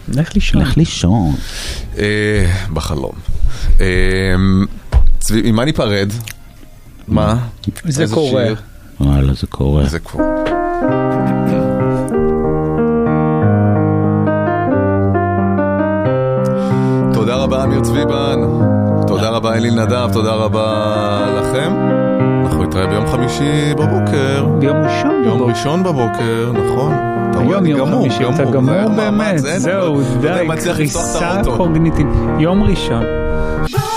Speaker 6: לך לישון.
Speaker 14: לך לישון.
Speaker 5: אה, בחלום. אה, צבי, עם מה ניפרד? מה?
Speaker 6: זה
Speaker 5: איזה
Speaker 6: קורה.
Speaker 5: שיר?
Speaker 14: וואלה, זה קורה.
Speaker 5: זה קורה. תודה רבה, אמיר צביבן. תודה רבה, אליל נדב. תודה רבה לכם. אנחנו נתראה ביום חמישי בבוקר.
Speaker 6: ביום ראשון.
Speaker 5: יום ראשון בבוקר, נכון. אתה רואה,
Speaker 6: היום
Speaker 5: אני
Speaker 6: יום
Speaker 5: גמור,
Speaker 6: חמישי, אתה גמור
Speaker 5: זה-
Speaker 6: באמת,
Speaker 5: זה-
Speaker 6: זהו,
Speaker 5: לא יודע
Speaker 6: די,
Speaker 5: אם מצליח לפתוח את
Speaker 6: קריסה
Speaker 5: האוטו.
Speaker 6: קוגניטיבית. יום ראשון.
Speaker 3: Bye.